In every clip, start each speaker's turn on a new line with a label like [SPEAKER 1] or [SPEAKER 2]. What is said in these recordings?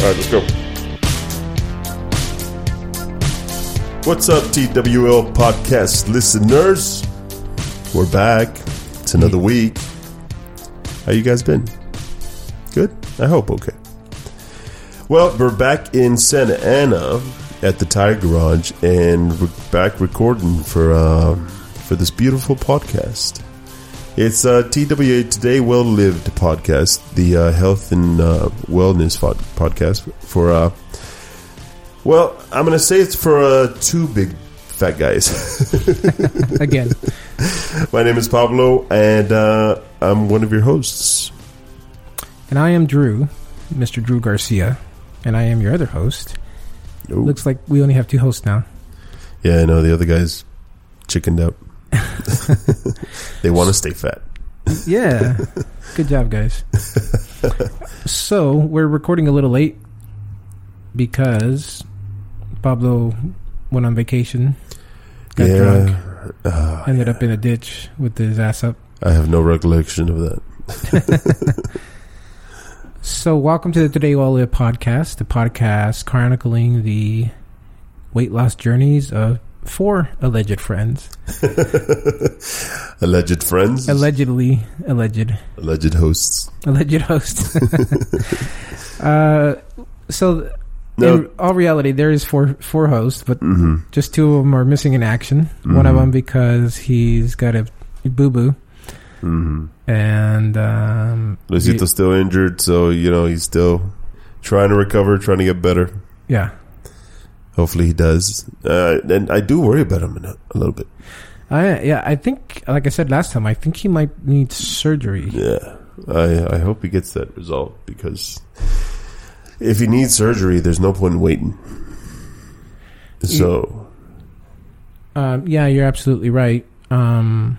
[SPEAKER 1] All right, let's go.
[SPEAKER 2] What's up, TWL podcast listeners? We're back. It's another week. How you guys been? Good. I hope okay. Well, we're back in Santa Ana at the Tire Garage, and we're back recording for uh, for this beautiful podcast. It's uh, TWA Today Well Lived podcast, the uh, health and uh, wellness fod- podcast for. Uh, well, I'm going to say it's for uh, two big fat guys.
[SPEAKER 3] Again,
[SPEAKER 2] My name is Pablo, and uh, I'm one of your hosts.
[SPEAKER 3] and I am Drew, Mr. Drew Garcia, and I am your other host.
[SPEAKER 2] Ooh.
[SPEAKER 3] Looks like we only have two hosts now.
[SPEAKER 2] Yeah, I know the other guys chickened out. they want to stay fat.
[SPEAKER 3] Yeah, good job, guys. so we're recording a little late because Pablo went on vacation, got
[SPEAKER 2] yeah,
[SPEAKER 3] drunk,
[SPEAKER 2] Ah,
[SPEAKER 3] ended up in a ditch with his ass up.
[SPEAKER 2] I have no recollection of that.
[SPEAKER 3] So, welcome to the Today Well Live podcast, the podcast chronicling the weight loss journeys of four alleged friends,
[SPEAKER 2] Alleged friends,
[SPEAKER 3] allegedly alleged.
[SPEAKER 2] alleged hosts.
[SPEAKER 3] alleged host. uh, so,
[SPEAKER 2] No.
[SPEAKER 3] in all reality, there is four four hosts, but
[SPEAKER 2] hmm
[SPEAKER 3] just two of them are missing in action. One of
[SPEAKER 2] Mhm.
[SPEAKER 3] them because he's got a boo boo,
[SPEAKER 2] hmm
[SPEAKER 3] and um,
[SPEAKER 2] Luisito's still injured, so you know he's still trying to recover, trying to get better.
[SPEAKER 3] yeah,
[SPEAKER 2] Hopefully, he does. Uh, and I do worry about him in a, a little bit.
[SPEAKER 3] I yeah, I think like I said last time, I think he might need surgery.
[SPEAKER 2] Yeah, I I hope he gets that result because if he needs surgery, there's no point in waiting. So
[SPEAKER 3] Um, yeah, you're absolutely right. Um,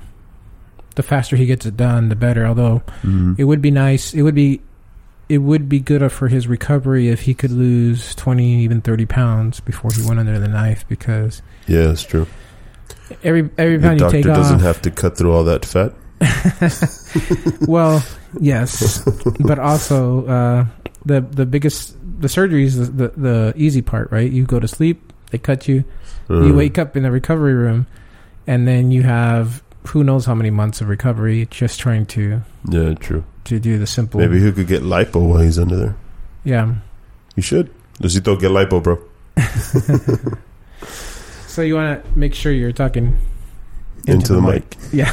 [SPEAKER 3] the faster he gets it done, the better. Although it would be nice, it would be, it would be good for his recovery if he could lose twenty, even thirty pounds before he went under the knife. Because
[SPEAKER 2] yeah, that's true.
[SPEAKER 3] every every
[SPEAKER 2] The
[SPEAKER 3] pound you
[SPEAKER 2] doctor
[SPEAKER 3] take
[SPEAKER 2] doesn't
[SPEAKER 3] off,
[SPEAKER 2] have to cut through all that fat.
[SPEAKER 3] well, yes, but also uh, the the biggest the surgery is the, the the easy part, right? You go to sleep, they cut you, you
[SPEAKER 2] Uh,
[SPEAKER 3] wake up in the recovery room, and then you have who knows how many months of recovery just trying to
[SPEAKER 2] Yeah, true.
[SPEAKER 3] to do the simple.
[SPEAKER 2] Maybe he could get lipo while he's under there.
[SPEAKER 3] Yeah.
[SPEAKER 2] You should. Luisito, get lipo, bro.
[SPEAKER 3] So you want to make sure you're talking
[SPEAKER 2] Into, the, mic.
[SPEAKER 3] Yeah.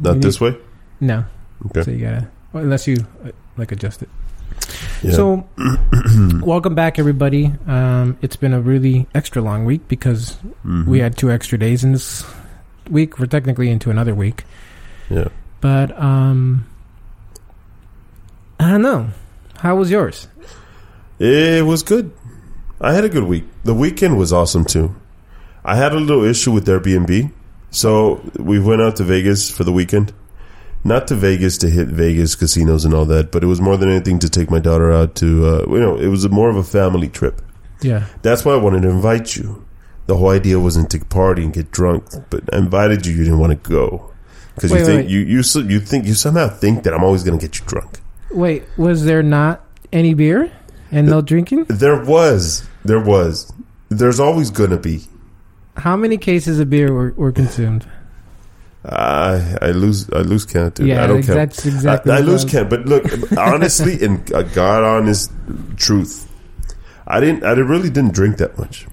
[SPEAKER 2] Not
[SPEAKER 3] You
[SPEAKER 2] this way.
[SPEAKER 3] No.
[SPEAKER 2] Okay.
[SPEAKER 3] So you gotta, well, unless you uh, like adjust it.
[SPEAKER 2] Yeah.
[SPEAKER 3] So, welcome back, everybody. Um, it's been a really extra long week because
[SPEAKER 2] Mhm.
[SPEAKER 3] Mm-hmm. we had two extra days in this week. We're technically into another week.
[SPEAKER 2] Yeah.
[SPEAKER 3] But um, I don't know. How was yours?
[SPEAKER 2] It was good. I had a good week. The weekend was awesome too. I had a little issue with Airbnb, so we went out to Vegas for the weekend. Not to Vegas to hit Vegas casinos and all that, but it was more than anything to take my daughter out to. Uh, you know, it was more of a family trip.
[SPEAKER 3] Yeah.
[SPEAKER 2] That's why I wanted to invite you. The whole idea wasn't to party and get drunk, but I invited you. You didn't want to go because you
[SPEAKER 3] Wait,
[SPEAKER 2] think
[SPEAKER 3] wait.
[SPEAKER 2] you you so- you think you somehow think that I'm always going to get you drunk.
[SPEAKER 3] Wait, was there not any beer and no drinking?
[SPEAKER 2] There was, there was, there's always going to be.
[SPEAKER 3] How many cases of beer were, were consumed?
[SPEAKER 2] I I lose I lose count, dude.
[SPEAKER 3] yeah,
[SPEAKER 2] I don't
[SPEAKER 3] ex-
[SPEAKER 2] count.
[SPEAKER 3] that's exactly.
[SPEAKER 2] I, I
[SPEAKER 3] what
[SPEAKER 2] lose
[SPEAKER 3] was-
[SPEAKER 2] count. But look, honestly, in a god honest truth, I didn't. I really didn't drink that much.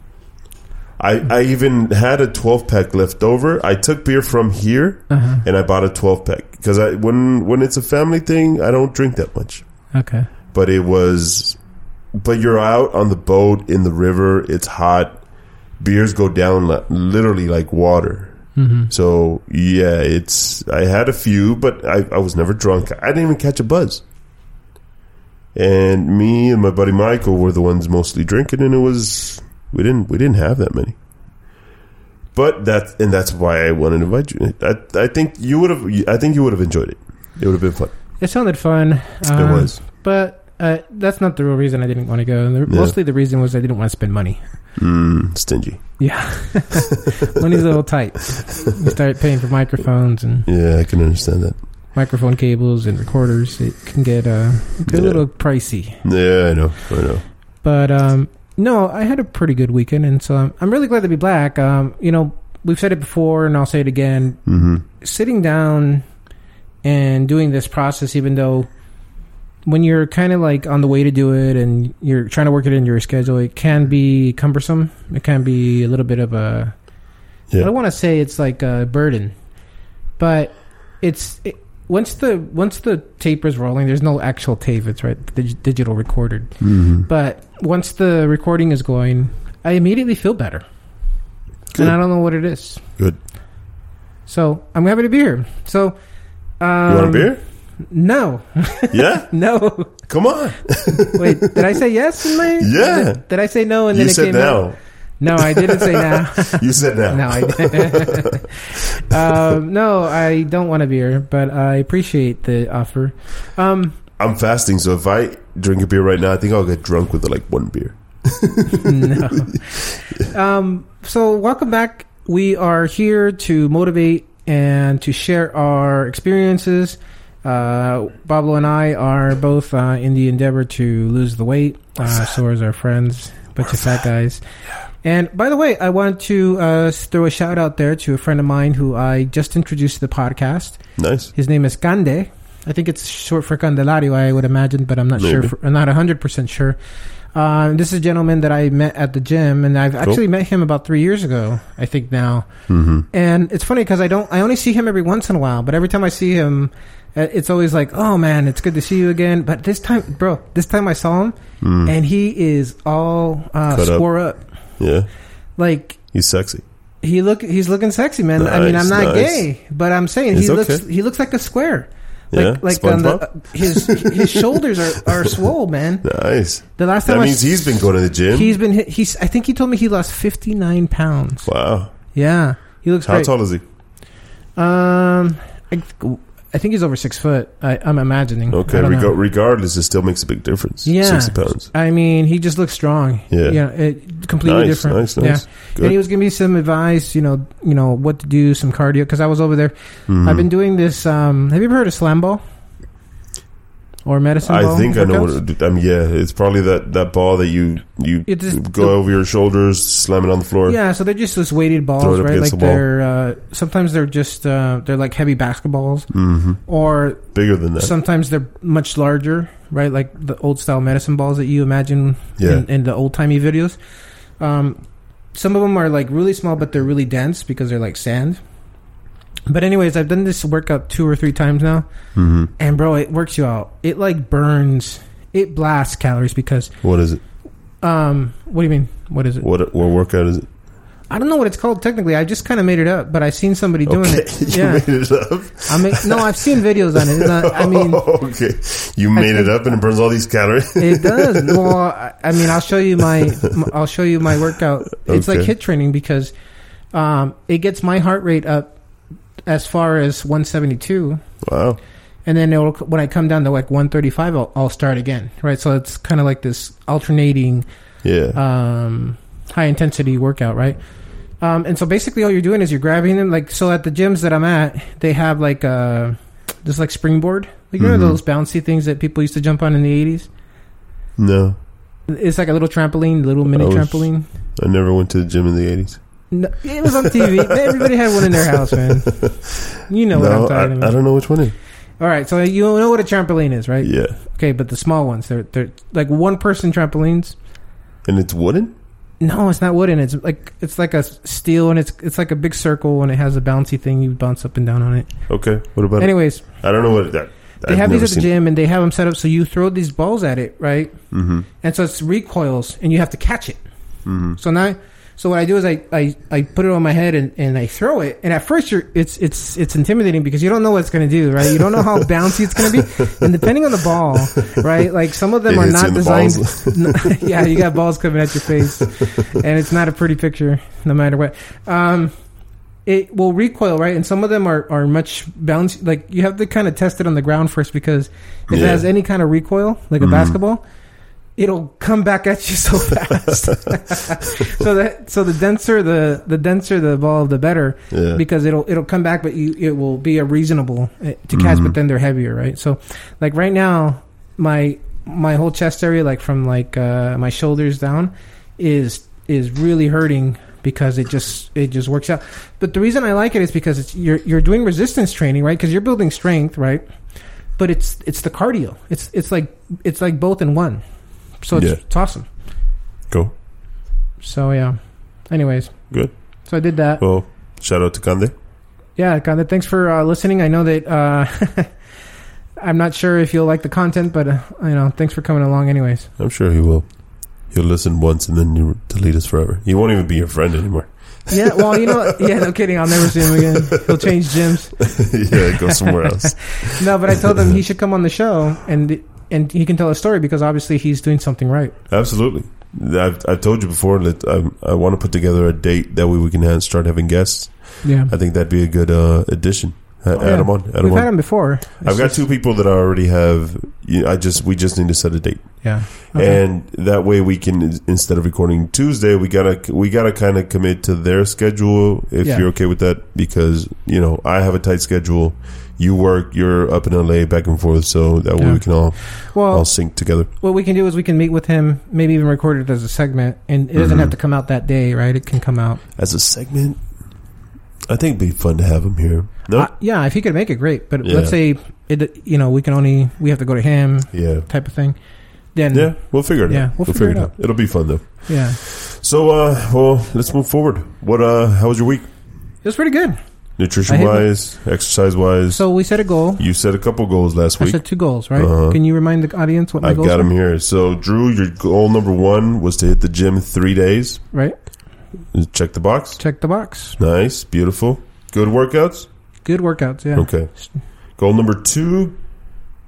[SPEAKER 2] I I even had a twelve pack left over. I took beer from here
[SPEAKER 3] Uh-huh.
[SPEAKER 2] and I bought a twelve pack because I when when it's a family thing, I don't drink that much.
[SPEAKER 3] Okay.
[SPEAKER 2] But it was, but you're out on the boat in the river. It's hot. Beers go down li- literally like water.
[SPEAKER 3] Mm-hmm.
[SPEAKER 2] So yeah, it's I had a few, but I, I was never drunk. I didn't even catch a buzz. And me and my buddy Michael were the ones mostly drinking, and it was we didn't we didn't have that many. But that and that's why I wanted to invite you. I, I think you would have I think you would have enjoyed it. It would have been fun.
[SPEAKER 3] It sounded fun.
[SPEAKER 2] it
[SPEAKER 3] um,
[SPEAKER 2] was.
[SPEAKER 3] but uh, that's not the real reason I didn't want to go. The,
[SPEAKER 2] Yeah.
[SPEAKER 3] Mostly the reason was I didn't want to spend money.
[SPEAKER 2] Mm, stingy.
[SPEAKER 3] Yeah, money's a little tight. You start paying for microphones and
[SPEAKER 2] Yeah, I can understand that.
[SPEAKER 3] microphone cables and recorders. It can get uh, get a
[SPEAKER 2] Yeah.
[SPEAKER 3] little pricey.
[SPEAKER 2] Yeah, I know. I know.
[SPEAKER 3] But um, no, I had a pretty good weekend, and so I'm, I'm really glad to be back. Um, you know, we've said it before, and I'll say it again.
[SPEAKER 2] Mm-hmm.
[SPEAKER 3] Sitting down and doing this process, even though when you're kind of like on the way to do it and you're trying to work it into your schedule, it can be cumbersome. It can be a little bit of a. I
[SPEAKER 2] Yeah.
[SPEAKER 3] don't want to say it's like a burden, but it's it, once the once the tape is rolling. There's no actual tape. It's right dig- digital recorded.
[SPEAKER 2] Mm-hmm.
[SPEAKER 3] But once the recording is going, I immediately feel better.
[SPEAKER 2] Good.
[SPEAKER 3] And I don't know what it is.
[SPEAKER 2] Good.
[SPEAKER 3] So I'm happy to be here. So um,
[SPEAKER 2] you want a beer?
[SPEAKER 3] No,
[SPEAKER 2] Yeah.
[SPEAKER 3] no.
[SPEAKER 2] Come on.
[SPEAKER 3] Wait, did I say yes? In my,
[SPEAKER 2] Yeah.
[SPEAKER 3] Did, did I say no? And then
[SPEAKER 2] You
[SPEAKER 3] it
[SPEAKER 2] said
[SPEAKER 3] came out?
[SPEAKER 2] now.
[SPEAKER 3] No, I didn't say now.
[SPEAKER 2] You said now.
[SPEAKER 3] no, I didn't. um, no, I don't want a beer, but I appreciate the offer. Um,
[SPEAKER 2] I'm fasting, so if I drink a beer right now, I think I'll get drunk with like one beer.
[SPEAKER 3] no. Um, so, welcome back. We are here to motivate and to share our experiences. Uh, Pablo and I are both uh, in the endeavor to lose the weight. Uh, so is our friends, bunch of fat guys. And by the way, I want to uh, throw a shout out there to a friend of mine who I just introduced to the podcast.
[SPEAKER 2] Nice.
[SPEAKER 3] His name is Cande. I think it's short for Candelario, I would imagine, but I'm not sure.
[SPEAKER 2] Maybe.
[SPEAKER 3] For, I'm not 100% sure. Um, this is a gentleman that I met at the gym, and I've actually met him about three years ago, I think now.
[SPEAKER 2] Mm-hmm.
[SPEAKER 3] And it's funny because I don't, I only see him every once in a while, but every time I see him, uh, it's always like, oh man, it's good to see you again. But this time, bro, this time I saw him,
[SPEAKER 2] Mm.
[SPEAKER 3] and he is all uh,
[SPEAKER 2] Cut up.
[SPEAKER 3] swore up.
[SPEAKER 2] Yeah.
[SPEAKER 3] Like,
[SPEAKER 2] He's sexy.
[SPEAKER 3] he look he's looking sexy, man. I mean,
[SPEAKER 2] Nice,
[SPEAKER 3] I'm not
[SPEAKER 2] nice.
[SPEAKER 3] gay, but I'm saying
[SPEAKER 2] He's
[SPEAKER 3] he
[SPEAKER 2] okay.
[SPEAKER 3] looks he looks like a square.
[SPEAKER 2] Yeah?
[SPEAKER 3] Like like on the,
[SPEAKER 2] SpongeBob?
[SPEAKER 3] his his shoulders are are swole, man.
[SPEAKER 2] Nice.
[SPEAKER 3] The last time
[SPEAKER 2] That
[SPEAKER 3] I
[SPEAKER 2] means he's been going to the gym.
[SPEAKER 3] he's been hit- he's I think he told me he lost 59 pounds.
[SPEAKER 2] wow.
[SPEAKER 3] Yeah, he looks
[SPEAKER 2] How
[SPEAKER 3] great.
[SPEAKER 2] tall is he?
[SPEAKER 3] Um, I, th- I think he's over six foot. I, I'm imagining.
[SPEAKER 2] Okay.
[SPEAKER 3] I don't
[SPEAKER 2] reg-
[SPEAKER 3] know.
[SPEAKER 2] regardless, it still makes a big difference.
[SPEAKER 3] Yeah.
[SPEAKER 2] 60 pounds.
[SPEAKER 3] I mean, he just looks strong.
[SPEAKER 2] Yeah.
[SPEAKER 3] yeah, it,
[SPEAKER 2] Nice,
[SPEAKER 3] completely different.
[SPEAKER 2] nice, nice.
[SPEAKER 3] Yeah,
[SPEAKER 2] Good.
[SPEAKER 3] and he was giving me some advice. You know, you know what to do, some cardio because I was over there
[SPEAKER 2] Mhm.
[SPEAKER 3] I've been doing this. Um, have you ever heard of slam ball or medicine?
[SPEAKER 2] I
[SPEAKER 3] ball
[SPEAKER 2] think I know
[SPEAKER 3] workouts?
[SPEAKER 2] what. it- I mean, yeah, it's probably that, that ball that you you
[SPEAKER 3] It is-
[SPEAKER 2] go over your shoulders, slam it on the floor.
[SPEAKER 3] Yeah, so they're just those weighted
[SPEAKER 2] Throw
[SPEAKER 3] balls,
[SPEAKER 2] it up
[SPEAKER 3] right?
[SPEAKER 2] against
[SPEAKER 3] Like
[SPEAKER 2] the wall.
[SPEAKER 3] they're uh, sometimes they're just uh, they're like heavy basketballs,
[SPEAKER 2] hmm
[SPEAKER 3] or
[SPEAKER 2] Bigger than that.
[SPEAKER 3] sometimes they're much larger, right? Like the old style medicine balls that you imagine
[SPEAKER 2] Yeah.
[SPEAKER 3] in, in the old timey videos. Um, some of them are like really small, but they're really dense because they're like sand. But anyways, I've done this workout two or three times now.
[SPEAKER 2] hmm
[SPEAKER 3] And bro, it works you out. It like burns, it blasts calories because
[SPEAKER 2] What is it?
[SPEAKER 3] um what do you mean? What is it?
[SPEAKER 2] What what workout is it?
[SPEAKER 3] I don't know what it's called technically. I just kind of made it up, but I've seen somebody doing
[SPEAKER 2] okay,
[SPEAKER 3] it.
[SPEAKER 2] you
[SPEAKER 3] Yeah.
[SPEAKER 2] made it up.
[SPEAKER 3] I mean no, I've seen videos on it. It's not, I mean
[SPEAKER 2] Oh. okay, you
[SPEAKER 3] I
[SPEAKER 2] made it
[SPEAKER 3] think-
[SPEAKER 2] up and it burns all these calories.
[SPEAKER 3] it does. Well, I, I mean I'll show you my my- I'll show you my workout. It's like
[SPEAKER 2] Okay.
[SPEAKER 3] hit training because um it gets my heart rate up as far as 172
[SPEAKER 2] Wow.
[SPEAKER 3] and then it'll, when I come down to like 135 I'll, I'll start again, right? So it's kind of like this alternating
[SPEAKER 2] Yeah.
[SPEAKER 3] um, high intensity workout, right? Um, and so basically, all you're doing is you're grabbing them. Like so, at the gyms that I'm at, they have like a just like springboard. Like you
[SPEAKER 2] Mhm.
[SPEAKER 3] know those bouncy things that people used to jump on in the '80s.
[SPEAKER 2] no,
[SPEAKER 3] It's like a little trampoline, little mini
[SPEAKER 2] I was-
[SPEAKER 3] trampoline.
[SPEAKER 2] I never went to the gym in the eighties.
[SPEAKER 3] No, it was on TV. Everybody had one in their house, man. You know
[SPEAKER 2] no,
[SPEAKER 3] what I'm
[SPEAKER 2] I,
[SPEAKER 3] talking
[SPEAKER 2] I
[SPEAKER 3] about.
[SPEAKER 2] don't know which one. It
[SPEAKER 3] All right, so you know what a trampoline is, right?
[SPEAKER 2] is. Yeah,
[SPEAKER 3] Okay, but the small ones, they're they're like one person trampolines.
[SPEAKER 2] and it's wooden.
[SPEAKER 3] No, it's not wooden. It's like it's like a s- steel, and it's it's like a big circle, and it has a bouncy thing. You bounce up and down on it.
[SPEAKER 2] Okay. What about
[SPEAKER 3] Anyways,
[SPEAKER 2] it? I don't know what that.
[SPEAKER 3] they
[SPEAKER 2] I've
[SPEAKER 3] have
[SPEAKER 2] never
[SPEAKER 3] these at the gym, and they have them set up so you throw these balls at it, right?
[SPEAKER 2] Mm-hmm.
[SPEAKER 3] And so it's recoils, and you have to catch it.
[SPEAKER 2] Mm-hmm.
[SPEAKER 3] So now, so what I do is I I, I put it on my head and, and I throw it, and at first you're it's it's it's intimidating because you don't know what it's going to do, right? You don't know how bouncy it's going to be, and depending on the ball, right? Like some of them
[SPEAKER 2] It
[SPEAKER 3] are
[SPEAKER 2] hits
[SPEAKER 3] not
[SPEAKER 2] in the
[SPEAKER 3] designed. yeah, you got balls coming at your face, and it's not a pretty picture, no matter what. Um, it will recoil, right? And some of them are, are much bouncy. Like you have to kind of test it on the ground first because if
[SPEAKER 2] Mm-hmm. Yeah.
[SPEAKER 3] it has any kind of recoil, like a
[SPEAKER 2] Mhm.
[SPEAKER 3] basketball, it'll come back at you so fast. so that so the denser the the denser the ball, the better
[SPEAKER 2] Yeah.
[SPEAKER 3] because it'll it'll come back, but you it will be a reasonable uh, to catch.
[SPEAKER 2] Mhm.
[SPEAKER 3] But then they're heavier, right? So, like right now, my my whole chest area, like from like uh, my shoulders down, is is really hurting because it just it just works out. But the reason I like it is because it's you're you're doing resistance training, right? Because you're building strength, right? But it's it's the cardio. It's it's like it's like both in one. So it's,
[SPEAKER 2] Yeah.
[SPEAKER 3] it's awesome.
[SPEAKER 2] Cool.
[SPEAKER 3] So yeah. Anyways,
[SPEAKER 2] Good.
[SPEAKER 3] So I did that.
[SPEAKER 2] Well, shout out to Kande.
[SPEAKER 3] Yeah, Kanda, thanks for uh, listening. I know that uh, I'm not sure if you'll like the content, but uh, you know, thanks for coming along, anyways.
[SPEAKER 2] I'm sure he will. He'll listen once and then you delete us forever. He won't even be your friend anymore.
[SPEAKER 3] Yeah, well, you know, what? yeah, no kidding. I'll never see him again. He'll change gyms.
[SPEAKER 2] yeah, go somewhere else.
[SPEAKER 3] No, but I told him he should come on the show and and he can tell a story because obviously he's doing something right.
[SPEAKER 2] Absolutely. I've, I've told you before that I, I want to put together a date that way we can ha- start having guests.
[SPEAKER 3] Yeah,
[SPEAKER 2] I think that'd be a good uh, addition. Ha-
[SPEAKER 3] Oh, yeah.
[SPEAKER 2] Add them on. Add 'em
[SPEAKER 3] we've
[SPEAKER 2] on.
[SPEAKER 3] had him before.
[SPEAKER 2] I've got two people that I already have. you- I just we just need to set a date,
[SPEAKER 3] Yeah, Okay.
[SPEAKER 2] and that way we can instead of recording Tuesday, we gotta we gotta kind of commit to their schedule if
[SPEAKER 3] Yeah.
[SPEAKER 2] you're okay with that because you know I have a tight schedule. You work. You're up in LA, back and forth. So that way
[SPEAKER 3] Yeah.
[SPEAKER 2] we can all all
[SPEAKER 3] well,
[SPEAKER 2] sync together.
[SPEAKER 3] what we can do is we can meet with him, maybe even record it as a segment, and it doesn't
[SPEAKER 2] Mhm.
[SPEAKER 3] have to come out that day, right? It can come out.
[SPEAKER 2] as a segment. I think it'd be fun to have him here. No,
[SPEAKER 3] Uh, yeah, if he could make it, great. But
[SPEAKER 2] Yeah.
[SPEAKER 3] let's say it, you know, we can only we have to go to him
[SPEAKER 2] yeah,
[SPEAKER 3] type of thing. Then
[SPEAKER 2] yeah, we'll figure it
[SPEAKER 3] Yeah,
[SPEAKER 2] out.
[SPEAKER 3] we'll figure it out.
[SPEAKER 2] It'll be fun though.
[SPEAKER 3] yeah,
[SPEAKER 2] So, uh, well, let's move forward. What? Uh, how was your week?
[SPEAKER 3] it was pretty good. I
[SPEAKER 2] Nutrition
[SPEAKER 3] hit my-
[SPEAKER 2] wise, exercise wise.
[SPEAKER 3] So we set a goal.
[SPEAKER 2] you set a couple goals last
[SPEAKER 3] I
[SPEAKER 2] week.
[SPEAKER 3] set two goals, right?
[SPEAKER 2] Uh-huh.
[SPEAKER 3] Can you remind the audience what my
[SPEAKER 2] I've
[SPEAKER 3] goals
[SPEAKER 2] got
[SPEAKER 3] were?
[SPEAKER 2] them here. So, Drew, your goal number one was to hit the gym three days.
[SPEAKER 3] Right,
[SPEAKER 2] Check the box.
[SPEAKER 3] check the box.
[SPEAKER 2] Nice, beautiful, good workouts.
[SPEAKER 3] Good workouts. Yeah.
[SPEAKER 2] Okay. Goal number two: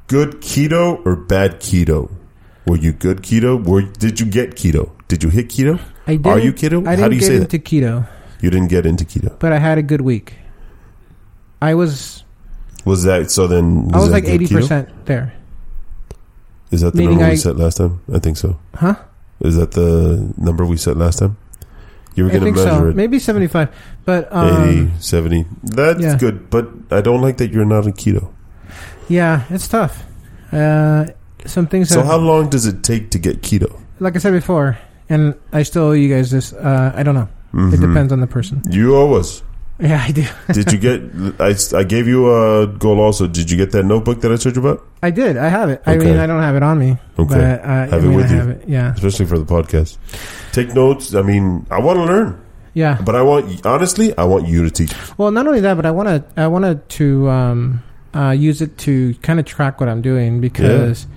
[SPEAKER 2] good keto or bad keto? Were you good keto? Were did you get keto? Did you hit keto?
[SPEAKER 3] I did.
[SPEAKER 2] Are you keto?
[SPEAKER 3] I didn't
[SPEAKER 2] How do you
[SPEAKER 3] get
[SPEAKER 2] say that?
[SPEAKER 3] into keto,
[SPEAKER 2] You didn't get into keto.
[SPEAKER 3] but I had a good week. I was
[SPEAKER 2] Was that so? Then
[SPEAKER 3] I was
[SPEAKER 2] that
[SPEAKER 3] like
[SPEAKER 2] good
[SPEAKER 3] eighty
[SPEAKER 2] keto?
[SPEAKER 3] percent there.
[SPEAKER 2] Is that the
[SPEAKER 3] Meaning
[SPEAKER 2] number
[SPEAKER 3] I-
[SPEAKER 2] we set last time? I think so.
[SPEAKER 3] Huh?
[SPEAKER 2] Is that the number we set last time? You were
[SPEAKER 3] I
[SPEAKER 2] going to
[SPEAKER 3] think
[SPEAKER 2] measure
[SPEAKER 3] so.
[SPEAKER 2] it.
[SPEAKER 3] Maybe seventy five. But um,
[SPEAKER 2] 80, 70. That's
[SPEAKER 3] yeah.
[SPEAKER 2] good, but I don't like that you're not in keto.
[SPEAKER 3] yeah, it's tough. Uh, some things.
[SPEAKER 2] So
[SPEAKER 3] have-
[SPEAKER 2] how long does it take to get keto?
[SPEAKER 3] like I said before, and I still owe you guys this. Uh, I don't know. It
[SPEAKER 2] Mhm.
[SPEAKER 3] depends on the person.
[SPEAKER 2] You owe us.
[SPEAKER 3] Yeah, I do.
[SPEAKER 2] Did you get? I, I gave you a goal. Also, did you get that notebook that I told you about?
[SPEAKER 3] I did. I have it. I
[SPEAKER 2] Okay.
[SPEAKER 3] mean, I don't have it on me,
[SPEAKER 2] Okay,
[SPEAKER 3] but uh, I
[SPEAKER 2] it
[SPEAKER 3] mean,
[SPEAKER 2] with
[SPEAKER 3] I
[SPEAKER 2] you.
[SPEAKER 3] have it. Yeah,
[SPEAKER 2] especially for the podcast. Take notes. I mean, I want to learn,
[SPEAKER 3] yeah.
[SPEAKER 2] but I want honestly, I want you to teach.
[SPEAKER 3] Well, not only that, but I wanna, I wanted to um, uh, use it to kind of track what I'm doing because.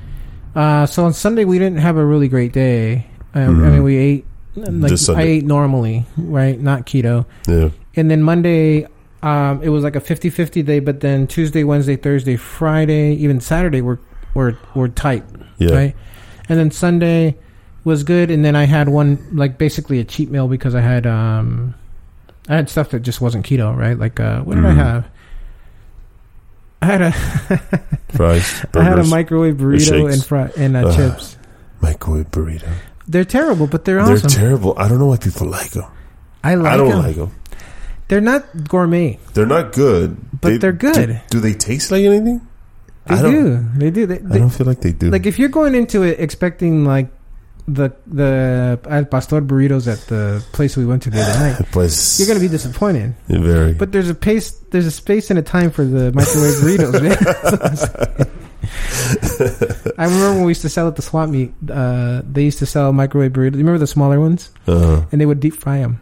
[SPEAKER 3] Uh, so on Sunday we didn't have a really great day. Um, I
[SPEAKER 2] Mhm.
[SPEAKER 3] mean, we ate like
[SPEAKER 2] Just
[SPEAKER 3] I
[SPEAKER 2] Sunday.
[SPEAKER 3] ate normally, right? Not keto.
[SPEAKER 2] Yeah,
[SPEAKER 3] and then Monday, um, it was like a 50-50 day. But then Tuesday, Wednesday, Thursday, Friday, even Saturday were were were tight,
[SPEAKER 2] yeah.
[SPEAKER 3] right? And then Sunday was good. And then I had one like basically a cheat meal because I had um, I had stuff that just wasn't keto, right? Like uh, what did I
[SPEAKER 2] Mhm.
[SPEAKER 3] have? I had a
[SPEAKER 2] Fries,
[SPEAKER 3] I had a
[SPEAKER 2] burgers,
[SPEAKER 3] microwave burrito
[SPEAKER 2] shakes.
[SPEAKER 3] and fry and uh,
[SPEAKER 2] Ugh.
[SPEAKER 3] chips.
[SPEAKER 2] microwave burrito.
[SPEAKER 3] They're terrible, but they're
[SPEAKER 2] They're,
[SPEAKER 3] awesome.
[SPEAKER 2] terrible. I don't know why people like them.
[SPEAKER 3] I like
[SPEAKER 2] I don't
[SPEAKER 3] them.
[SPEAKER 2] like them.
[SPEAKER 3] They're not gourmet,
[SPEAKER 2] They're not good,
[SPEAKER 3] but they, are
[SPEAKER 2] do-
[SPEAKER 3] good.
[SPEAKER 2] Do, they taste like anything?
[SPEAKER 3] they
[SPEAKER 2] I don't.
[SPEAKER 3] do. They do. They,
[SPEAKER 2] I
[SPEAKER 3] they,
[SPEAKER 2] don't feel like they do.
[SPEAKER 3] Like if you're going into it expecting like the the al pastor burritos at the place we went to the other night,
[SPEAKER 2] Pues,
[SPEAKER 3] you're gonna be disappointed.
[SPEAKER 2] very.
[SPEAKER 3] But there's a pace, there's a space and a time for the microwave burritos. Man. That's what I'm saying. I remember when we used to sell at the swap meet. Uh, they used to sell microwave burritos. You remember the smaller ones,
[SPEAKER 2] uh,
[SPEAKER 3] and they would deep fry them,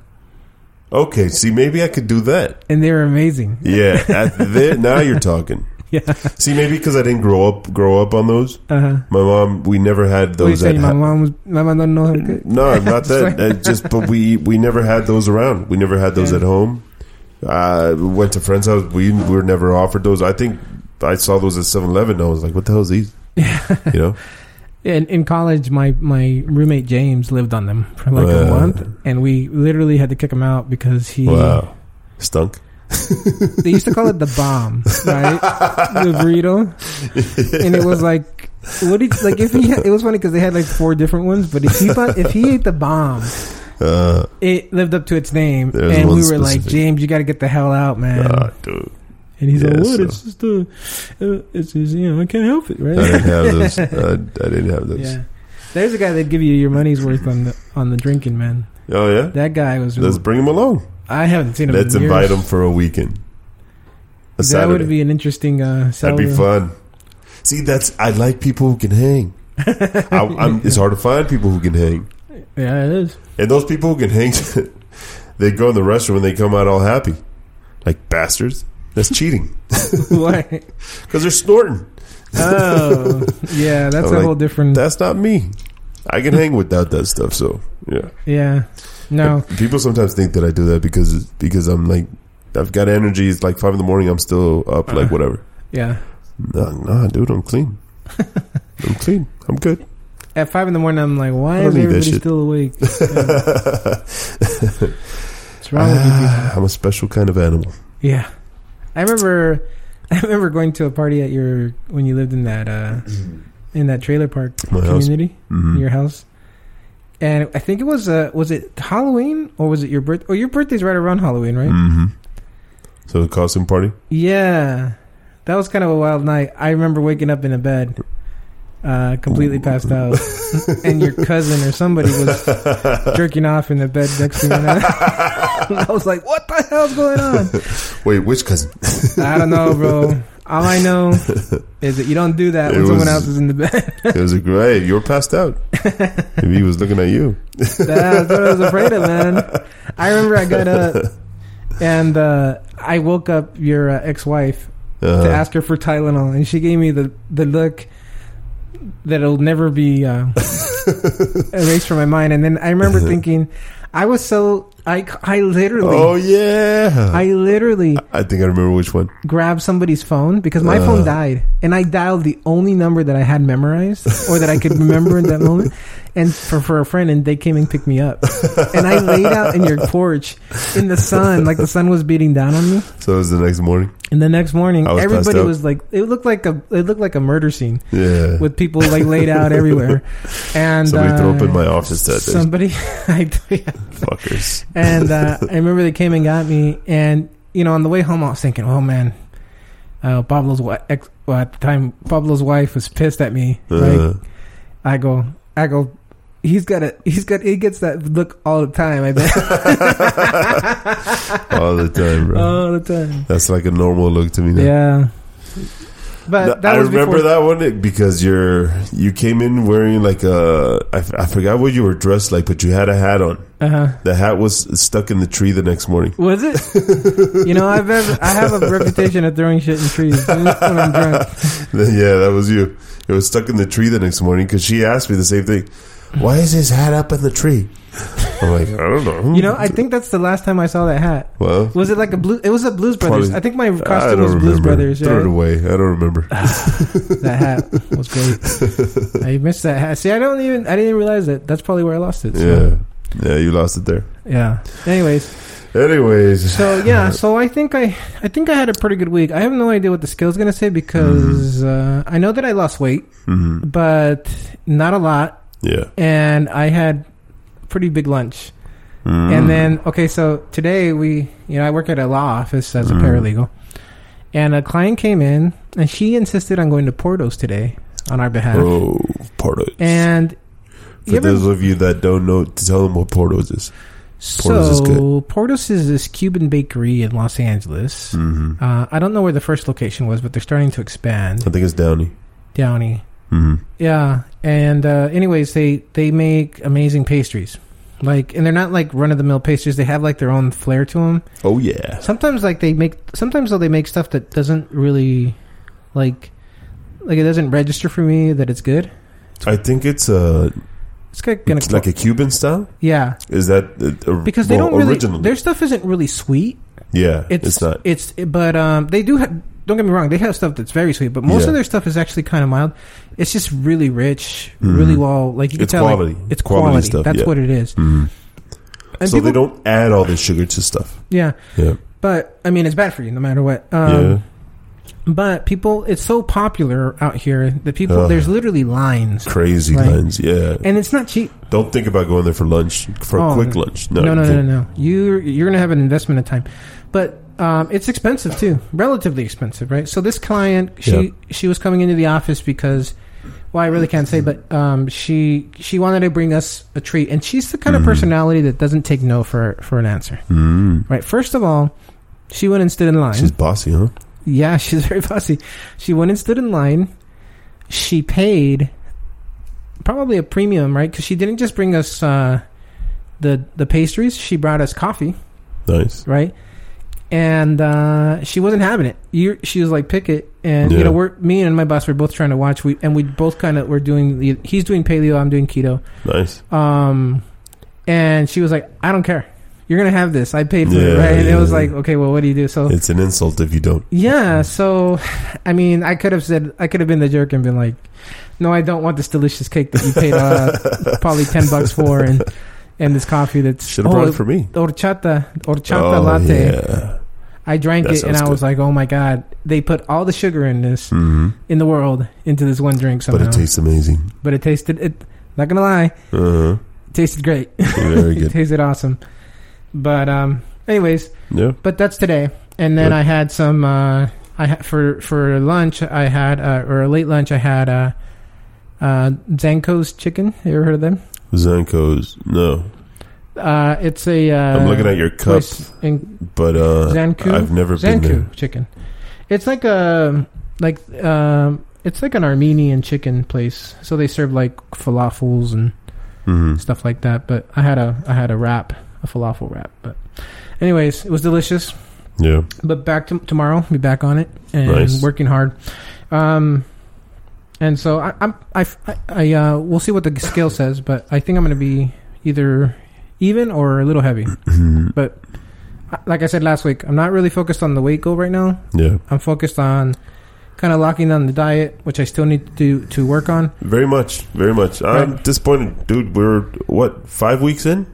[SPEAKER 2] okay, see, maybe I could do that.
[SPEAKER 3] and they were amazing.
[SPEAKER 2] Yeah, at there, now you're talking.
[SPEAKER 3] Yeah.
[SPEAKER 2] See, maybe because I didn't grow up grow up on those.
[SPEAKER 3] Uh-huh.
[SPEAKER 2] My mom, we never had
[SPEAKER 3] What are you
[SPEAKER 2] those.
[SPEAKER 3] saying?
[SPEAKER 2] at
[SPEAKER 3] My
[SPEAKER 2] ha-
[SPEAKER 3] mom, was, my mom don't know how to cook.
[SPEAKER 2] No, not
[SPEAKER 3] Just
[SPEAKER 2] that.
[SPEAKER 3] like-
[SPEAKER 2] Uh, just but we we never had those around. We never had those
[SPEAKER 3] Yeah.
[SPEAKER 2] at home. Uh, we went to friends' house. We were never offered those. I think I saw those at 7-Eleven. and I was like, "What the hell is these?" You know,
[SPEAKER 3] In, in college, my, my roommate James lived on them for like a
[SPEAKER 2] Wow.
[SPEAKER 3] month, and we literally had to kick him out because he.
[SPEAKER 2] wow, stunk.
[SPEAKER 3] They used to call it the bomb, right? the burrito, and it was like, what did like if he? Had, it was funny because they had like four different ones, but if he bought, if he ate the bomb,
[SPEAKER 2] Uh,
[SPEAKER 3] it lived up to its name,
[SPEAKER 2] There's
[SPEAKER 3] and we
[SPEAKER 2] one
[SPEAKER 3] were like,
[SPEAKER 2] specific.
[SPEAKER 3] James, you got to get the hell out, man.
[SPEAKER 2] ah, dude,
[SPEAKER 3] And he's
[SPEAKER 2] Yeah,
[SPEAKER 3] like, "What?
[SPEAKER 2] so-
[SPEAKER 3] It's just a, uh, it's just, you know, I can't help it,
[SPEAKER 2] I didn't
[SPEAKER 3] right?"
[SPEAKER 2] have those. I, I didn't have those.
[SPEAKER 3] yeah, there's a guy that'd give you your money's worth on the on the drinking, man.
[SPEAKER 2] Oh yeah,
[SPEAKER 3] That guy was.
[SPEAKER 2] let's bring him along.
[SPEAKER 3] I haven't seen him.
[SPEAKER 2] Let's
[SPEAKER 3] in years.
[SPEAKER 2] invite him for a weekend. A
[SPEAKER 3] That
[SPEAKER 2] Saturday.
[SPEAKER 3] would be an interesting. Uh,
[SPEAKER 2] That'd be
[SPEAKER 3] sell-
[SPEAKER 2] fun. See, that's I like people who can hang. I, I'm, it's hard to find people who can hang,
[SPEAKER 3] Yeah, it is.
[SPEAKER 2] and those people who can hang, they go in the restroom and they come out all happy, like bastards. That's cheating
[SPEAKER 3] Why?
[SPEAKER 2] because they're snorting.
[SPEAKER 3] oh, yeah, that's
[SPEAKER 2] I'm
[SPEAKER 3] a
[SPEAKER 2] like,
[SPEAKER 3] whole different.
[SPEAKER 2] That's not me. I can hang without that stuff. So yeah,
[SPEAKER 3] yeah, no,
[SPEAKER 2] And people sometimes think that I do that because because I'm like I've got energy. It's like five in the morning. I'm still up. Like
[SPEAKER 3] Uh-uh.
[SPEAKER 2] whatever.
[SPEAKER 3] yeah.
[SPEAKER 2] Nah, nah, dude, I'm clean. I'm clean. I'm good.
[SPEAKER 3] At five in the morning, I'm like,
[SPEAKER 2] I
[SPEAKER 3] why
[SPEAKER 2] don't
[SPEAKER 3] is
[SPEAKER 2] need that
[SPEAKER 3] everybody
[SPEAKER 2] shit.
[SPEAKER 3] still awake? Yeah, What's wrong with you people?
[SPEAKER 2] Ah, I'm a special kind of animal.
[SPEAKER 3] Yeah, I remember. I remember going to a party at your when you lived in that uh, in that trailer park
[SPEAKER 2] My house.
[SPEAKER 3] community,
[SPEAKER 2] Mhm.
[SPEAKER 3] your house. And I think it was uh, was it Halloween or was it your birth? Or your birthday's right around Halloween, right?
[SPEAKER 2] Mhm. So the costume party.
[SPEAKER 3] Yeah, that was kind of a wild night. I remember waking up in a bed, uh, completely passed out, and your cousin or somebody was jerking off in the bed next to me. And I, I was like, "What the hell's going on?"
[SPEAKER 2] Wait, which cousin?
[SPEAKER 3] I don't know, bro. All I know is that you don't do that
[SPEAKER 2] It
[SPEAKER 3] when someone
[SPEAKER 2] was-
[SPEAKER 3] else is in the bed.
[SPEAKER 2] It was a great. You were passed out. Maybe he was looking at you.
[SPEAKER 3] That's what I was afraid of, man. I remember I got up and uh, I woke up your uh, ex-wife to
[SPEAKER 2] Uh,
[SPEAKER 3] ask her for Tylenol, and she gave me the the look that'll never be uh, erased from my mind. And then I remember
[SPEAKER 2] Uh-huh.
[SPEAKER 3] thinking, I was so I I literally
[SPEAKER 2] oh yeah.
[SPEAKER 3] I literally
[SPEAKER 2] I think I remember which one.
[SPEAKER 3] grabbed somebody's phone because my
[SPEAKER 2] Uh.
[SPEAKER 3] phone died, and I dialed the only number that I had memorized or that I could remember in that moment, and for for a friend, and they came and picked me up, and I laid out in your porch in the sun, like the sun was beating down on me.
[SPEAKER 2] So it was the next morning.
[SPEAKER 3] And the next morning,
[SPEAKER 2] I was passed
[SPEAKER 3] everybody
[SPEAKER 2] out.
[SPEAKER 3] was like, it looked like a it looked like a murder scene
[SPEAKER 2] Yeah.
[SPEAKER 3] with people like laid out everywhere. And
[SPEAKER 2] Somebody
[SPEAKER 3] uh,
[SPEAKER 2] threw up in my office that day.
[SPEAKER 3] Somebody, I, yeah.
[SPEAKER 2] Fuckers.
[SPEAKER 3] and uh, I remember they came and got me. And you know, on the way home, I was thinking, oh man, uh, Pablo's wi- ex. Well, at the time, Pablo's wife was pissed at me. Right?
[SPEAKER 2] Uh,
[SPEAKER 3] I go, I go. He's got a. He's got. He gets that look all the time. I bet
[SPEAKER 2] all the time, bro.
[SPEAKER 3] all the time.
[SPEAKER 2] That's like a normal look to me now.
[SPEAKER 3] Uh, Yeah. But
[SPEAKER 2] No,
[SPEAKER 3] that
[SPEAKER 2] I
[SPEAKER 3] was
[SPEAKER 2] remember
[SPEAKER 3] before,
[SPEAKER 2] that one eh, because you're you came in wearing like a I, f- I forgot what you were dressed like, but you had a hat on.
[SPEAKER 3] Uh-huh.
[SPEAKER 2] The hat was stuck in the tree the next morning.
[SPEAKER 3] Was it? you know, I've ever, I have a reputation of throwing shit in trees when I'm drunk.
[SPEAKER 2] yeah, that was you. It was stuck in the tree the next morning because she asked me the same thing. Why is his hat up in the tree? I'm like, I don't know.
[SPEAKER 3] You know, I think that's the last time I saw that hat.
[SPEAKER 2] well,
[SPEAKER 3] Was it like a blue? It was a Blues Brothers.
[SPEAKER 2] Probably-
[SPEAKER 3] I think my costume
[SPEAKER 2] I don't
[SPEAKER 3] was
[SPEAKER 2] remember.
[SPEAKER 3] Blues Brothers.
[SPEAKER 2] Throw it
[SPEAKER 3] Yeah,
[SPEAKER 2] away. I don't remember.
[SPEAKER 3] that hat was great. I missed that hat. See, I don't even. I didn't even realize that. That's probably where I lost it.
[SPEAKER 2] yeah,
[SPEAKER 3] So,
[SPEAKER 2] yeah, you lost it there.
[SPEAKER 3] yeah. Anyways,
[SPEAKER 2] Anyways,
[SPEAKER 3] so yeah, so I think I, I think I had a pretty good week. I have no idea what the scale's gonna say because uh, I know that I lost weight,
[SPEAKER 2] hmm
[SPEAKER 3] but not a lot,
[SPEAKER 2] yeah,
[SPEAKER 3] and I had pretty big lunch.
[SPEAKER 2] Mhm.
[SPEAKER 3] And then, okay, so today we, you know, I work at a law office as a
[SPEAKER 2] Mm.
[SPEAKER 3] paralegal. And a client came in and she insisted on going to Portos today on our behalf.
[SPEAKER 2] oh, Portos.
[SPEAKER 3] uh, And
[SPEAKER 2] For
[SPEAKER 3] you ever-
[SPEAKER 2] those of you that don't know, to tell them what Portos is.
[SPEAKER 3] so
[SPEAKER 2] Portos is good.
[SPEAKER 3] Portos is this Cuban bakery in Los Angeles.
[SPEAKER 2] hmm
[SPEAKER 3] Uh, I don't know where the first location was, but they're starting to expand.
[SPEAKER 2] I think it's Downey.
[SPEAKER 3] Downey.
[SPEAKER 2] hmm
[SPEAKER 3] Yeah. And uh, anyways, they, they make amazing pastries. Like, and they're not like run of the mill pastries. They have like their own flair to them.
[SPEAKER 2] Oh yeah.
[SPEAKER 3] sometimes like they make sometimes though they make stuff that doesn't really like like it doesn't register for me that it's good
[SPEAKER 2] I think it's a
[SPEAKER 3] it's kinda gonna
[SPEAKER 2] it's like a Cuban style.
[SPEAKER 3] yeah
[SPEAKER 2] Is that uh, or-
[SPEAKER 3] because they
[SPEAKER 2] well,
[SPEAKER 3] don't really
[SPEAKER 2] originally?
[SPEAKER 3] their stuff isn't really sweet
[SPEAKER 2] yeah, it's,
[SPEAKER 3] it's,
[SPEAKER 2] not.
[SPEAKER 3] it's but um they do have don't get me wrong they have stuff that's very sweet but most
[SPEAKER 2] Yeah.
[SPEAKER 3] of their stuff is actually kind of mild it's just really rich
[SPEAKER 2] Mhm.
[SPEAKER 3] really well like you can
[SPEAKER 2] It's
[SPEAKER 3] tell like,
[SPEAKER 2] quality.
[SPEAKER 3] it's
[SPEAKER 2] Quality
[SPEAKER 3] quality,
[SPEAKER 2] stuff,
[SPEAKER 3] that's
[SPEAKER 2] yeah.
[SPEAKER 3] what it is
[SPEAKER 2] Mhm.
[SPEAKER 3] and
[SPEAKER 2] So
[SPEAKER 3] people,
[SPEAKER 2] they don't add all the sugar to stuff.
[SPEAKER 3] yeah
[SPEAKER 2] Yeah,
[SPEAKER 3] but i mean it's bad for you no matter what um
[SPEAKER 2] yeah.
[SPEAKER 3] But people, it's so popular out here that people,
[SPEAKER 2] Ugh.
[SPEAKER 3] there's literally lines.
[SPEAKER 2] Crazy
[SPEAKER 3] right.
[SPEAKER 2] lines. Yeah.
[SPEAKER 3] And it's not cheap.
[SPEAKER 2] don't think about going there for lunch for a
[SPEAKER 3] Oh,
[SPEAKER 2] quick lunch. No,
[SPEAKER 3] No, no,
[SPEAKER 2] you
[SPEAKER 3] no, no,
[SPEAKER 2] can't.
[SPEAKER 3] no. You're, you're going to have an investment of time. But Um, it's expensive too, relatively expensive, right? So this client, she
[SPEAKER 2] Yeah.
[SPEAKER 3] she was coming into the office because, well, I really can't say, but um, she she wanted to bring us a treat, and she's the kind
[SPEAKER 2] Mhm.
[SPEAKER 3] of personality that doesn't take no for for an answer,
[SPEAKER 2] Mm.
[SPEAKER 3] right? First of all, she went and stood in line.
[SPEAKER 2] She's bossy, huh?
[SPEAKER 3] yeah, she's very fussy. She went and stood in line. She paid probably a premium, right? Because she didn't just bring us uh, the the pastries; she brought us coffee
[SPEAKER 2] Nice.
[SPEAKER 3] right? And uh, she wasn't having it. you she was like, "Pick it." And
[SPEAKER 2] Yeah.
[SPEAKER 3] you know, we're me and my boss were both trying to watch. We and we both kind of were doing. The, he's doing paleo. I'm doing keto.
[SPEAKER 2] Nice.
[SPEAKER 3] Um, and she was like, "I don't care. You're gonna have this. I paid for
[SPEAKER 2] Yeah,
[SPEAKER 3] it." Right? And
[SPEAKER 2] yeah,
[SPEAKER 3] it was
[SPEAKER 2] yeah.
[SPEAKER 3] like, "Okay, well, what do you do?" So
[SPEAKER 2] It's an insult if you don't.
[SPEAKER 3] yeah. So, I mean, I could have said I could have been the jerk and been like, "No, I don't want this delicious cake that you paid uh, probably ten bucks for, and and this coffee that's Oh,
[SPEAKER 2] Should have brought it for me.
[SPEAKER 3] horchata horchata
[SPEAKER 2] Oh,
[SPEAKER 3] latte."
[SPEAKER 2] yeah.
[SPEAKER 3] I drank
[SPEAKER 2] That
[SPEAKER 3] it and
[SPEAKER 2] sounds
[SPEAKER 3] I was like, "Oh my god!" They put all the sugar in this
[SPEAKER 2] hmm
[SPEAKER 3] in the world into this one drink somehow.
[SPEAKER 2] But it tastes amazing.
[SPEAKER 3] But it tasted it. Not gonna lie, it
[SPEAKER 2] Uh-huh.
[SPEAKER 3] tasted great.
[SPEAKER 2] Very
[SPEAKER 3] it
[SPEAKER 2] good.
[SPEAKER 3] tasted awesome. But um, anyways,
[SPEAKER 2] Yeah.
[SPEAKER 3] but that's today. And then
[SPEAKER 2] Good.
[SPEAKER 3] I had some. Uh, I ha- for for lunch I had uh, or late lunch I had uh, uh, Zanko's chicken. You ever heard of them?
[SPEAKER 2] Zanko's. No.
[SPEAKER 3] Uh, it's a. Uh,
[SPEAKER 2] I'm looking at your cup,
[SPEAKER 3] place in
[SPEAKER 2] but uh,
[SPEAKER 3] Zanku?
[SPEAKER 2] I've never been there.
[SPEAKER 3] Zanku chicken. It's like a like um it's like an Armenian chicken place. So they serve like falafels and
[SPEAKER 2] hmm
[SPEAKER 3] stuff like that. But I had a I had a wrap, a falafel wrap. But anyways, it was delicious.
[SPEAKER 2] Yeah.
[SPEAKER 3] But back to tomorrow, be back on it and
[SPEAKER 2] Nice.
[SPEAKER 3] working hard. Um, and so I, I'm I I, I uh, we'll see what the scale says, but I think I'm gonna be either even or a little heavy.
[SPEAKER 2] Mhm.
[SPEAKER 3] But uh, like I said last week, I'm not really focused on the weight goal right now.
[SPEAKER 2] Yeah.
[SPEAKER 3] I'm focused on kind of locking down the diet, which I still need to to work on.
[SPEAKER 2] Very much. Very much. I'm disappointed, dude. We're what five weeks in?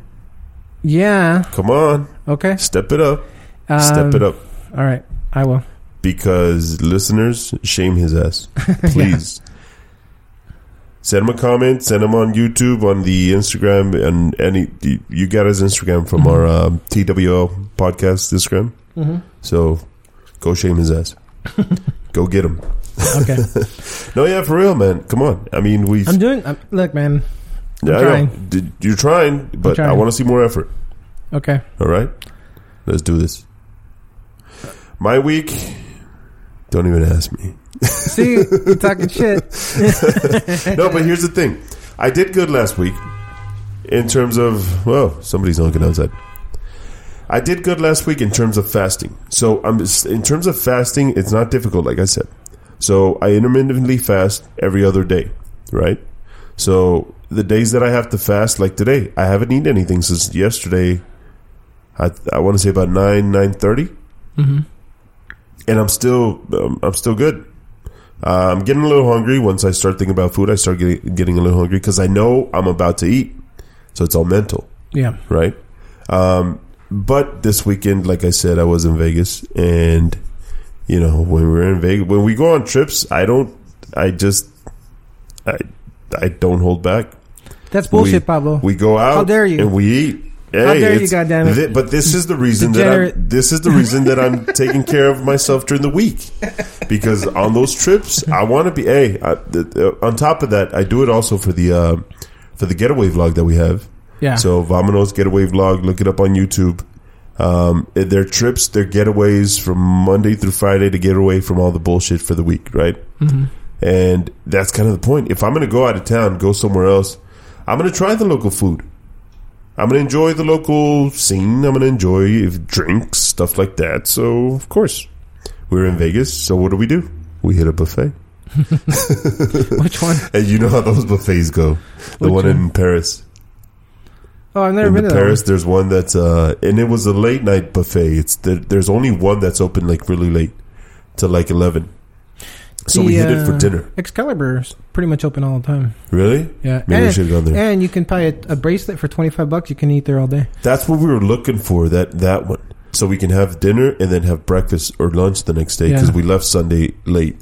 [SPEAKER 3] Yeah.
[SPEAKER 2] Come on,
[SPEAKER 3] Okay.
[SPEAKER 2] step it up.
[SPEAKER 3] Um,
[SPEAKER 2] step it up.
[SPEAKER 3] All right. I will.
[SPEAKER 2] because listeners shame his ass. Please. Send him a comment. Send him on YouTube, on the Instagram, and any you got his Instagram from our um, TWL podcast Instagram.
[SPEAKER 3] hmm
[SPEAKER 2] So go shame his ass. go get him.
[SPEAKER 3] Okay.
[SPEAKER 2] No, yeah, for real, man. Come on. I mean, we.
[SPEAKER 3] I'm doing. I'm, look, man.
[SPEAKER 2] yeah, I know.
[SPEAKER 3] trying.
[SPEAKER 2] Did- You're trying, but I
[SPEAKER 3] trying.
[SPEAKER 2] want to see more effort.
[SPEAKER 3] Okay.
[SPEAKER 2] All right, let's do this. My week. Don't even ask me.
[SPEAKER 3] See, you're talking shit.
[SPEAKER 2] no, but here's the thing. I did good last week in terms of well, somebody's knocking outside. I did good last week in terms of fasting. So I'm in terms of fasting, it's not difficult, like I said. So I intermittently fast every other day, right? So the days that I have to fast, like today, I haven't eaten anything since yesterday. I I want to say about nine nine thirty
[SPEAKER 3] hmm
[SPEAKER 2] and I'm still um, I'm still good. Uh, I'm getting a little hungry. Once I start thinking about food, I start getting getting a little hungry because I know I'm about to eat. So it's all mental,
[SPEAKER 3] Yeah.
[SPEAKER 2] right? Um, but this weekend, like I said, I was in Vegas, and you know when we're in Vegas, when we go on trips, I don't, I just, I, I don't hold back.
[SPEAKER 3] That's bullshit,
[SPEAKER 2] We-
[SPEAKER 3] Pablo.
[SPEAKER 2] We go out,
[SPEAKER 3] dare you.
[SPEAKER 2] and we eat.
[SPEAKER 3] How
[SPEAKER 2] Hey,
[SPEAKER 3] dare you,
[SPEAKER 2] it's-
[SPEAKER 3] goddamn it.
[SPEAKER 2] thi- but this is the reason that I'm,
[SPEAKER 3] Degenerate.
[SPEAKER 2] this is the reason that I'm taking care of myself during the week because on those trips I want to be. Hey, I, th- th- on top of that, I do it also for the uh, for the getaway vlog that we have.
[SPEAKER 3] yeah.
[SPEAKER 2] So Vamanos getaway vlog, look it up on YouTube. Um, their trips, their getaways from Monday through Friday to get away from all the bullshit for the week, right?
[SPEAKER 3] Mhm.
[SPEAKER 2] And that's kind of the point. If I'm going to go out of town, go somewhere else, I'm going to try the local food. I'm going to enjoy the local scene. I'm going to enjoy if- drinks, stuff like that. So, of course, we're in Vegas. So, what do we do? We hit a buffet.
[SPEAKER 3] Which one?
[SPEAKER 2] And you know how those buffets go. The
[SPEAKER 3] Which
[SPEAKER 2] one
[SPEAKER 3] one?
[SPEAKER 2] in Paris.
[SPEAKER 3] Oh, I've never
[SPEAKER 2] in
[SPEAKER 3] been
[SPEAKER 2] the
[SPEAKER 3] to that
[SPEAKER 2] Paris, there's one that's, uh, and it was a late night buffet. It's there There's only one that's open like really late to like 11. So, we
[SPEAKER 3] The,
[SPEAKER 2] hit it for
[SPEAKER 3] uh,
[SPEAKER 2] dinner.
[SPEAKER 3] one. Excalibur's pretty much open all the time.
[SPEAKER 2] Really?
[SPEAKER 3] Yeah.
[SPEAKER 2] Maybe we
[SPEAKER 3] and,
[SPEAKER 2] should go there.
[SPEAKER 3] and you can buy a, a bracelet for twenty five bucks. You can eat there all day.
[SPEAKER 2] That's what we were looking for. That that one, so we can have dinner and then have breakfast or lunch the next day because
[SPEAKER 3] Yeah.
[SPEAKER 2] Um, we left Sunday late.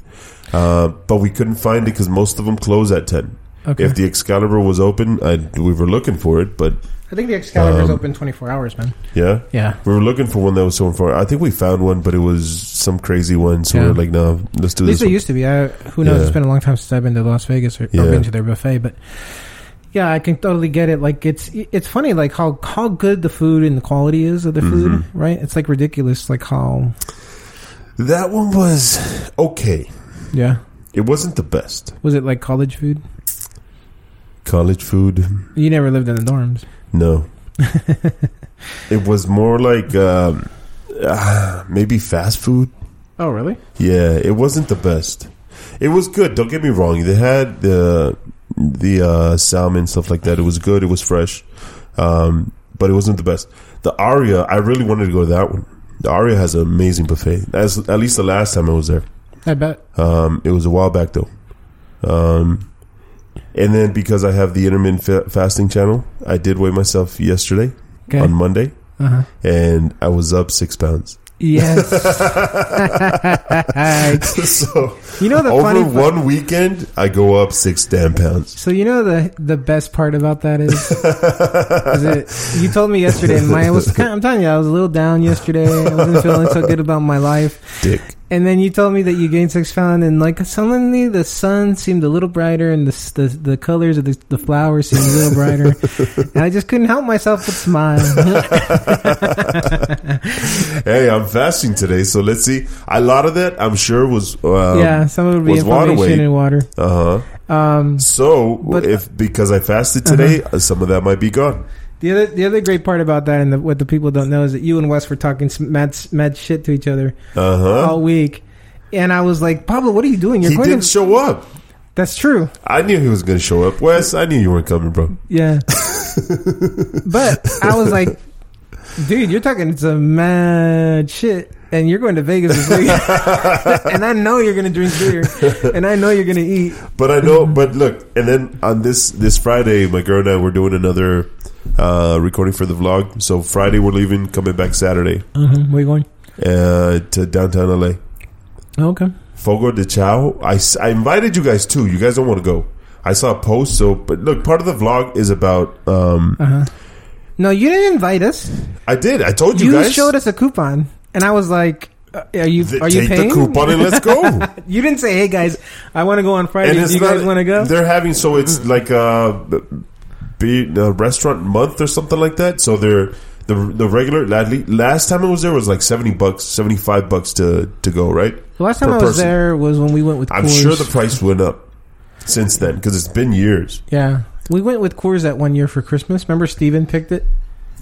[SPEAKER 2] Uh, but we couldn't find it because most of them close at ten.
[SPEAKER 3] Okay.
[SPEAKER 2] If the Excalibur was open, I, we were looking for it, but
[SPEAKER 3] I think the Excalibur's
[SPEAKER 2] Um,
[SPEAKER 3] open 24 hours, man.
[SPEAKER 2] yeah,
[SPEAKER 3] Yeah.
[SPEAKER 2] we were looking for one that was so far. I think we found one, but it was some crazy one. So we
[SPEAKER 3] Yeah.
[SPEAKER 2] were like, no, let's do
[SPEAKER 3] At least
[SPEAKER 2] this.
[SPEAKER 3] they
[SPEAKER 2] One.
[SPEAKER 3] used to be. I, who knows? It's
[SPEAKER 2] Yeah.
[SPEAKER 3] been a long time since I've been to Las Vegas or,
[SPEAKER 2] Yeah.
[SPEAKER 3] or been to their buffet, but yeah, I can totally get it. Like it's it's funny, like how how good the food and the quality is of the food,
[SPEAKER 2] Mhm.
[SPEAKER 3] right? It's like ridiculous, like how
[SPEAKER 2] That one was okay.
[SPEAKER 3] yeah.
[SPEAKER 2] It wasn't the best
[SPEAKER 3] Was it like college food?
[SPEAKER 2] college food.
[SPEAKER 3] You never lived in the dorms.
[SPEAKER 2] No, it was more like um, uh, maybe fast food.
[SPEAKER 3] Oh, really?
[SPEAKER 2] Yeah, it wasn't the best. It was good. Don't get me wrong. They had the the uh, salmon stuff like that. It was good. It was fresh, um, but it wasn't the best. The Aria, I really wanted to go to that one. The Aria has an amazing buffet. That's at least the last time I was there.
[SPEAKER 3] I bet.
[SPEAKER 2] Um, it was a while back though. Um, and then because I have the intermittent fa- fasting channel, I did weigh myself yesterday
[SPEAKER 3] Okay.
[SPEAKER 2] on Monday,
[SPEAKER 3] uh-huh.
[SPEAKER 2] and I was up six pounds.
[SPEAKER 3] Yes.
[SPEAKER 2] so
[SPEAKER 3] you know the funny
[SPEAKER 2] over one weekend, I go up six damn pounds.
[SPEAKER 3] So you know the the best part about that is, is it, you told me yesterday, and my I was kind I'm telling you, I was a little down yesterday. I wasn't feeling so good about my life,
[SPEAKER 2] Dick.
[SPEAKER 3] and then you told me that you gained six pounds, and like suddenly the sun seemed a little brighter, and the s- the, the colors of the, the flowers seemed a little brighter, and I just couldn't help myself but smile.
[SPEAKER 2] Hey, I'm fasting today, so let's see. A lot of that, I'm sure, was um,
[SPEAKER 3] yeah, some of it would be
[SPEAKER 2] was water
[SPEAKER 3] inflammation
[SPEAKER 2] weight.
[SPEAKER 3] and water.
[SPEAKER 2] Uh huh.
[SPEAKER 3] Um,
[SPEAKER 2] So
[SPEAKER 3] But- uh-huh.
[SPEAKER 2] if because I fasted today, uh some of that might be gone.
[SPEAKER 3] The other, the other great part about that, and the, what the people don't know, is that you and Wes were talking s- mad, mad shit to each other
[SPEAKER 2] Uh huh.
[SPEAKER 3] all week, and I was like, Pablo, what are you doing? You're
[SPEAKER 2] He
[SPEAKER 3] going.
[SPEAKER 2] didn't
[SPEAKER 3] to-
[SPEAKER 2] show up.
[SPEAKER 3] That's true.
[SPEAKER 2] I knew he was going to show up. Wes, I knew you weren't coming, bro.
[SPEAKER 3] Yeah. but I was like, dude, you're talking some mad shit, and you're going to Vegas this week, and I know you're going to drink beer, and I know you're going to eat.
[SPEAKER 2] But I know.
[SPEAKER 3] Mm-hmm.
[SPEAKER 2] But look, and then on this this Friday, my girl and I were doing another uh, recording for the vlog. So Friday we're leaving, coming back Saturday
[SPEAKER 3] Where you going?
[SPEAKER 2] uh, to downtown LA.
[SPEAKER 3] Okay.
[SPEAKER 2] Fogo de Chao. I, s- I invited you guys too. You guys don't want to go. I saw a post. So, but look, part of the vlog is about. Um,
[SPEAKER 3] Uh huh. No, you didn't invite us.
[SPEAKER 2] I did. I told you,
[SPEAKER 3] You,
[SPEAKER 2] guys.
[SPEAKER 3] showed us a coupon, and I was like, uh, "Are you
[SPEAKER 2] Th-
[SPEAKER 3] are you
[SPEAKER 2] take
[SPEAKER 3] paying?"
[SPEAKER 2] the coupon and let's go.
[SPEAKER 3] You didn't say, "Hey guys, I want to go on Friday.
[SPEAKER 2] and
[SPEAKER 3] Do you guys
[SPEAKER 2] not-
[SPEAKER 3] want to go?"
[SPEAKER 2] They're having so it's like a, be, a restaurant month or something like that. So they're the the regular Ladley. Last time I was there was like seventy bucks, seventy five bucks to to go. Right.
[SPEAKER 3] The last time
[SPEAKER 2] per
[SPEAKER 3] I was
[SPEAKER 2] person.
[SPEAKER 3] there was when we went with.
[SPEAKER 2] I'm
[SPEAKER 3] Coors.
[SPEAKER 2] sure the price went up since then because it's been years.
[SPEAKER 3] yeah, we went with Coors that one year for Christmas. Remember, Steven picked it,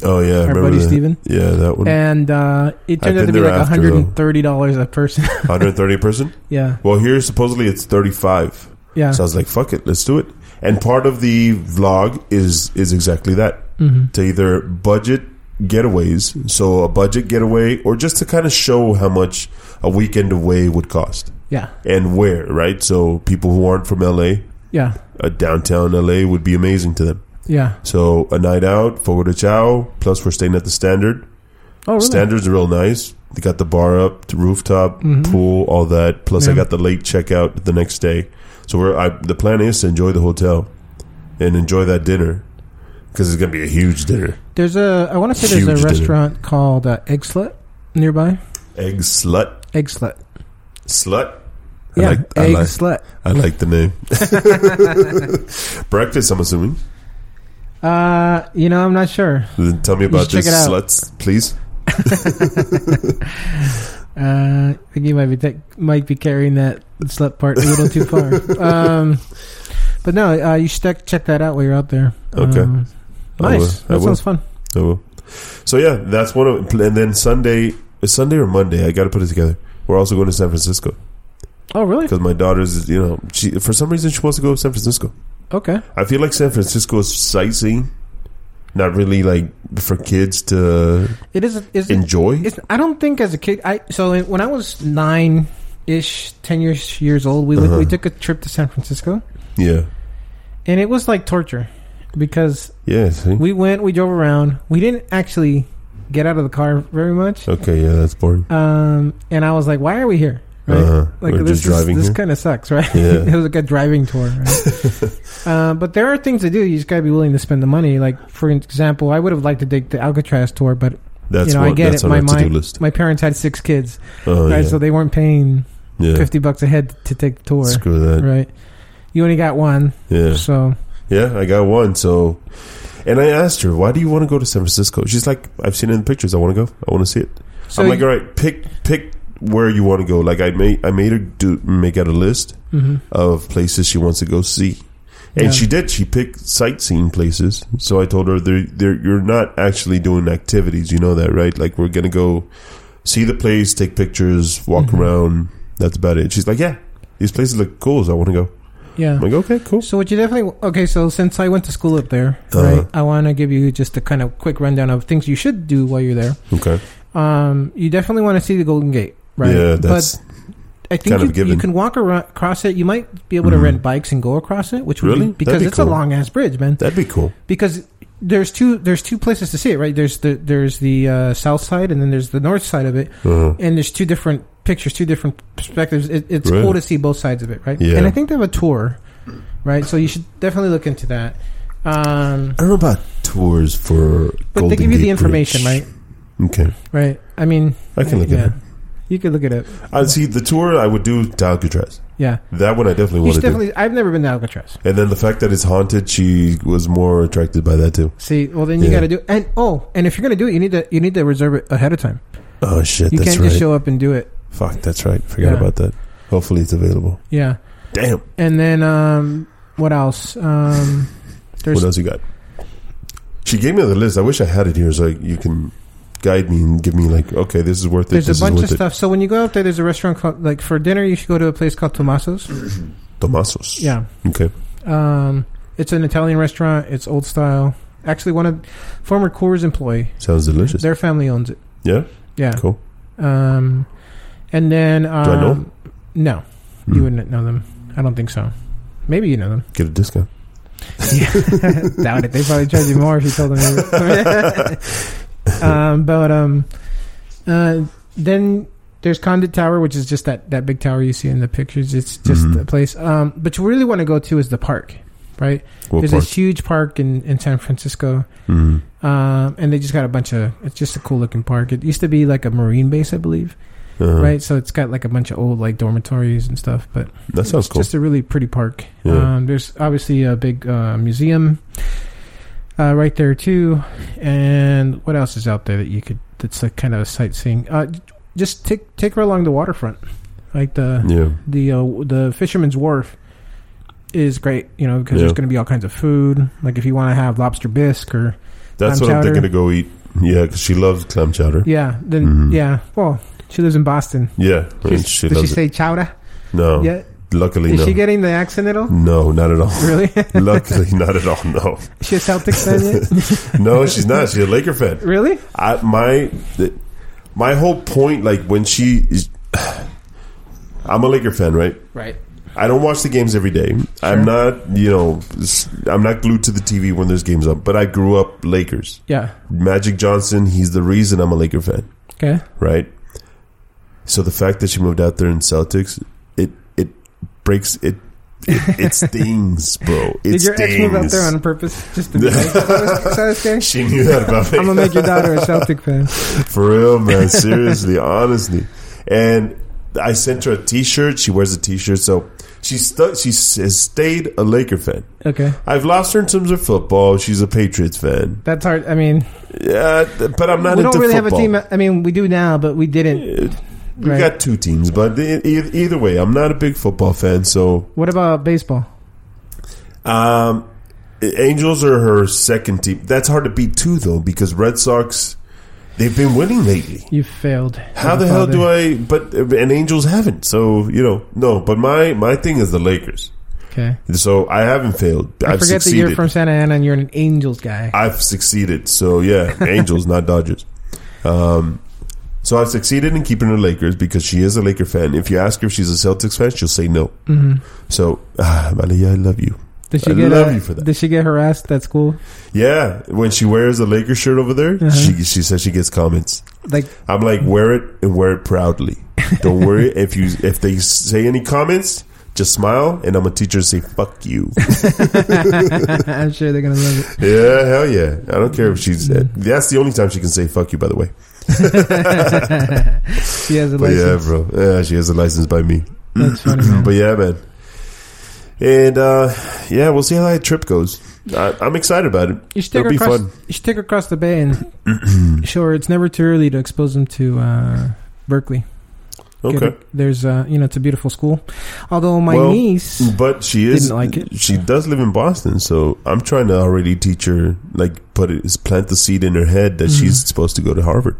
[SPEAKER 2] Oh yeah, I
[SPEAKER 3] our
[SPEAKER 2] remember
[SPEAKER 3] buddy
[SPEAKER 2] that.
[SPEAKER 3] Steven,
[SPEAKER 2] Yeah, that one.
[SPEAKER 3] and uh, it turned
[SPEAKER 2] I've
[SPEAKER 3] out
[SPEAKER 2] been
[SPEAKER 3] to be
[SPEAKER 2] there
[SPEAKER 3] like
[SPEAKER 2] after,
[SPEAKER 3] 130 dollars a person.
[SPEAKER 2] 130 person.
[SPEAKER 3] yeah,
[SPEAKER 2] Well, here supposedly it's 35.
[SPEAKER 3] yeah.
[SPEAKER 2] So I was like, fuck it, let's do it. And part of the vlog is is exactly that
[SPEAKER 3] hmm
[SPEAKER 2] to either budget getaways, so a budget getaway, or just to kind of show how much a weekend away would cost
[SPEAKER 3] Yeah,
[SPEAKER 2] and where, right? So people who aren't from LA,
[SPEAKER 3] yeah,
[SPEAKER 2] uh, downtown LA would be amazing to them.
[SPEAKER 3] yeah.
[SPEAKER 2] So a night out, forward to chow, plus we're staying at the standard.
[SPEAKER 3] Oh, really?
[SPEAKER 2] Standard's real nice. They got the bar up, the rooftop,
[SPEAKER 3] Mhm.
[SPEAKER 2] pool, all that. Plus, I
[SPEAKER 3] Yeah.
[SPEAKER 2] got the late checkout the next day. So we're I, the plan is to enjoy the hotel and enjoy that dinner because it's gonna be a huge dinner.
[SPEAKER 3] There's a. I want to say there's a
[SPEAKER 2] Huge dinner.
[SPEAKER 3] restaurant called uh, Egg Slut nearby.
[SPEAKER 2] Egg slut,
[SPEAKER 3] Egg Slut.
[SPEAKER 2] slut. I
[SPEAKER 3] Yeah,
[SPEAKER 2] like, I
[SPEAKER 3] Egg
[SPEAKER 2] like,
[SPEAKER 3] Slut.
[SPEAKER 2] I like the name. Breakfast, I'm assuming.
[SPEAKER 3] Uh, you know, I'm not sure.
[SPEAKER 2] Then Tell me about
[SPEAKER 3] should check
[SPEAKER 2] this
[SPEAKER 3] it out.
[SPEAKER 2] sluts, please.
[SPEAKER 3] Uh, I think you might be that might be carrying that slut part a little too far. Um, but no, uh, you should check- check that out while you're out there.
[SPEAKER 2] Okay.
[SPEAKER 3] Um,
[SPEAKER 2] I will.
[SPEAKER 3] nice.
[SPEAKER 2] I
[SPEAKER 3] That
[SPEAKER 2] will.
[SPEAKER 3] sounds fun.
[SPEAKER 2] Oh well. So yeah, that's one of. And then Sunday, is Sunday or Monday, I got to put it together. We're also going to San Francisco.
[SPEAKER 3] Oh, really?
[SPEAKER 2] because my daughter's you know she for some reason she wants to go to San Francisco.
[SPEAKER 3] Okay.
[SPEAKER 2] I feel like San Francisco is sightseeing, not really like for kids to
[SPEAKER 3] It is. Is it,
[SPEAKER 2] enjoy.
[SPEAKER 3] it's, I don't think as a kid. I so when I was nine ish, ten years years old, we
[SPEAKER 2] Uh-huh.
[SPEAKER 3] went, we took a trip to San Francisco,
[SPEAKER 2] Yeah,
[SPEAKER 3] and it was like torture because
[SPEAKER 2] yeah. See?
[SPEAKER 3] we went, we drove around, we didn't actually get out of the car very much.
[SPEAKER 2] Okay, yeah, that's boring.
[SPEAKER 3] Um, and I was like, why are we here? right?
[SPEAKER 2] Uh-huh.
[SPEAKER 3] Like
[SPEAKER 2] Or just
[SPEAKER 3] this,
[SPEAKER 2] driving
[SPEAKER 3] this, this
[SPEAKER 2] here?
[SPEAKER 3] kind of sucks, right?
[SPEAKER 2] Yeah.
[SPEAKER 3] it was like a driving tour. Right? uh, but there are things to do. You just gotta be willing to spend the money. Like for example, I would have liked to take the Alcatraz tour, but
[SPEAKER 2] That's
[SPEAKER 3] you know, I
[SPEAKER 2] what
[SPEAKER 3] get
[SPEAKER 2] that's on
[SPEAKER 3] it. My
[SPEAKER 2] our to-do
[SPEAKER 3] mind-
[SPEAKER 2] list.
[SPEAKER 3] my parents had six kids,
[SPEAKER 2] Oh
[SPEAKER 3] right?
[SPEAKER 2] yeah,
[SPEAKER 3] So they weren't paying
[SPEAKER 2] yeah.
[SPEAKER 3] fifty bucks a head to take the tour,
[SPEAKER 2] Screw that.
[SPEAKER 3] right? You only got one,
[SPEAKER 2] Yeah,
[SPEAKER 3] so
[SPEAKER 2] yeah. I got one. So, and I asked her, "Why do you want to go to San Francisco?" She's like, "I've seen it in pictures. I want to go. I want to see it."
[SPEAKER 3] so
[SPEAKER 2] I'm like, "All right, pick pick where you want to go." Like I made I made her do make out a list
[SPEAKER 3] hmm
[SPEAKER 2] of places she wants to go see. And
[SPEAKER 3] Yeah.
[SPEAKER 2] she did. She picked sightseeing places. So I told her, they're, they're, "You're not actually doing activities. You know that, right? Like we're gonna go see the place, take pictures, walk
[SPEAKER 3] Mhm.
[SPEAKER 2] around. That's about it." She's like, "Yeah, these places look cool. So I want to go."
[SPEAKER 3] yeah.
[SPEAKER 2] I'm like, "Okay, cool."
[SPEAKER 3] So what you definitely okay? So since I went to school up there,
[SPEAKER 2] Uh-huh.
[SPEAKER 3] right? I want to give you just a kind of quick rundown of things you should do while you're there.
[SPEAKER 2] Okay,
[SPEAKER 3] Um, you definitely want to see the Golden Gate, right?
[SPEAKER 2] yeah, that's
[SPEAKER 3] but I
[SPEAKER 2] kind
[SPEAKER 3] think
[SPEAKER 2] of
[SPEAKER 3] you,
[SPEAKER 2] a given.
[SPEAKER 3] you can walk around, across it. You might be able to
[SPEAKER 2] Mhm.
[SPEAKER 3] rent bikes and go across it, which would
[SPEAKER 2] Really?
[SPEAKER 3] be, because
[SPEAKER 2] That'd be
[SPEAKER 3] it's a
[SPEAKER 2] cool.
[SPEAKER 3] long ass bridge, man.
[SPEAKER 2] that'd be cool.
[SPEAKER 3] Because there's two there's two places to see it, right? There's the there's the uh, south side and then there's the north side of it,
[SPEAKER 2] Uh-huh.
[SPEAKER 3] and there's two different pictures, two different perspectives. It, it's
[SPEAKER 2] Really?
[SPEAKER 3] cool to see both sides of it, right?
[SPEAKER 2] Yeah.
[SPEAKER 3] And I think they have a tour, right? So you should definitely look into that. Um,
[SPEAKER 2] I don't know about tours for.
[SPEAKER 3] but
[SPEAKER 2] Golden
[SPEAKER 3] they give you
[SPEAKER 2] Gate
[SPEAKER 3] the information,
[SPEAKER 2] Bridge. Okay,
[SPEAKER 3] right? Right. I mean,
[SPEAKER 2] I can look
[SPEAKER 3] yeah,
[SPEAKER 2] at it.
[SPEAKER 3] you could look at it.
[SPEAKER 2] I see the tour. I would do to Alcatraz.
[SPEAKER 3] Yeah.
[SPEAKER 2] That one I definitely
[SPEAKER 3] You
[SPEAKER 2] want
[SPEAKER 3] should
[SPEAKER 2] to do.
[SPEAKER 3] definitely. I've never been to Alcatraz.
[SPEAKER 2] And then the fact that it's haunted, she was more attracted by that too.
[SPEAKER 3] See, well then you
[SPEAKER 2] Yeah.
[SPEAKER 3] got to do and oh, and if you're gonna do it, you need to you need to reserve it ahead of time.
[SPEAKER 2] Oh shit,
[SPEAKER 3] You
[SPEAKER 2] that's
[SPEAKER 3] can't
[SPEAKER 2] right.
[SPEAKER 3] just show up and do it.
[SPEAKER 2] Fuck, that's right. Forgot
[SPEAKER 3] Yeah.
[SPEAKER 2] about that. Hopefully, it's available.
[SPEAKER 3] Yeah,
[SPEAKER 2] Damn.
[SPEAKER 3] and then um, what else? Um, there's
[SPEAKER 2] What else you got? She gave me the list. I wish I had it here so you can guide me and give me like, okay, this is worth it.
[SPEAKER 3] there's
[SPEAKER 2] this
[SPEAKER 3] a bunch
[SPEAKER 2] is
[SPEAKER 3] of
[SPEAKER 2] worth
[SPEAKER 3] stuff. So when you go out there, there's a restaurant called like for dinner. You should go to a place called Tommaso's.
[SPEAKER 2] it. Tomasos.
[SPEAKER 3] Yeah,
[SPEAKER 2] Okay.
[SPEAKER 3] um, it's an Italian restaurant. It's old style. Actually, one of former Coors employee,
[SPEAKER 2] Sounds delicious.
[SPEAKER 3] their family owns it.
[SPEAKER 2] Yeah?
[SPEAKER 3] Yeah.
[SPEAKER 2] Cool.
[SPEAKER 3] Um, and then um,
[SPEAKER 2] I know
[SPEAKER 3] No,
[SPEAKER 2] Hmm.
[SPEAKER 3] you wouldn't know them. I don't think so. Maybe you know them.
[SPEAKER 2] Get a discount.
[SPEAKER 3] Yeah, doubt it. They probably charge you more if you told them. You um, but um, uh, then there's Condit Tower, which is just that that big tower you see in the pictures. It's just
[SPEAKER 2] Mhm.
[SPEAKER 3] the place. Um, but you really want to go to is the park, right?
[SPEAKER 2] What
[SPEAKER 3] there's
[SPEAKER 2] part?
[SPEAKER 3] this huge park in in San Francisco.
[SPEAKER 2] Mm.
[SPEAKER 3] Um, and they just got a bunch of. It's just a cool looking park. It used to be like a marine base, I believe,
[SPEAKER 2] Uh-huh.
[SPEAKER 3] right? So it's got like a bunch of old like dormitories and stuff. But
[SPEAKER 2] That sounds
[SPEAKER 3] it's
[SPEAKER 2] cool.
[SPEAKER 3] Just a really pretty park.
[SPEAKER 2] Yeah.
[SPEAKER 3] Um, there's obviously a big uh, museum uh, right there too, and what else is out there that you could? That's like kind of a sightseeing. Uh, j- just take take her along the waterfront, like the
[SPEAKER 2] yeah.
[SPEAKER 3] the uh, the Fisherman's Wharf is great. You know because
[SPEAKER 2] Yeah.
[SPEAKER 3] there's going to be all kinds of food. Like if you want to have lobster bisque or
[SPEAKER 2] That's
[SPEAKER 3] clam
[SPEAKER 2] what I'm
[SPEAKER 3] chowder.
[SPEAKER 2] thinking to go eat. Yeah, because she loves clam chowder.
[SPEAKER 3] yeah, then
[SPEAKER 2] Mhm.
[SPEAKER 3] yeah. Well, she lives in Boston.
[SPEAKER 2] Yeah. and
[SPEAKER 3] She's-
[SPEAKER 2] she
[SPEAKER 3] Does she
[SPEAKER 2] loves it. Oh,
[SPEAKER 3] say chowder?
[SPEAKER 2] No.
[SPEAKER 3] yeah.
[SPEAKER 2] Luckily,
[SPEAKER 3] Is
[SPEAKER 2] no.
[SPEAKER 3] she getting the accent at all?
[SPEAKER 2] no, not at all.
[SPEAKER 3] Really?
[SPEAKER 2] Luckily, not at all. No,
[SPEAKER 3] she a Celtics fan yet?
[SPEAKER 2] no, she's not. She's a Laker fan.
[SPEAKER 3] Really?
[SPEAKER 2] I, my my whole point, like when she is, I'm a Laker fan, right?
[SPEAKER 3] Right.
[SPEAKER 2] I don't watch the games every day. I'm not, you know, s- I'm not glued to the TV when there's games up. But I grew up Lakers.
[SPEAKER 3] Yeah.
[SPEAKER 2] Magic Johnson, he's the reason I'm a Laker fan,
[SPEAKER 3] Okay.
[SPEAKER 2] right? So the fact that she moved out there in Celtics, it it breaks it. It, it stings, bro. It
[SPEAKER 3] Did your
[SPEAKER 2] stings.
[SPEAKER 3] ex move out there on purpose just to be like, I'm
[SPEAKER 2] She knew that about me.
[SPEAKER 3] gonna make your daughter a Celtic fan.
[SPEAKER 2] For real, man. Seriously, honestly. And I sent her a T-shirt. She wears a T-shirt, so she stuck. She s- has stayed a Laker fan.
[SPEAKER 3] Okay,
[SPEAKER 2] I've lost her in terms of football. She's a Patriots fan.
[SPEAKER 3] that's hard. I mean,
[SPEAKER 2] Yeah, th- but I'm not.
[SPEAKER 3] we don't
[SPEAKER 2] into
[SPEAKER 3] really
[SPEAKER 2] football.
[SPEAKER 3] have a team. I mean, we do now, but we didn't.
[SPEAKER 2] Uh, We
[SPEAKER 3] Right.
[SPEAKER 2] got two teams, but e- e- either way, I'm not a big football fan. So,
[SPEAKER 3] What about baseball?
[SPEAKER 2] um, Angels are her second team. That's hard to beat too, though, because Red Sox they've been winning lately.
[SPEAKER 3] You failed.
[SPEAKER 2] How the hell do I? But and Angels haven't. So you know, no. But my my thing is the Lakers.
[SPEAKER 3] Okay,
[SPEAKER 2] So I haven't failed.
[SPEAKER 3] I
[SPEAKER 2] I've
[SPEAKER 3] forget that
[SPEAKER 2] succeeded.
[SPEAKER 3] you're from Santa Ana and you're an Angels guy.
[SPEAKER 2] I've succeeded. So yeah, Angels, not Dodgers. Um, so I've succeeded in keeping her Lakers because she is a Laker fan. If you ask her if she's a Celtics fan, she'll say no.
[SPEAKER 3] hmm
[SPEAKER 2] So ah, Malia, I love you.
[SPEAKER 3] Did she
[SPEAKER 2] I
[SPEAKER 3] get
[SPEAKER 2] love
[SPEAKER 3] uh,
[SPEAKER 2] you for that.
[SPEAKER 3] Did she get harassed at school?
[SPEAKER 2] Yeah, when she wears a Lakers shirt over there,
[SPEAKER 3] Uh-huh.
[SPEAKER 2] she she says she gets comments.
[SPEAKER 3] Like
[SPEAKER 2] I'm like, wear it and wear it proudly. Don't worry if you if they say any comments, just smile, and I'm a teacher. Say fuck you.
[SPEAKER 3] I'm sure they're gonna love it.
[SPEAKER 2] yeah, hell yeah. I don't care if she's. That's the only time she can say fuck you. By the way,
[SPEAKER 3] she has a
[SPEAKER 2] but yeah,
[SPEAKER 3] license.
[SPEAKER 2] bro. Yeah, she has a license by me.
[SPEAKER 3] That's funny, man.
[SPEAKER 2] But yeah, man. And uh, yeah, we'll see how that trip goes. I, I'm excited about it.
[SPEAKER 3] You should take
[SPEAKER 2] It'll
[SPEAKER 3] her
[SPEAKER 2] be
[SPEAKER 3] across.
[SPEAKER 2] fun.
[SPEAKER 3] You should take her across the bay and show her. It's never too early to expose them to uh, Berkeley. Get
[SPEAKER 2] Okay,
[SPEAKER 3] her- there's uh, you know it's a beautiful school. Although my
[SPEAKER 2] Well, hmm.
[SPEAKER 3] niece,
[SPEAKER 2] but she is
[SPEAKER 3] Didn't like it.
[SPEAKER 2] She does live in Boston, so I'm trying to already teach her, like, put it, plant the seed in her head that
[SPEAKER 3] Mhm.
[SPEAKER 2] she's supposed to go to Harvard.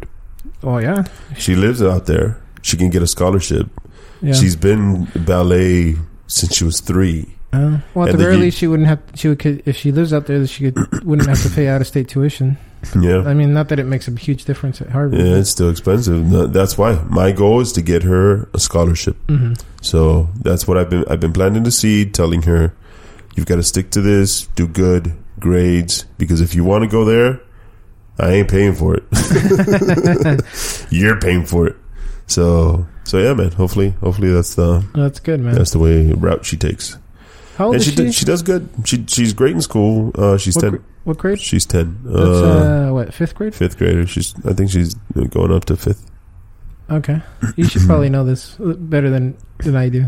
[SPEAKER 3] oh yeah,
[SPEAKER 2] She lives out there. She can get a scholarship.
[SPEAKER 3] yeah.
[SPEAKER 2] She's been ballet since she was three.
[SPEAKER 3] Uh, well, at
[SPEAKER 2] and
[SPEAKER 3] the
[SPEAKER 2] the
[SPEAKER 3] very
[SPEAKER 2] U-
[SPEAKER 3] least, she wouldn't have. She would could, if she lives out there, she could wouldn't have to pay out of state tuition.
[SPEAKER 2] Yeah,
[SPEAKER 3] I mean, not that it makes a huge difference at Harvard.
[SPEAKER 2] yeah, it's still expensive. No, That's why my goal is to get her a scholarship.
[SPEAKER 3] hmm
[SPEAKER 2] So that's what I've been I've been planting the seed, telling her, you've got to stick to this, do good grades, because if you want to go there, I ain't paying for it. You're paying for it. So so yeah, man. Hopefully, hopefully that's the
[SPEAKER 3] That's good, man.
[SPEAKER 2] that's the way route she takes.
[SPEAKER 3] How old
[SPEAKER 2] and
[SPEAKER 3] is
[SPEAKER 2] she
[SPEAKER 3] Oh, she?
[SPEAKER 2] do- she does good. She she's great in school. Uh, she's
[SPEAKER 3] what,
[SPEAKER 2] ten.
[SPEAKER 3] gr- what grade?
[SPEAKER 2] She's ten.
[SPEAKER 3] That's uh, what fifth grade?
[SPEAKER 2] fifth grader. She's I think she's going up to fifth.
[SPEAKER 3] Okay, you should probably know this better than than I do.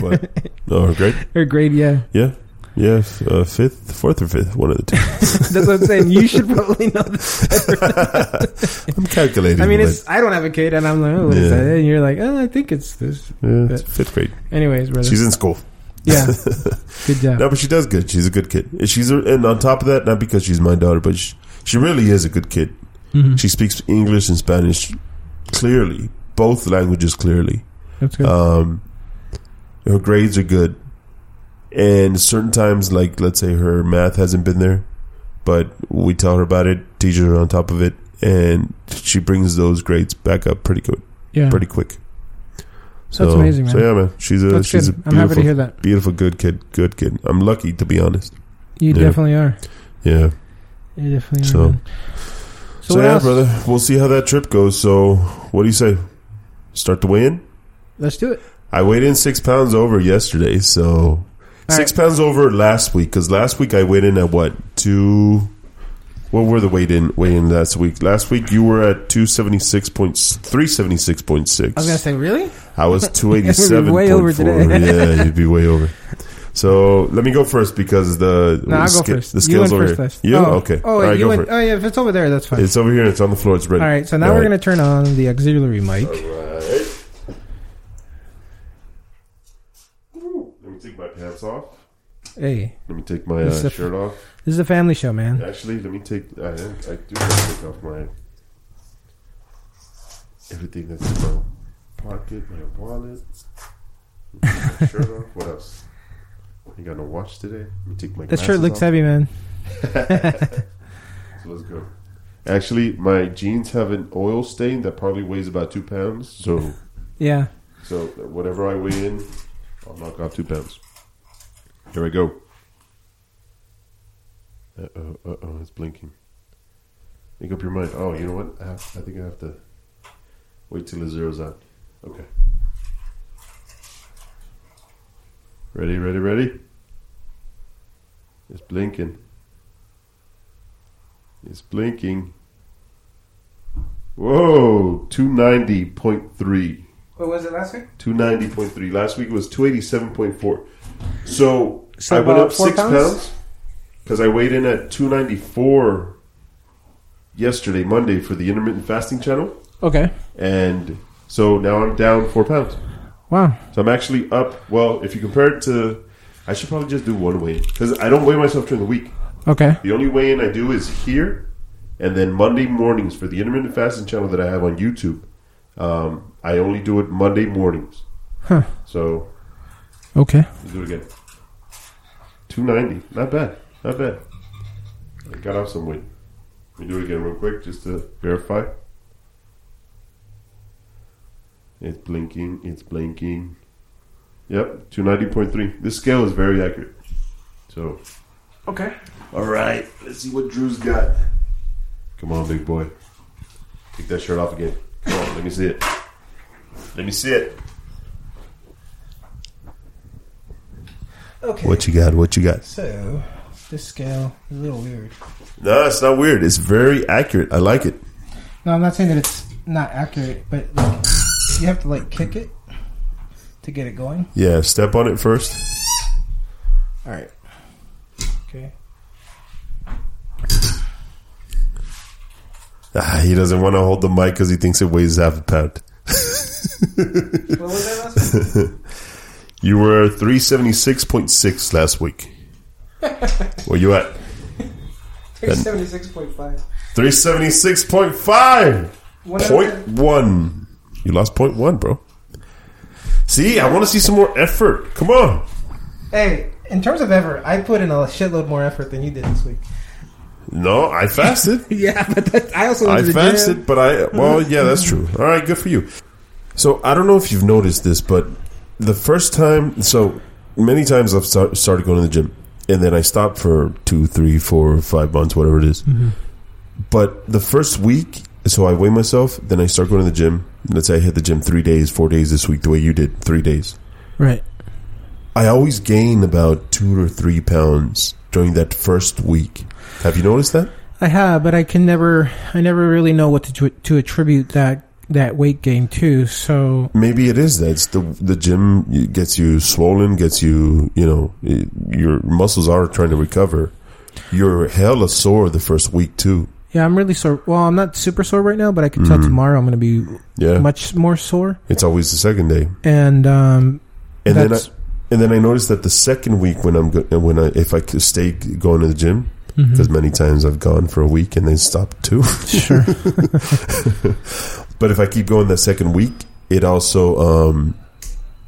[SPEAKER 2] What? Oh, grade?
[SPEAKER 3] Her grade, yeah.
[SPEAKER 2] Yeah, f- uh, fifth, fourth, or fifth. One of the two.
[SPEAKER 3] That's what I'm saying. You should probably know this.
[SPEAKER 2] I'm calculating.
[SPEAKER 3] I mean,
[SPEAKER 2] but-
[SPEAKER 3] it's I don't have a kid, and I'm like, oh, what is
[SPEAKER 2] Yeah.
[SPEAKER 3] that? And you're like, oh, I think it's this.
[SPEAKER 2] yeah, it's fifth grade.
[SPEAKER 3] Anyways, brother.
[SPEAKER 2] She's in school.
[SPEAKER 3] yeah. Good job.
[SPEAKER 2] No, but she does good. She's a good kid. And She's a, and on top of that, not because she's my daughter, but she, she really is a good kid.
[SPEAKER 3] Mhm.
[SPEAKER 2] She speaks English and Spanish clearly, both languages clearly.
[SPEAKER 3] That's good.
[SPEAKER 2] Um, her grades are good, and certain times, like let's say her math hasn't been there, but we tell her about it, teach her on top of it, and she brings those grades back up pretty good,
[SPEAKER 3] yeah.
[SPEAKER 2] pretty quick. So,
[SPEAKER 3] That's amazing, man.
[SPEAKER 2] So yeah, man, she's a
[SPEAKER 3] That's
[SPEAKER 2] she's
[SPEAKER 3] good.
[SPEAKER 2] a
[SPEAKER 3] I'm happy to
[SPEAKER 2] beautiful
[SPEAKER 3] hear that.
[SPEAKER 2] beautiful, good kid, good kid. I'm lucky to be honest.
[SPEAKER 3] You
[SPEAKER 2] Yeah.
[SPEAKER 3] definitely are.
[SPEAKER 2] Yeah.
[SPEAKER 3] You definitely
[SPEAKER 2] So-
[SPEAKER 3] are. man. So,
[SPEAKER 2] So,
[SPEAKER 3] what
[SPEAKER 2] yeah,
[SPEAKER 3] else?
[SPEAKER 2] brother, we'll see how that trip goes. So, what do you say? Start the weigh in.
[SPEAKER 3] Let's do it.
[SPEAKER 2] I weighed in six pounds over yesterday. So
[SPEAKER 3] All
[SPEAKER 2] six pounds over last week because last week I weighed in at what two? What were the weighed in weigh in last week? Last week you were at two seventy six point three seventy six point six.
[SPEAKER 3] I was gonna say, really?
[SPEAKER 2] I was 287.
[SPEAKER 3] Way over today.
[SPEAKER 2] yeah, you'd be way over. So let me go first because the
[SPEAKER 3] No, I'll go
[SPEAKER 2] sca-
[SPEAKER 3] first.
[SPEAKER 2] the
[SPEAKER 3] you
[SPEAKER 2] scales
[SPEAKER 3] went
[SPEAKER 2] over
[SPEAKER 3] first
[SPEAKER 2] here.
[SPEAKER 3] last.
[SPEAKER 2] You?
[SPEAKER 3] Oh.
[SPEAKER 2] okay.
[SPEAKER 3] Oh,
[SPEAKER 2] All right,
[SPEAKER 3] you
[SPEAKER 2] go
[SPEAKER 3] went.
[SPEAKER 2] for
[SPEAKER 3] Oh, yeah. If it's over there, that's
[SPEAKER 2] it.
[SPEAKER 3] fine.
[SPEAKER 2] It's over here. It's on the floor. It's ready.
[SPEAKER 3] All right. So now
[SPEAKER 2] All
[SPEAKER 3] we're
[SPEAKER 2] right.
[SPEAKER 3] gonna turn on the auxiliary mic.
[SPEAKER 2] Alright. Woo. Let me take my pants off.
[SPEAKER 3] Hey,
[SPEAKER 2] Let me take my
[SPEAKER 3] This is
[SPEAKER 2] uh,
[SPEAKER 3] a-
[SPEAKER 2] shirt off.
[SPEAKER 3] this is a family show, man.
[SPEAKER 2] Actually, let me take. I, I do have to take off my everything that's in my pocket, my wallet, my shirt off. What else? I got no watch today. Let me take my.
[SPEAKER 3] That shirt
[SPEAKER 2] glasses
[SPEAKER 3] looks
[SPEAKER 2] off.
[SPEAKER 3] heavy, man.
[SPEAKER 2] So let's go. Actually, my jeans have an oil stain that probably weighs about two pounds. So,
[SPEAKER 3] Yeah.
[SPEAKER 2] so whatever I weigh in, I'll knock off two pounds. Here we go. Uh oh, uh oh, it's blinking. Make up your mind. Oh, you know what? I, have, I think I have to wait till the zero's out. Okay. Ready, ready, ready? It's blinking. It's blinking. Whoa, 290.3.
[SPEAKER 3] What was it last week?
[SPEAKER 2] 290.3. Last week it was 287.4. So,
[SPEAKER 3] So
[SPEAKER 2] I went
[SPEAKER 3] about
[SPEAKER 2] up
[SPEAKER 3] four
[SPEAKER 2] six
[SPEAKER 3] pounds?
[SPEAKER 2] pounds because I weighed in at 294 yesterday, Monday, for the intermittent fasting channel.
[SPEAKER 3] Okay.
[SPEAKER 2] And so now I'm down four pounds.
[SPEAKER 3] Wow.
[SPEAKER 2] So I'm actually up. Well, if you compare it to, I should probably just do one weigh because I don't weigh myself during the week.
[SPEAKER 3] Okay.
[SPEAKER 2] The only weigh in I do is here, and then Monday mornings for the intermittent fasting channel that I have on YouTube. Um, I only do it Monday mornings.
[SPEAKER 3] Huh.
[SPEAKER 2] So
[SPEAKER 3] Okay.
[SPEAKER 2] let's do it again. Two ninety, not bad, not bad. I got off some weight. Let me do it again real quick just to verify. It's blinking. It's blinking. Yep, two ninety point three. This scale is very accurate. So So,
[SPEAKER 3] Okay.
[SPEAKER 2] all right, let's see what Drew's got. Come on, big boy. Take that shirt off again. Come on, let me see it. Let me see it.
[SPEAKER 1] Okay.
[SPEAKER 2] What you got? What you got?
[SPEAKER 1] So this scale is a little weird.
[SPEAKER 2] No, it's not weird. It's very accurate. I like it.
[SPEAKER 1] No, I'm not saying that it's not accurate, but like, you have to like kick it to get it going.
[SPEAKER 2] Yeah, step on it first.
[SPEAKER 1] All right. Okay.
[SPEAKER 2] Ah, he doesn't want to hold the mic because he thinks it weighs half a pound.
[SPEAKER 1] What was that last one?
[SPEAKER 2] You were 376.6 last week. Where you at?
[SPEAKER 1] 376.5.
[SPEAKER 2] 376.5!
[SPEAKER 1] One out of
[SPEAKER 2] Point
[SPEAKER 1] ten.
[SPEAKER 2] one. You lost point one, bro. See, I want to see some more effort. Come on.
[SPEAKER 1] Hey, in terms of effort, I put in a shitload more effort than you did this week.
[SPEAKER 2] No, I fasted.
[SPEAKER 3] Yeah, but that, I also
[SPEAKER 2] I fasted, but I well, yeah, that's true. All right, good for you. So I don't know if you've noticed this, but the first time, so many times I've start, started going to the gym, and then I stopped for two, three, four, five months, whatever it is. But the first week, so I weigh myself, then I start going to the gym. Let's say I hit the gym three days, four days this week, the way you did, three days.
[SPEAKER 3] Right.
[SPEAKER 2] I always gain about two or three pounds during that first week. Have you noticed that?
[SPEAKER 3] I have, but I can never. I never really know what to tr- to attribute that that weight gain to. So
[SPEAKER 2] Maybe it is that it's the the gym gets you swollen, gets you you know it- your muscles are trying to recover. You're hella sore the first week too.
[SPEAKER 3] yeah, I'm really sore. Well, I'm not super sore right now, but I can tell
[SPEAKER 2] Mhm.
[SPEAKER 3] tomorrow I'm going to be
[SPEAKER 2] Yeah,
[SPEAKER 3] much more sore.
[SPEAKER 2] it's always the second day,
[SPEAKER 3] And um,
[SPEAKER 2] and then I,
[SPEAKER 3] that's-
[SPEAKER 2] and then I noticed that the second week when I'm go- when I if I could stay going to the gym
[SPEAKER 3] mhm.
[SPEAKER 2] because many times I've gone for a week and then stopped too.
[SPEAKER 3] sure.
[SPEAKER 2] but if I keep going that second week, it also um,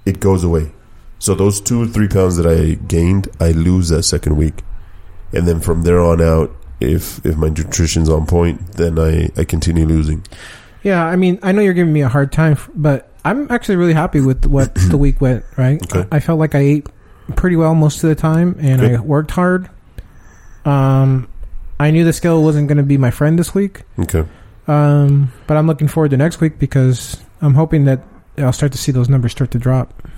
[SPEAKER 2] it goes away. So those two or three pounds that I gained, I lose that second week, and then from there on out, if if my nutrition's on point, then I I continue losing.
[SPEAKER 3] Yeah, I mean, I know you're giving me a hard time, f- but I'm actually really happy with what the week went. Right,
[SPEAKER 2] Okay.
[SPEAKER 3] I felt like I ate pretty well most of the time, and I
[SPEAKER 2] Good.
[SPEAKER 3] worked hard. Um, I knew the scale wasn't going to be my friend this week,
[SPEAKER 2] Okay,
[SPEAKER 3] um, but I'm looking forward to next week because I'm hoping that I'll start to see those numbers start to drop.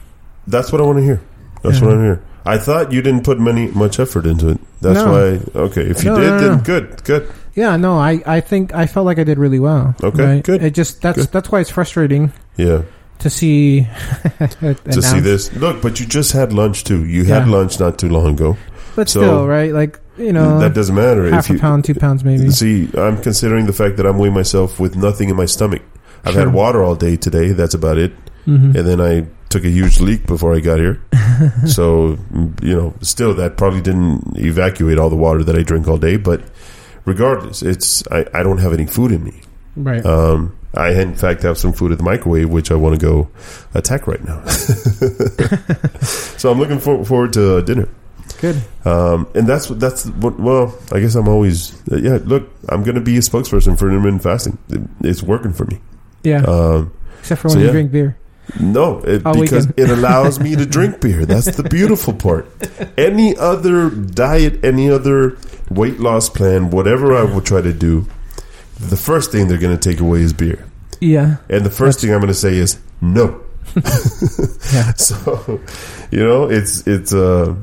[SPEAKER 2] that's what I want to hear. That's
[SPEAKER 3] Yeah.
[SPEAKER 2] what I want to hear. I thought you didn't put many much effort into it. That's
[SPEAKER 3] No.
[SPEAKER 2] why. Okay, if you
[SPEAKER 3] No,
[SPEAKER 2] did,
[SPEAKER 3] no, no,
[SPEAKER 2] then
[SPEAKER 3] no.
[SPEAKER 2] good, good.
[SPEAKER 3] Yeah, no, I, I think I felt like I did really well.
[SPEAKER 2] Okay, good.
[SPEAKER 3] It just that's that's why it's frustrating
[SPEAKER 2] Yeah,
[SPEAKER 3] to see to
[SPEAKER 2] to see this. Look, but you just had lunch too. You had
[SPEAKER 3] Yeah.
[SPEAKER 2] lunch not too long ago.
[SPEAKER 3] but
[SPEAKER 2] so-
[SPEAKER 3] still, right? Like you know,
[SPEAKER 2] that doesn't matter.
[SPEAKER 3] half
[SPEAKER 2] if you,
[SPEAKER 3] a pound, two pounds, maybe.
[SPEAKER 2] See, I'm considering the fact that I'm weighing myself with nothing in my stomach. I've
[SPEAKER 3] Sure.
[SPEAKER 2] had water all day today. That's about it.
[SPEAKER 3] Mhm.
[SPEAKER 2] And then I took a huge leak before I got here. so, mm, you know, still that probably didn't evacuate all the water that I drink all day. But regardless, it's I, I don't have any food in me.
[SPEAKER 3] Right.
[SPEAKER 2] Um, I in fact have some food at the microwave, which I want to go attack right now. so I'm looking for, forward to uh, dinner.
[SPEAKER 3] Good.
[SPEAKER 2] Um, and that's what that's what. Well, I guess I'm always uh, yeah. Look, I'm going to be a spokesperson for intermittent fasting. It- it's working for me.
[SPEAKER 3] Yeah.
[SPEAKER 2] Um,
[SPEAKER 3] Except for
[SPEAKER 2] so
[SPEAKER 3] when you
[SPEAKER 2] yeah.
[SPEAKER 3] drink beer.
[SPEAKER 2] no, it,
[SPEAKER 3] All
[SPEAKER 2] because
[SPEAKER 3] weekend.
[SPEAKER 2] it allows me to drink beer. That's the beautiful part. Any other diet, any other weight loss plan, whatever I will try to do, the first thing they're going to take away is beer.
[SPEAKER 3] Yeah.
[SPEAKER 2] And the first thing I'm going to say is no.
[SPEAKER 3] Yeah.
[SPEAKER 2] So, you know, it's it's uh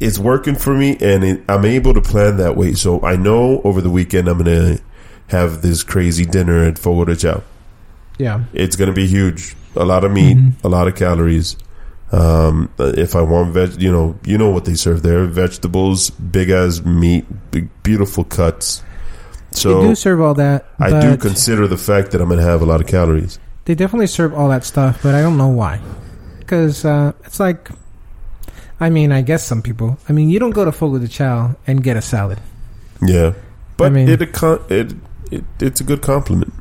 [SPEAKER 2] it's working for me, and it, I'm able to plan that way. So I know over the weekend I'm going to have this crazy dinner at Fogo de Chao.
[SPEAKER 3] Yeah.
[SPEAKER 2] It's going to be huge. A lot of meat,
[SPEAKER 3] Mhm.
[SPEAKER 2] a lot of calories. Um, if I want veg, you know, you know what they serve there: vegetables, big as meat, big, beautiful cuts. So
[SPEAKER 3] they do serve all that.
[SPEAKER 2] I
[SPEAKER 3] but
[SPEAKER 2] do consider the fact that I'm going to have a lot of calories.
[SPEAKER 3] they definitely serve all that stuff, but I don't know why. Because uh, it's like, I mean, I guess some people. I mean, you don't go to Fogo de Chao and get a salad.
[SPEAKER 2] Yeah, but
[SPEAKER 3] I mean-
[SPEAKER 2] it, acco- it it it's a good compliment.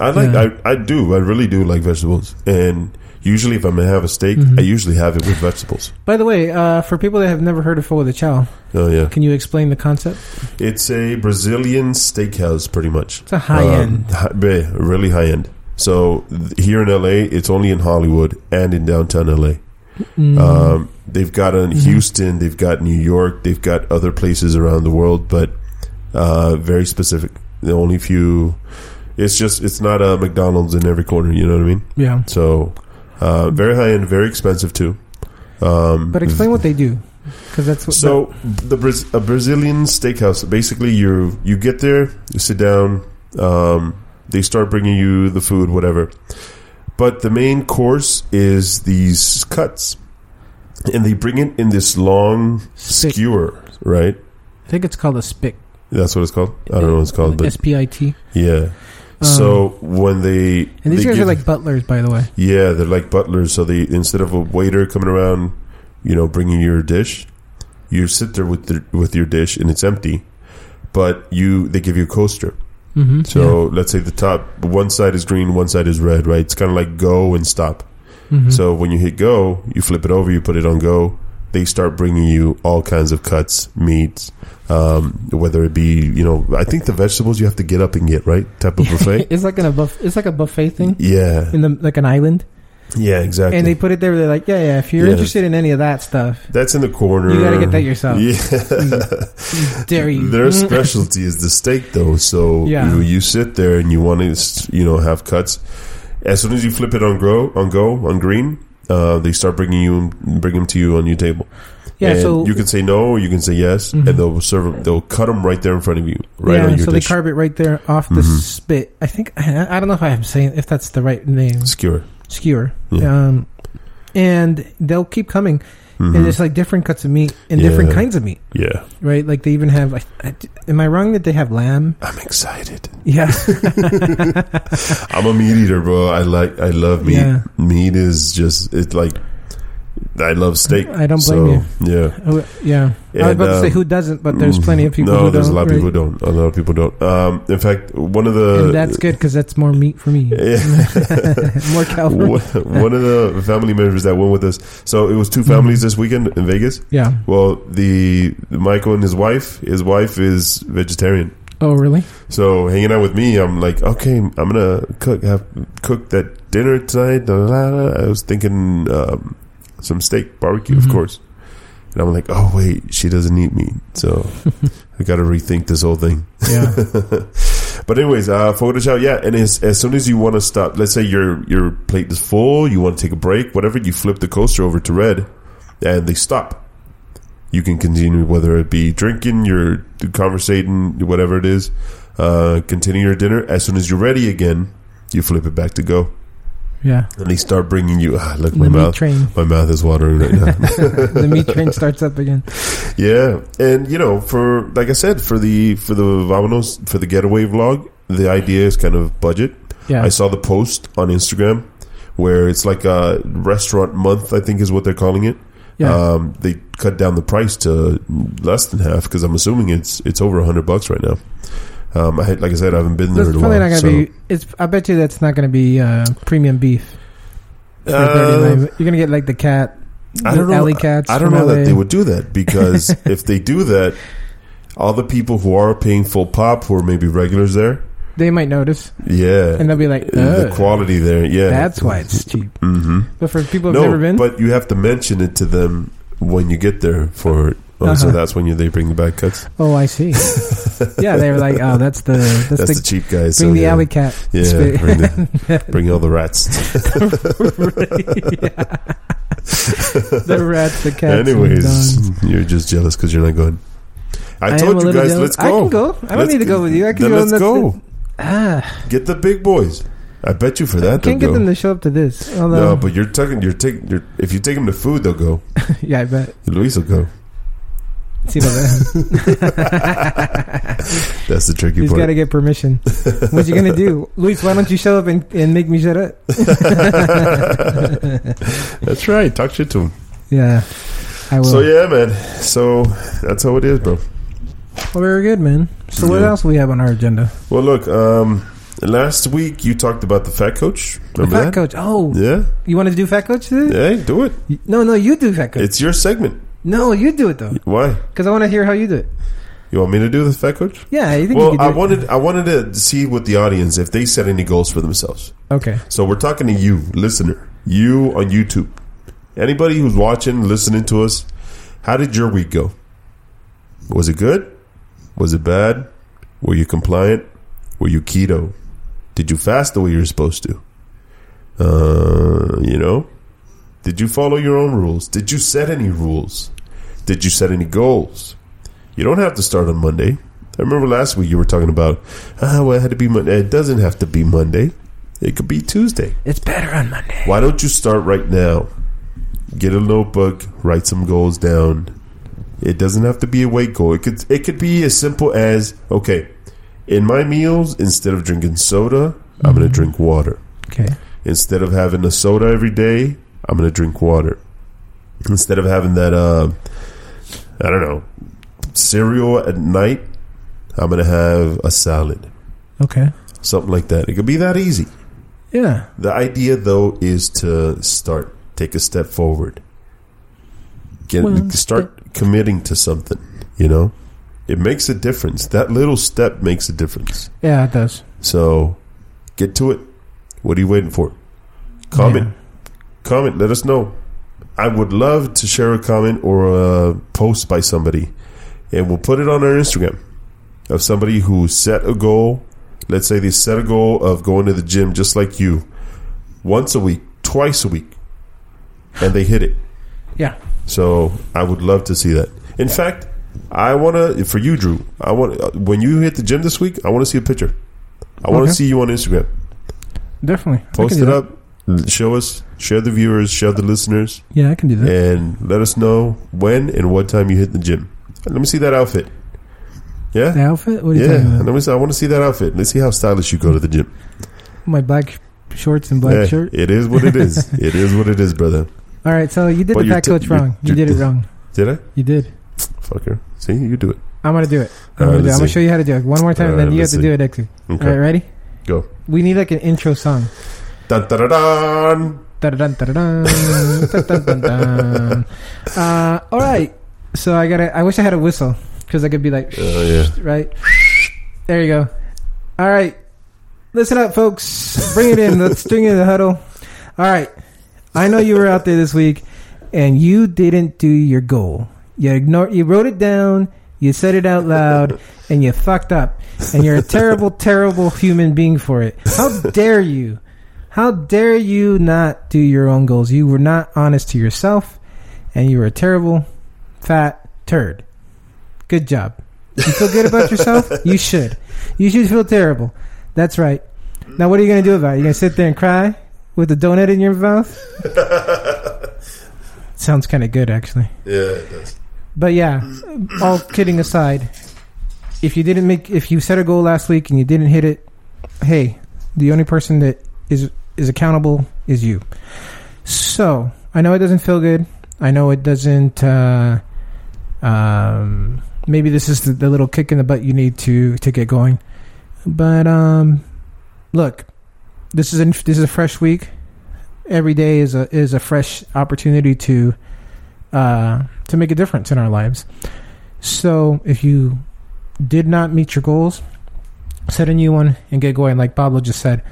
[SPEAKER 2] I like
[SPEAKER 3] Yeah.
[SPEAKER 2] I, I do I really do like vegetables, and usually if I'm gonna have a steak,
[SPEAKER 3] Mhm.
[SPEAKER 2] I usually have it with vegetables.
[SPEAKER 3] By the way, uh, for people that have never heard of Fogo de Chao,
[SPEAKER 2] Oh yeah,
[SPEAKER 3] can you explain the concept?
[SPEAKER 2] it's a Brazilian steakhouse, pretty much.
[SPEAKER 3] It's a high
[SPEAKER 2] Um,
[SPEAKER 3] end.
[SPEAKER 2] hi- yeah, really high end. So th- here in LA, it's only in Hollywood and in downtown LA.
[SPEAKER 3] Mm, Mm-hmm.
[SPEAKER 2] Um, they've got in Houston, they've got New York, they've got other places around the world, but uh, very specific. The only few. It's just it's not a McDonald's in every corner. You know what I mean?
[SPEAKER 3] yeah.
[SPEAKER 2] So uh, very high end, very expensive too. Um,
[SPEAKER 1] But explain what they do, because that's what.
[SPEAKER 2] so the Braz- a Brazilian steakhouse. Basically, you you get there, you sit down. Um, they start bringing you the food, whatever. But the main course is these cuts, and they bring it in this long
[SPEAKER 3] Stick.
[SPEAKER 2] skewer, right?
[SPEAKER 3] I think it's called a spic.
[SPEAKER 2] That's what it's called. I don't know what it's called, but
[SPEAKER 3] S P I T.
[SPEAKER 2] yeah. So when they
[SPEAKER 3] um, And these
[SPEAKER 2] they
[SPEAKER 3] guys are
[SPEAKER 2] give-
[SPEAKER 3] like butlers, by the way.
[SPEAKER 2] yeah, they're like butlers. So they instead of a waiter coming around, you know, bringing your dish, you sit there with the, with your dish and it's empty. But you, they give you a coaster.
[SPEAKER 3] Mm-hmm.
[SPEAKER 2] So let's say the top one side is green, one side is red, right? It's kind of like go and stop.
[SPEAKER 3] Mm-hmm.
[SPEAKER 2] So when you hit go, you flip it over, you put it on go. They start bringing you all kinds of cuts, meats, um, whether it be you know, I think the vegetables you have to get up and get right type of buffet.
[SPEAKER 1] it's like an a buff, It's like a buffet thing
[SPEAKER 2] yeah,
[SPEAKER 1] in the like an island,
[SPEAKER 2] yeah, exactly.
[SPEAKER 1] and they put it there. They're like, yeah, yeah. If you're
[SPEAKER 2] Yeah.
[SPEAKER 1] interested in any of that stuff,
[SPEAKER 2] That's in the corner.
[SPEAKER 1] You gotta get that yourself.
[SPEAKER 2] Yeah.
[SPEAKER 3] Mm-hmm.
[SPEAKER 1] dare you?
[SPEAKER 2] Their specialty is the steak, though. So
[SPEAKER 3] Yeah.
[SPEAKER 2] you, you sit there and you want to, you know, have cuts. As soon as you flip it on grow on go on green, uh, they start bringing you bring them to you on your table.
[SPEAKER 3] Yeah,
[SPEAKER 2] And
[SPEAKER 3] so Mm-hmm.
[SPEAKER 2] you can say no, or you can say yes, and they'll serve. 'em- They'll cut them right there in front of you, right
[SPEAKER 3] yeah,
[SPEAKER 2] on your
[SPEAKER 3] so
[SPEAKER 2] dish.
[SPEAKER 3] they carve it right there off the
[SPEAKER 2] Mhm.
[SPEAKER 3] spit. I think I, I don't know if I'm saying if that's the right name
[SPEAKER 2] Skewer.
[SPEAKER 3] skewer.
[SPEAKER 2] Yeah.
[SPEAKER 3] Um, and they'll keep coming,
[SPEAKER 2] Mhm.
[SPEAKER 3] and it's like different cuts of meat and different
[SPEAKER 2] Yeah.
[SPEAKER 3] kinds of meat,
[SPEAKER 2] yeah,
[SPEAKER 3] right? Like they even have. I, I, am I wrong that they have lamb?
[SPEAKER 2] I'm excited.
[SPEAKER 3] Yeah,
[SPEAKER 2] I'm a meat eater, bro. I like I love meat.
[SPEAKER 3] Yeah.
[SPEAKER 2] Meat is just it's like I love steak.
[SPEAKER 3] I don't blame
[SPEAKER 2] so, you. Yeah.
[SPEAKER 3] Oh, yeah. I was
[SPEAKER 2] And,
[SPEAKER 3] about to say
[SPEAKER 2] um,
[SPEAKER 3] who doesn't, but there's
[SPEAKER 2] Mm,
[SPEAKER 3] plenty of people
[SPEAKER 2] No,
[SPEAKER 3] who
[SPEAKER 2] there's
[SPEAKER 3] don't.
[SPEAKER 2] a lot of
[SPEAKER 3] right?
[SPEAKER 2] people who don't. A lot of people don't. Um, in fact, one of the
[SPEAKER 3] and that's good because that's more meat for me.
[SPEAKER 2] Yeah.
[SPEAKER 3] more calories.
[SPEAKER 2] one one of the family members that went with us. So it was two
[SPEAKER 3] Mm-hmm.
[SPEAKER 2] families this weekend in Vegas.
[SPEAKER 3] Yeah.
[SPEAKER 2] Well, the Michael and his wife. His wife is vegetarian.
[SPEAKER 3] Oh, really?
[SPEAKER 2] So hanging out with me, I'm like, okay, I'm gonna cook have cook that dinner tonight. da, da, da, da. I was thinking um, some steak barbecue,
[SPEAKER 3] Mhm.
[SPEAKER 2] of course. And I'm like, oh wait, she doesn't eat meat, so I got to rethink this whole thing.
[SPEAKER 3] Yeah.
[SPEAKER 2] But anyways, uh, Photoshop, yeah, and as, as soon as you want to stop, let's say your your plate is full, you want to take a break, whatever, you flip the coaster over to red, and they stop. You can continue whether it be drinking, you're conversating, whatever it is. Uh, continue your dinner. As soon as you're ready again, you flip it back to go,
[SPEAKER 3] yeah.
[SPEAKER 2] and they start bringing you. Ah, look, my
[SPEAKER 3] The meat
[SPEAKER 2] mouth,
[SPEAKER 3] train.
[SPEAKER 2] my mouth is watering right now.
[SPEAKER 3] the meat train starts up again.
[SPEAKER 2] Yeah, and you know, for like I said, for the for the Vamonos for the getaway vlog, the idea is kind of budget.
[SPEAKER 3] Yeah.
[SPEAKER 2] I saw the post on Instagram where it's like a restaurant month, I think is what they're calling it.
[SPEAKER 3] yeah.
[SPEAKER 2] Um, they cut down the price to less than half because I'm assuming it's it's over hundred bucks right now. Um, I had, like I said, I haven't been there
[SPEAKER 3] That's
[SPEAKER 2] in a
[SPEAKER 3] probably
[SPEAKER 2] while.
[SPEAKER 3] not gonna
[SPEAKER 2] so,
[SPEAKER 3] be. It's. I bet you that's not gonna be uh, premium beef. for
[SPEAKER 2] Uh,
[SPEAKER 3] 39. You're gonna get like the cat.
[SPEAKER 2] I don't
[SPEAKER 3] the
[SPEAKER 2] know.
[SPEAKER 3] Alley cats.
[SPEAKER 2] I don't
[SPEAKER 3] from
[SPEAKER 2] know
[SPEAKER 3] LA.
[SPEAKER 2] that they would do that because if they do that, all the people who are paying full pop who are maybe regulars there,
[SPEAKER 3] They might notice,
[SPEAKER 2] yeah,
[SPEAKER 3] and they'll be like,
[SPEAKER 2] the
[SPEAKER 3] "Ugh,
[SPEAKER 2] quality there, yeah,
[SPEAKER 3] "That's why it's cheap."
[SPEAKER 2] hmm
[SPEAKER 3] But for people who've
[SPEAKER 2] No,
[SPEAKER 3] never been,
[SPEAKER 2] but you have to mention it to them when you get there for it. Oh, So
[SPEAKER 3] Uh-huh.
[SPEAKER 2] that's when you, they bring the back cuts.
[SPEAKER 3] oh, I see. yeah, they were like, "Oh, that's the that's,
[SPEAKER 2] That's,
[SPEAKER 3] the,
[SPEAKER 2] the, cheap guys.
[SPEAKER 3] bring
[SPEAKER 2] so
[SPEAKER 3] the
[SPEAKER 2] yeah.
[SPEAKER 3] alley cat."
[SPEAKER 2] Yeah,
[SPEAKER 3] spit.
[SPEAKER 2] bring, the, bring all the rats.
[SPEAKER 3] yeah. the rats, the cats. and the dogs.
[SPEAKER 2] Anyways, you're just jealous because you're not going. I,
[SPEAKER 3] am a
[SPEAKER 2] told you
[SPEAKER 3] little
[SPEAKER 2] guys,
[SPEAKER 3] jealous.
[SPEAKER 2] let's go.
[SPEAKER 3] I can go. I don't
[SPEAKER 2] Let's
[SPEAKER 3] need to go with you. I can
[SPEAKER 2] then
[SPEAKER 3] go.
[SPEAKER 2] Let's
[SPEAKER 3] and
[SPEAKER 2] go.
[SPEAKER 3] that's it. Ah,
[SPEAKER 2] Get the big boys. I bet you for
[SPEAKER 3] I
[SPEAKER 2] that.
[SPEAKER 3] can't
[SPEAKER 2] they'll
[SPEAKER 3] get
[SPEAKER 2] go.
[SPEAKER 3] them to show up to this. Although,
[SPEAKER 2] no, but you're taking. You're taking. You're, if you take them to food, they'll go.
[SPEAKER 3] yeah, I bet.
[SPEAKER 2] Luis will go.
[SPEAKER 3] See about that.
[SPEAKER 2] That's the tricky
[SPEAKER 3] He's
[SPEAKER 2] part.
[SPEAKER 3] got to get permission. What's he gonna do, Luis? Why don't you show up and, and make me shut up?
[SPEAKER 2] That's right. Talk shit to him.
[SPEAKER 3] Yeah, I will.
[SPEAKER 2] So yeah, man. So that's how it is, bro.
[SPEAKER 3] Well, very good, man. So what
[SPEAKER 2] Yeah.
[SPEAKER 3] else we have on our agenda?
[SPEAKER 2] Well, look. Um, last week you talked about the fat coach. Remember
[SPEAKER 3] fat
[SPEAKER 2] that?
[SPEAKER 3] coach. Oh,
[SPEAKER 2] Yeah.
[SPEAKER 3] you want to do fat coach? today?
[SPEAKER 2] Hey, do it.
[SPEAKER 3] No, no, you do fat coach.
[SPEAKER 2] It's your segment.
[SPEAKER 3] no, you do it though,
[SPEAKER 2] Why?
[SPEAKER 3] because I want to hear how you do it.
[SPEAKER 2] You want me to do the fat coach?
[SPEAKER 3] Yeah, I think. you
[SPEAKER 2] Well,
[SPEAKER 3] could do
[SPEAKER 2] I
[SPEAKER 3] it.
[SPEAKER 2] wanted I wanted to see with the audience if they set any goals for themselves.
[SPEAKER 3] Okay.
[SPEAKER 2] So we're talking to you, listener, you on YouTube, Anybody who's watching, listening to us, how did your week go? Was it good? Was it bad? Were you compliant? Were you keto? Did you fast the way you're supposed to? Uh, you know, did you follow your own rules? Did you set any rules? Did you set any goals? You don't have to start on Monday. I remember last week you were talking about, ah, well, it had to be Monday. It doesn't have to be Monday. It could be Tuesday.
[SPEAKER 3] It's better on Monday.
[SPEAKER 2] Why don't you start right now? Get a notebook, write some goals down. It doesn't have to be a weight goal. It could it could be as simple as okay, in my meals instead of drinking soda, I'm going to drink water.
[SPEAKER 3] Okay.
[SPEAKER 2] Instead of having a soda every day, I'm going to drink water. Instead of having that uh I don't know, cereal at night, I'm going to have a salad.
[SPEAKER 3] Okay.
[SPEAKER 2] Something like that. It could be that easy.
[SPEAKER 3] Yeah.
[SPEAKER 2] The idea, though, is to start, take a step forward, get
[SPEAKER 3] Well,
[SPEAKER 2] start committing to something. You know, it makes a difference. That little step makes a difference.
[SPEAKER 3] Yeah, it does.
[SPEAKER 2] So, get to it. What are you waiting for? Comment, comment. Let us know. I would love to share a comment or a post by somebody, and we'll put it on our Instagram of somebody who set a goal. Let's say they set a goal of going to the gym just like you, once a week, twice a week, and they hit it.
[SPEAKER 3] Yeah.
[SPEAKER 2] So I would love to see that. In fact, I want to for you, Drew. I want uh, when you hit the gym this week. I want to see a picture. I want to
[SPEAKER 3] Okay.
[SPEAKER 2] see you on Instagram.
[SPEAKER 3] Definitely. I
[SPEAKER 2] Post
[SPEAKER 3] can
[SPEAKER 2] it
[SPEAKER 3] do
[SPEAKER 2] up. Show us. Share the viewers. Share the listeners.
[SPEAKER 3] that. Yeah, I can do that.
[SPEAKER 2] And let us know when and what time you hit the gym. Let me see that outfit. Yeah.
[SPEAKER 3] The outfit? What are you
[SPEAKER 2] Yeah,
[SPEAKER 3] talking
[SPEAKER 2] let
[SPEAKER 3] about?
[SPEAKER 2] me see, I want to see that outfit. Let's see how stylish you go to the gym.
[SPEAKER 3] My black shorts and black
[SPEAKER 2] Hey,
[SPEAKER 3] shirt.
[SPEAKER 2] It is what it is. it is what it is, brother.
[SPEAKER 3] All right, so you did
[SPEAKER 2] But
[SPEAKER 3] the
[SPEAKER 2] you're
[SPEAKER 3] back
[SPEAKER 2] t-
[SPEAKER 3] coach
[SPEAKER 2] you're-
[SPEAKER 3] wrong. You
[SPEAKER 2] you're
[SPEAKER 3] did it
[SPEAKER 2] t-
[SPEAKER 3] wrong.
[SPEAKER 2] Did I?
[SPEAKER 3] You did.
[SPEAKER 2] Fucker. See, you do it.
[SPEAKER 3] I'm gonna do it. I'm
[SPEAKER 2] All right,
[SPEAKER 3] gonna do it.
[SPEAKER 2] let's
[SPEAKER 3] I'm gonna
[SPEAKER 2] see.
[SPEAKER 3] show you how to do it one more time,
[SPEAKER 2] All
[SPEAKER 3] and then
[SPEAKER 2] right,
[SPEAKER 3] you have
[SPEAKER 2] let's
[SPEAKER 3] to do it, Dexter.
[SPEAKER 2] Okay.
[SPEAKER 3] All right, ready?
[SPEAKER 2] Go.
[SPEAKER 3] We need like an intro song.
[SPEAKER 2] Dun, dun, dun, dun.
[SPEAKER 3] Dun-dun-dun-dun-dun, dun-dun-dun-dun. uh, all right. So I gotta. I wish I had a whistle because I could be like,
[SPEAKER 2] Oh, yeah.
[SPEAKER 3] right. There you go. All right. Listen up, folks. Bring it in. Let's string in the huddle. All right. I know you were out there this week, and you didn't do your goal. You ignore. You wrote it down. You said it out loud, and you fucked up. And you're a terrible, terrible human being for it. How dare you? How dare you not do your own goals? You were not honest to yourself, and you were a terrible, fat turd. Good job. You feel good about yourself? You should. You should feel terrible. That's right. Now, what are you going to do about it? You going to sit there and cry with a donut in your mouth? Sounds kind of good, actually.
[SPEAKER 2] Yeah, it does.
[SPEAKER 3] But yeah, all kidding aside, if you didn't make, if you set a goal last week and you didn't hit it, hey, the only person that is is accountable is you. So I know it doesn't feel good. I know it doesn't. Uh, um, maybe this is the, the little kick in the butt you need to to get going. But um, look, this is a, this is a fresh week. Every day is a is a fresh opportunity to uh, to make a difference in our lives. So if you did not meet your goals, set a new one and get going. Like Pablo just said,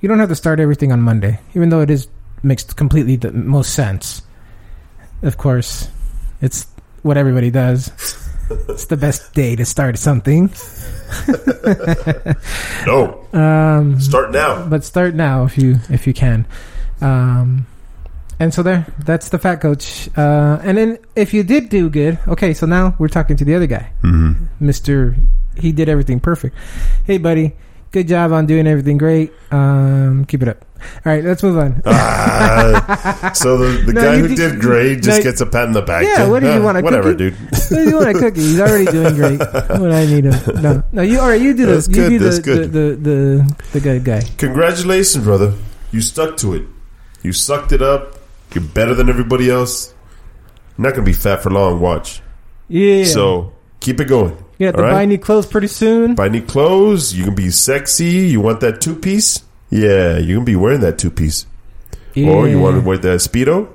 [SPEAKER 3] you don't have to start everything on Monday, even though it is makes completely the most sense. Of course, it's what everybody does. it's the best day to start something.
[SPEAKER 2] No,
[SPEAKER 3] Um,
[SPEAKER 2] start now.
[SPEAKER 3] but start now if you if you can um and so there that's the fat coach uh and then if you did do good okay so now we're talking to the other guy
[SPEAKER 2] Mm-hmm.
[SPEAKER 3] mr he did everything perfect hey buddy good job on doing everything great um keep it up all right let's move on
[SPEAKER 2] Ah, so the, the
[SPEAKER 3] No,
[SPEAKER 2] guy
[SPEAKER 3] you
[SPEAKER 2] who
[SPEAKER 3] did-
[SPEAKER 2] did, great just
[SPEAKER 3] no,
[SPEAKER 2] gets a pat in the back.
[SPEAKER 3] Yeah, what do you
[SPEAKER 2] Ah,
[SPEAKER 3] want, a
[SPEAKER 2] Whatever,
[SPEAKER 3] cookie?
[SPEAKER 2] dude.
[SPEAKER 3] What do you want a cookie he's already doing great when i need him no no you all right you do this
[SPEAKER 2] That's
[SPEAKER 3] you
[SPEAKER 2] good,
[SPEAKER 3] do
[SPEAKER 2] that's
[SPEAKER 3] the,
[SPEAKER 2] good.
[SPEAKER 3] The, the the the good guy
[SPEAKER 2] Congratulations, brother. You stuck to it. You sucked it up. You're better than everybody else. You're not gonna be fat for long. Watch.
[SPEAKER 3] yeah
[SPEAKER 2] So keep it going.
[SPEAKER 3] you have to
[SPEAKER 2] all right.
[SPEAKER 3] buy new clothes pretty soon
[SPEAKER 2] Buy new clothes. You can be sexy. You want that two piece? Yeah, you can be wearing that two piece. Or you want to wear that speedo?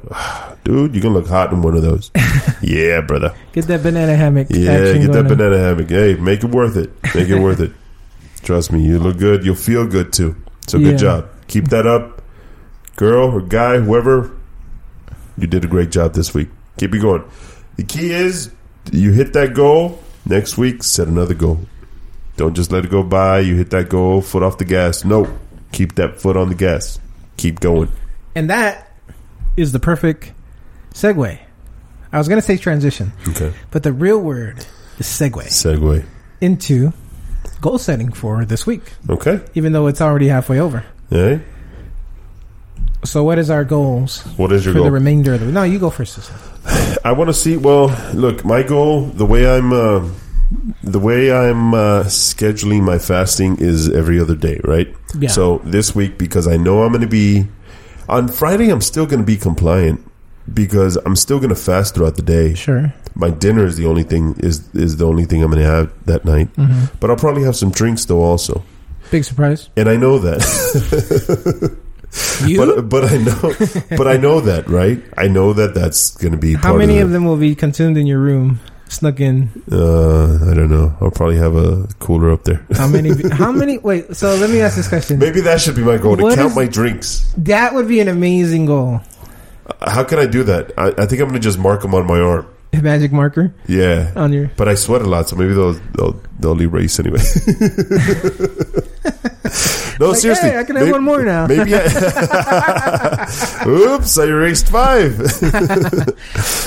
[SPEAKER 2] Dude, you can look hot in one of those. yeah, brother.
[SPEAKER 3] Get that banana hammock.
[SPEAKER 2] Yeah,
[SPEAKER 3] action
[SPEAKER 2] get that
[SPEAKER 3] going on.
[SPEAKER 2] banana hammock. Hey, make it worth it. Make it worth it. Trust me, you look good. You'll feel good too. So
[SPEAKER 3] Yeah.
[SPEAKER 2] good job. Keep that up, girl or guy, whoever. You did a great job this week. Keep it going. The key is you hit that goal. Next week, set another goal. Don't just let it go by. You hit that goal, foot off the gas. No, keep that foot on the gas. Keep going.
[SPEAKER 1] And that is the perfect segue. I was going to say transition,
[SPEAKER 2] Okay.
[SPEAKER 1] but the real word is segue
[SPEAKER 2] Segue.
[SPEAKER 1] into goal setting for this week,
[SPEAKER 2] Okay.
[SPEAKER 1] even though it's already halfway over.
[SPEAKER 2] All right.
[SPEAKER 1] So, what is our goals
[SPEAKER 2] What is your
[SPEAKER 1] for the
[SPEAKER 2] goal?
[SPEAKER 1] remainder of the No, you go first. Sister.
[SPEAKER 2] I want to see. Well, look, my goal, the way I'm, uh, the way I'm uh, scheduling my fasting is every other day, right?
[SPEAKER 3] Yeah.
[SPEAKER 2] So this week, because I know I'm going to be on Friday, I'm still going to be compliant because I'm still going to fast throughout the day.
[SPEAKER 3] Sure.
[SPEAKER 2] My dinner is the only thing is is the only thing I'm going to have that night,
[SPEAKER 1] Mm-hmm.
[SPEAKER 2] but I'll probably have some drinks though also,
[SPEAKER 3] Big surprise.
[SPEAKER 2] and I know that.
[SPEAKER 3] You?
[SPEAKER 2] but uh, but I know, but I know that, right? I know that that's going to be
[SPEAKER 1] How
[SPEAKER 2] part
[SPEAKER 1] many
[SPEAKER 2] the-
[SPEAKER 1] of them will be consumed in your room, snuck in
[SPEAKER 2] Uh, I don't know. I'll probably have a cooler up there.
[SPEAKER 1] How many? How many? Wait. So let me ask this question.
[SPEAKER 2] Maybe that should be my goal to
[SPEAKER 1] What
[SPEAKER 2] count
[SPEAKER 1] is-
[SPEAKER 2] my drinks.
[SPEAKER 1] That would be an amazing goal.
[SPEAKER 2] How can I do that? I, I think I'm gonna just mark them on my arm.
[SPEAKER 1] A magic marker
[SPEAKER 2] Yeah,
[SPEAKER 1] on your.
[SPEAKER 2] but I sweat a lot, so maybe they'll they'll, they'll erase anyway. no,
[SPEAKER 1] Like,
[SPEAKER 2] seriously,
[SPEAKER 1] hey, I can have one more now.
[SPEAKER 2] Maybe. I, oops, I erased five.
[SPEAKER 1] No.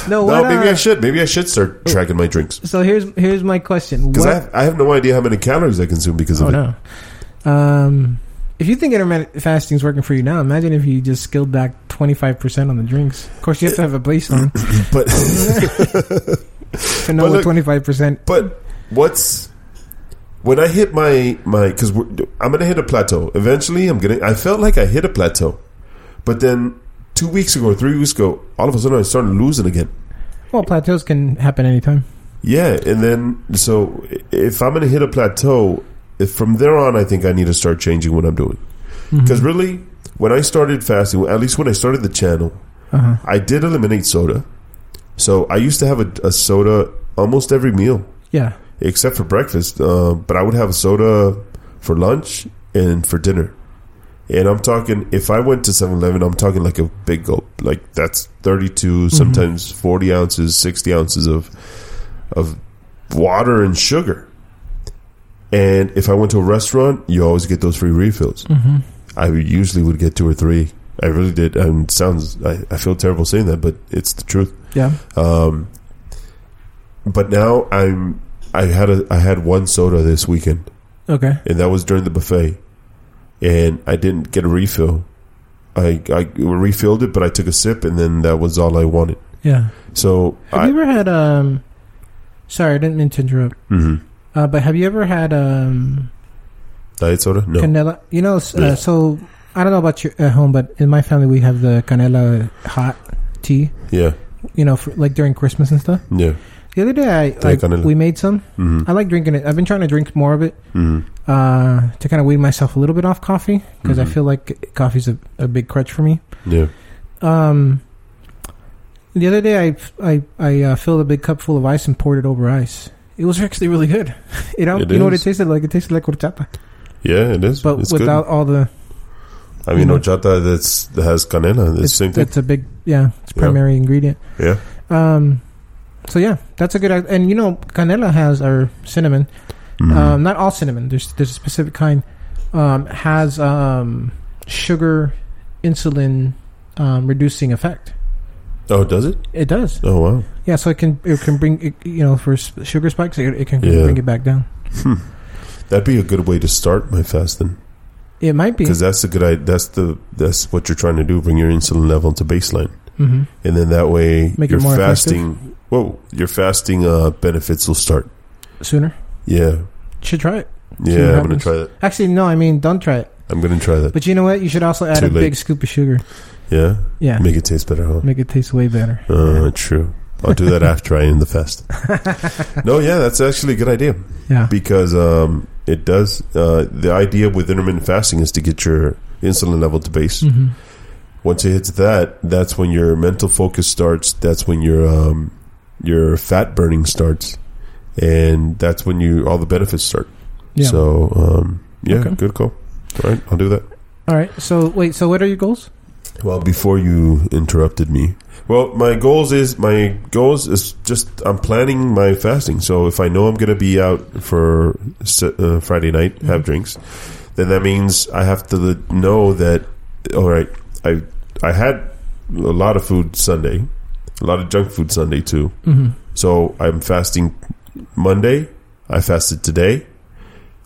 [SPEAKER 2] no,
[SPEAKER 1] What,
[SPEAKER 2] maybe
[SPEAKER 1] uh,
[SPEAKER 2] I should. Maybe I should start tracking my drinks
[SPEAKER 1] so here's here's my question.
[SPEAKER 2] because I
[SPEAKER 1] What?
[SPEAKER 2] have, I have no idea how many calories I consume because
[SPEAKER 3] oh
[SPEAKER 2] of it.
[SPEAKER 3] no.
[SPEAKER 1] um, if you think intermittent fasting is working for you now, imagine if you just scaled back twenty five percent on the drinks. Of course, you have to have a baseline
[SPEAKER 2] But
[SPEAKER 1] to know
[SPEAKER 2] look-
[SPEAKER 1] what twenty five percent.
[SPEAKER 2] But what's when I hit my my because I'm gonna hit a plateau eventually. I'm gonna. I felt like I hit a plateau, but then two weeks ago or three weeks ago, all of a sudden I started losing again.
[SPEAKER 1] Well, plateaus can happen anytime.
[SPEAKER 2] Yeah, and then so if I'm gonna hit a plateau, if from there on, I think I need to start changing what I'm doing because really, when I started fasting, at least when I started the channel,
[SPEAKER 1] Uh-huh.
[SPEAKER 2] I did eliminate soda. So I used to have a, a soda almost every meal
[SPEAKER 1] Yeah.
[SPEAKER 2] except for breakfast. Uh, but I would have a soda for lunch and for dinner. And I'm talking, if I went to 7 Eleven, I'm talking like a big gulp. Like that's 32, sometimes 40 ounces, 60 ounces of, of water and sugar. And if I went to a restaurant, you always get those free refills.
[SPEAKER 3] Mm-hmm.
[SPEAKER 2] I usually would get two or three. I really did. And it sounds, I, I feel terrible saying that, but it's the truth.
[SPEAKER 1] Yeah.
[SPEAKER 2] Um, but now I'm I had a I had one soda this weekend,
[SPEAKER 3] Okay.
[SPEAKER 2] and that was during the buffet, and I didn't get a refill. I I refilled it, but I took a sip, and then that was all I wanted.
[SPEAKER 3] Yeah.
[SPEAKER 2] So
[SPEAKER 3] Have
[SPEAKER 2] I
[SPEAKER 3] you ever had um? Sorry, I didn't mean to interrupt.
[SPEAKER 2] Mhm.
[SPEAKER 3] Uh, but have you ever had um?
[SPEAKER 2] diet soda. No,
[SPEAKER 3] Canela. You know, s-
[SPEAKER 2] Yeah.
[SPEAKER 3] uh, so I don't know about your at home, but in my family we have the canela hot tea.
[SPEAKER 2] yeah,
[SPEAKER 3] You know, for, like during Christmas and stuff.
[SPEAKER 2] yeah,
[SPEAKER 3] The other day, I like,
[SPEAKER 2] canela.
[SPEAKER 3] we made some.
[SPEAKER 2] mm-hmm.
[SPEAKER 3] I like drinking it. I've been trying to drink more of it
[SPEAKER 2] hmm
[SPEAKER 3] uh, to kind of wean myself a little bit off coffee because
[SPEAKER 2] Mhm.
[SPEAKER 3] I feel like coffee's a, a big crutch for me.
[SPEAKER 2] yeah.
[SPEAKER 3] Um, the other day, I I I uh, filled a big cup full of ice and poured it over ice. It was actually really good. You know,
[SPEAKER 2] It
[SPEAKER 3] you know what it
[SPEAKER 2] is.
[SPEAKER 3] tasted like? It tasted like horchata,
[SPEAKER 2] Yeah, it is.
[SPEAKER 3] but
[SPEAKER 2] it's
[SPEAKER 3] without all the.
[SPEAKER 2] good. I mean,
[SPEAKER 3] Mhm.
[SPEAKER 2] horchata that's that has canela. That's the same thing.
[SPEAKER 3] It's a big yeah. It's
[SPEAKER 2] Yeah.
[SPEAKER 3] primary ingredient.
[SPEAKER 2] Yeah.
[SPEAKER 3] Um, so yeah, that's a good. And you know, canela has or cinnamon.
[SPEAKER 2] Mhm.
[SPEAKER 3] Um, not all cinnamon. There's there's a specific kind. Um, has um sugar, insulin, um, reducing effect.
[SPEAKER 2] oh, does it?
[SPEAKER 3] It does.
[SPEAKER 2] Oh, wow.
[SPEAKER 3] Yeah, so it can it can bring it, you know for s- sugar spikes it, it can
[SPEAKER 2] Yeah.
[SPEAKER 3] bring it back down.
[SPEAKER 2] That'd be a good way to start my fasting.
[SPEAKER 3] It might be.
[SPEAKER 2] because that's the good idea. That's the that's what you're trying to do. Bring your insulin level to baseline,
[SPEAKER 3] hmm
[SPEAKER 2] and then that way
[SPEAKER 3] Make it
[SPEAKER 2] your
[SPEAKER 3] more effective.
[SPEAKER 2] fasting. Whoa, your fasting uh, benefits will start.
[SPEAKER 3] Sooner
[SPEAKER 2] Yeah,
[SPEAKER 3] should try it. See what
[SPEAKER 2] yeah. I'm gonna
[SPEAKER 3] happens.
[SPEAKER 2] try that.
[SPEAKER 3] Actually, no, I mean don't try it.
[SPEAKER 2] I'm gonna try that.
[SPEAKER 3] But you know what? You should also add
[SPEAKER 2] Too
[SPEAKER 3] a
[SPEAKER 2] late.
[SPEAKER 3] big scoop of sugar.
[SPEAKER 2] Yeah,
[SPEAKER 3] Yeah,
[SPEAKER 2] make it taste better. Huh?
[SPEAKER 3] make it taste way better.
[SPEAKER 2] Uh, true. I'll do that after I end the fast. no, yeah, that's actually a good idea
[SPEAKER 3] yeah.
[SPEAKER 2] because um, it does. Uh, the idea with intermittent fasting is to get your insulin level to base.
[SPEAKER 3] hmm
[SPEAKER 2] Once it hits that, that's when your mental focus starts. That's when your um, your fat burning starts, and that's when you all the benefits start.
[SPEAKER 3] Yeah.
[SPEAKER 2] So um, yeah,
[SPEAKER 3] Okay.
[SPEAKER 2] good call. All right, I'll do that.
[SPEAKER 3] All right. So wait. So what are your goals?
[SPEAKER 2] Well, before you interrupted me, Well, my goals is my goals is just I'm planning my fasting. So if I know I'm gonna be out for s- uh, Friday night, have drinks, then that means I have to know that. All right, I I had a lot of food Sunday, a lot of junk food Sunday too.
[SPEAKER 3] Mm-hmm.
[SPEAKER 2] So I'm fasting Monday. I fasted today.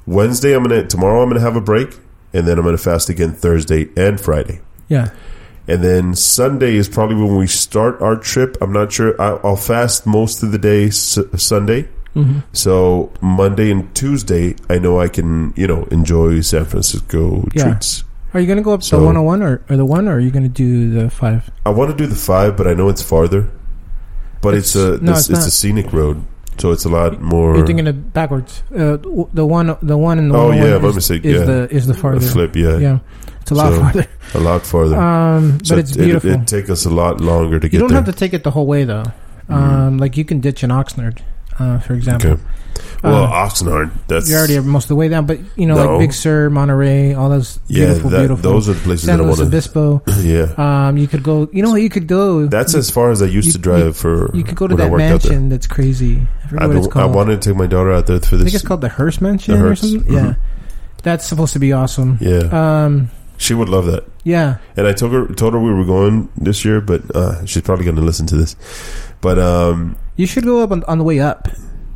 [SPEAKER 2] Wednesday, I'm gonna tomorrow. I'm gonna have a break, and then I'm gonna fast again Thursday and Friday.
[SPEAKER 3] Yeah.
[SPEAKER 2] And then Sunday is probably when we start our trip. I'm not sure. I- I'll fast most of the day s- Sunday.
[SPEAKER 3] Mm-hmm.
[SPEAKER 2] So Monday and Tuesday, I know I can you know enjoy San Francisco
[SPEAKER 3] Yeah.
[SPEAKER 2] treats.
[SPEAKER 3] Are you going to go up
[SPEAKER 2] So-
[SPEAKER 3] the 101 or, or the 1 or are you going to do the 5?
[SPEAKER 2] I want to do the five, but I know it's farther. But it's,
[SPEAKER 3] It's-
[SPEAKER 2] a
[SPEAKER 3] no,
[SPEAKER 2] this,
[SPEAKER 3] it's
[SPEAKER 2] it's,
[SPEAKER 3] not.
[SPEAKER 2] a scenic road, so it's a lot more.
[SPEAKER 3] You're thinking it backwards. Uh, w- the 1 the 1 and the
[SPEAKER 2] oh
[SPEAKER 3] 101
[SPEAKER 2] yeah, my
[SPEAKER 3] is,
[SPEAKER 2] mistake.
[SPEAKER 3] is
[SPEAKER 2] yeah,
[SPEAKER 3] the is the
[SPEAKER 2] a
[SPEAKER 3] farther.
[SPEAKER 2] flip. Yeah,
[SPEAKER 3] Yeah. It's a lot
[SPEAKER 2] So,
[SPEAKER 3] farther.
[SPEAKER 2] a lot farther.
[SPEAKER 3] Um,
[SPEAKER 2] so
[SPEAKER 3] but it's
[SPEAKER 2] it-
[SPEAKER 3] beautiful.
[SPEAKER 2] It, it take us a lot longer to get
[SPEAKER 3] you don't
[SPEAKER 2] there. Mm.
[SPEAKER 3] have to take it the whole way though. Um, like you can ditch an Oxnard, uh, for example.
[SPEAKER 2] okay. Well,
[SPEAKER 3] Uh,
[SPEAKER 2] Oxnard. That's
[SPEAKER 3] you're already most of the way down, but you know,
[SPEAKER 2] No.
[SPEAKER 3] like Big Sur, Monterey, all those
[SPEAKER 2] yeah.
[SPEAKER 3] beautiful,
[SPEAKER 2] that-
[SPEAKER 3] beautiful
[SPEAKER 2] Those are the places
[SPEAKER 3] San
[SPEAKER 2] that I
[SPEAKER 3] Luis
[SPEAKER 2] want to.
[SPEAKER 3] Obispo.
[SPEAKER 2] Yeah.
[SPEAKER 3] Um, you could go. You know what? You could go.
[SPEAKER 2] That's
[SPEAKER 3] you,
[SPEAKER 2] as far as I used
[SPEAKER 3] you-
[SPEAKER 2] to drive for.
[SPEAKER 3] You could go to
[SPEAKER 2] when I
[SPEAKER 3] that
[SPEAKER 2] worked out there.
[SPEAKER 3] mansion that's crazy. I forget
[SPEAKER 2] I've
[SPEAKER 3] what
[SPEAKER 2] been-
[SPEAKER 3] it's
[SPEAKER 2] I,
[SPEAKER 3] called.
[SPEAKER 2] wanted to take my daughter out there for
[SPEAKER 3] I think it's
[SPEAKER 2] this.
[SPEAKER 3] called the Hearst Mansion
[SPEAKER 2] The
[SPEAKER 3] or
[SPEAKER 2] Hearst. Mm-hmm.
[SPEAKER 3] something. Yeah, that's supposed to be awesome.
[SPEAKER 2] Yeah,
[SPEAKER 3] Um,
[SPEAKER 2] she would love that.
[SPEAKER 3] yeah,
[SPEAKER 2] And I told her told her we were going this year, but uh, she's probably going to listen to this. But um,
[SPEAKER 3] you should go up on, on the way up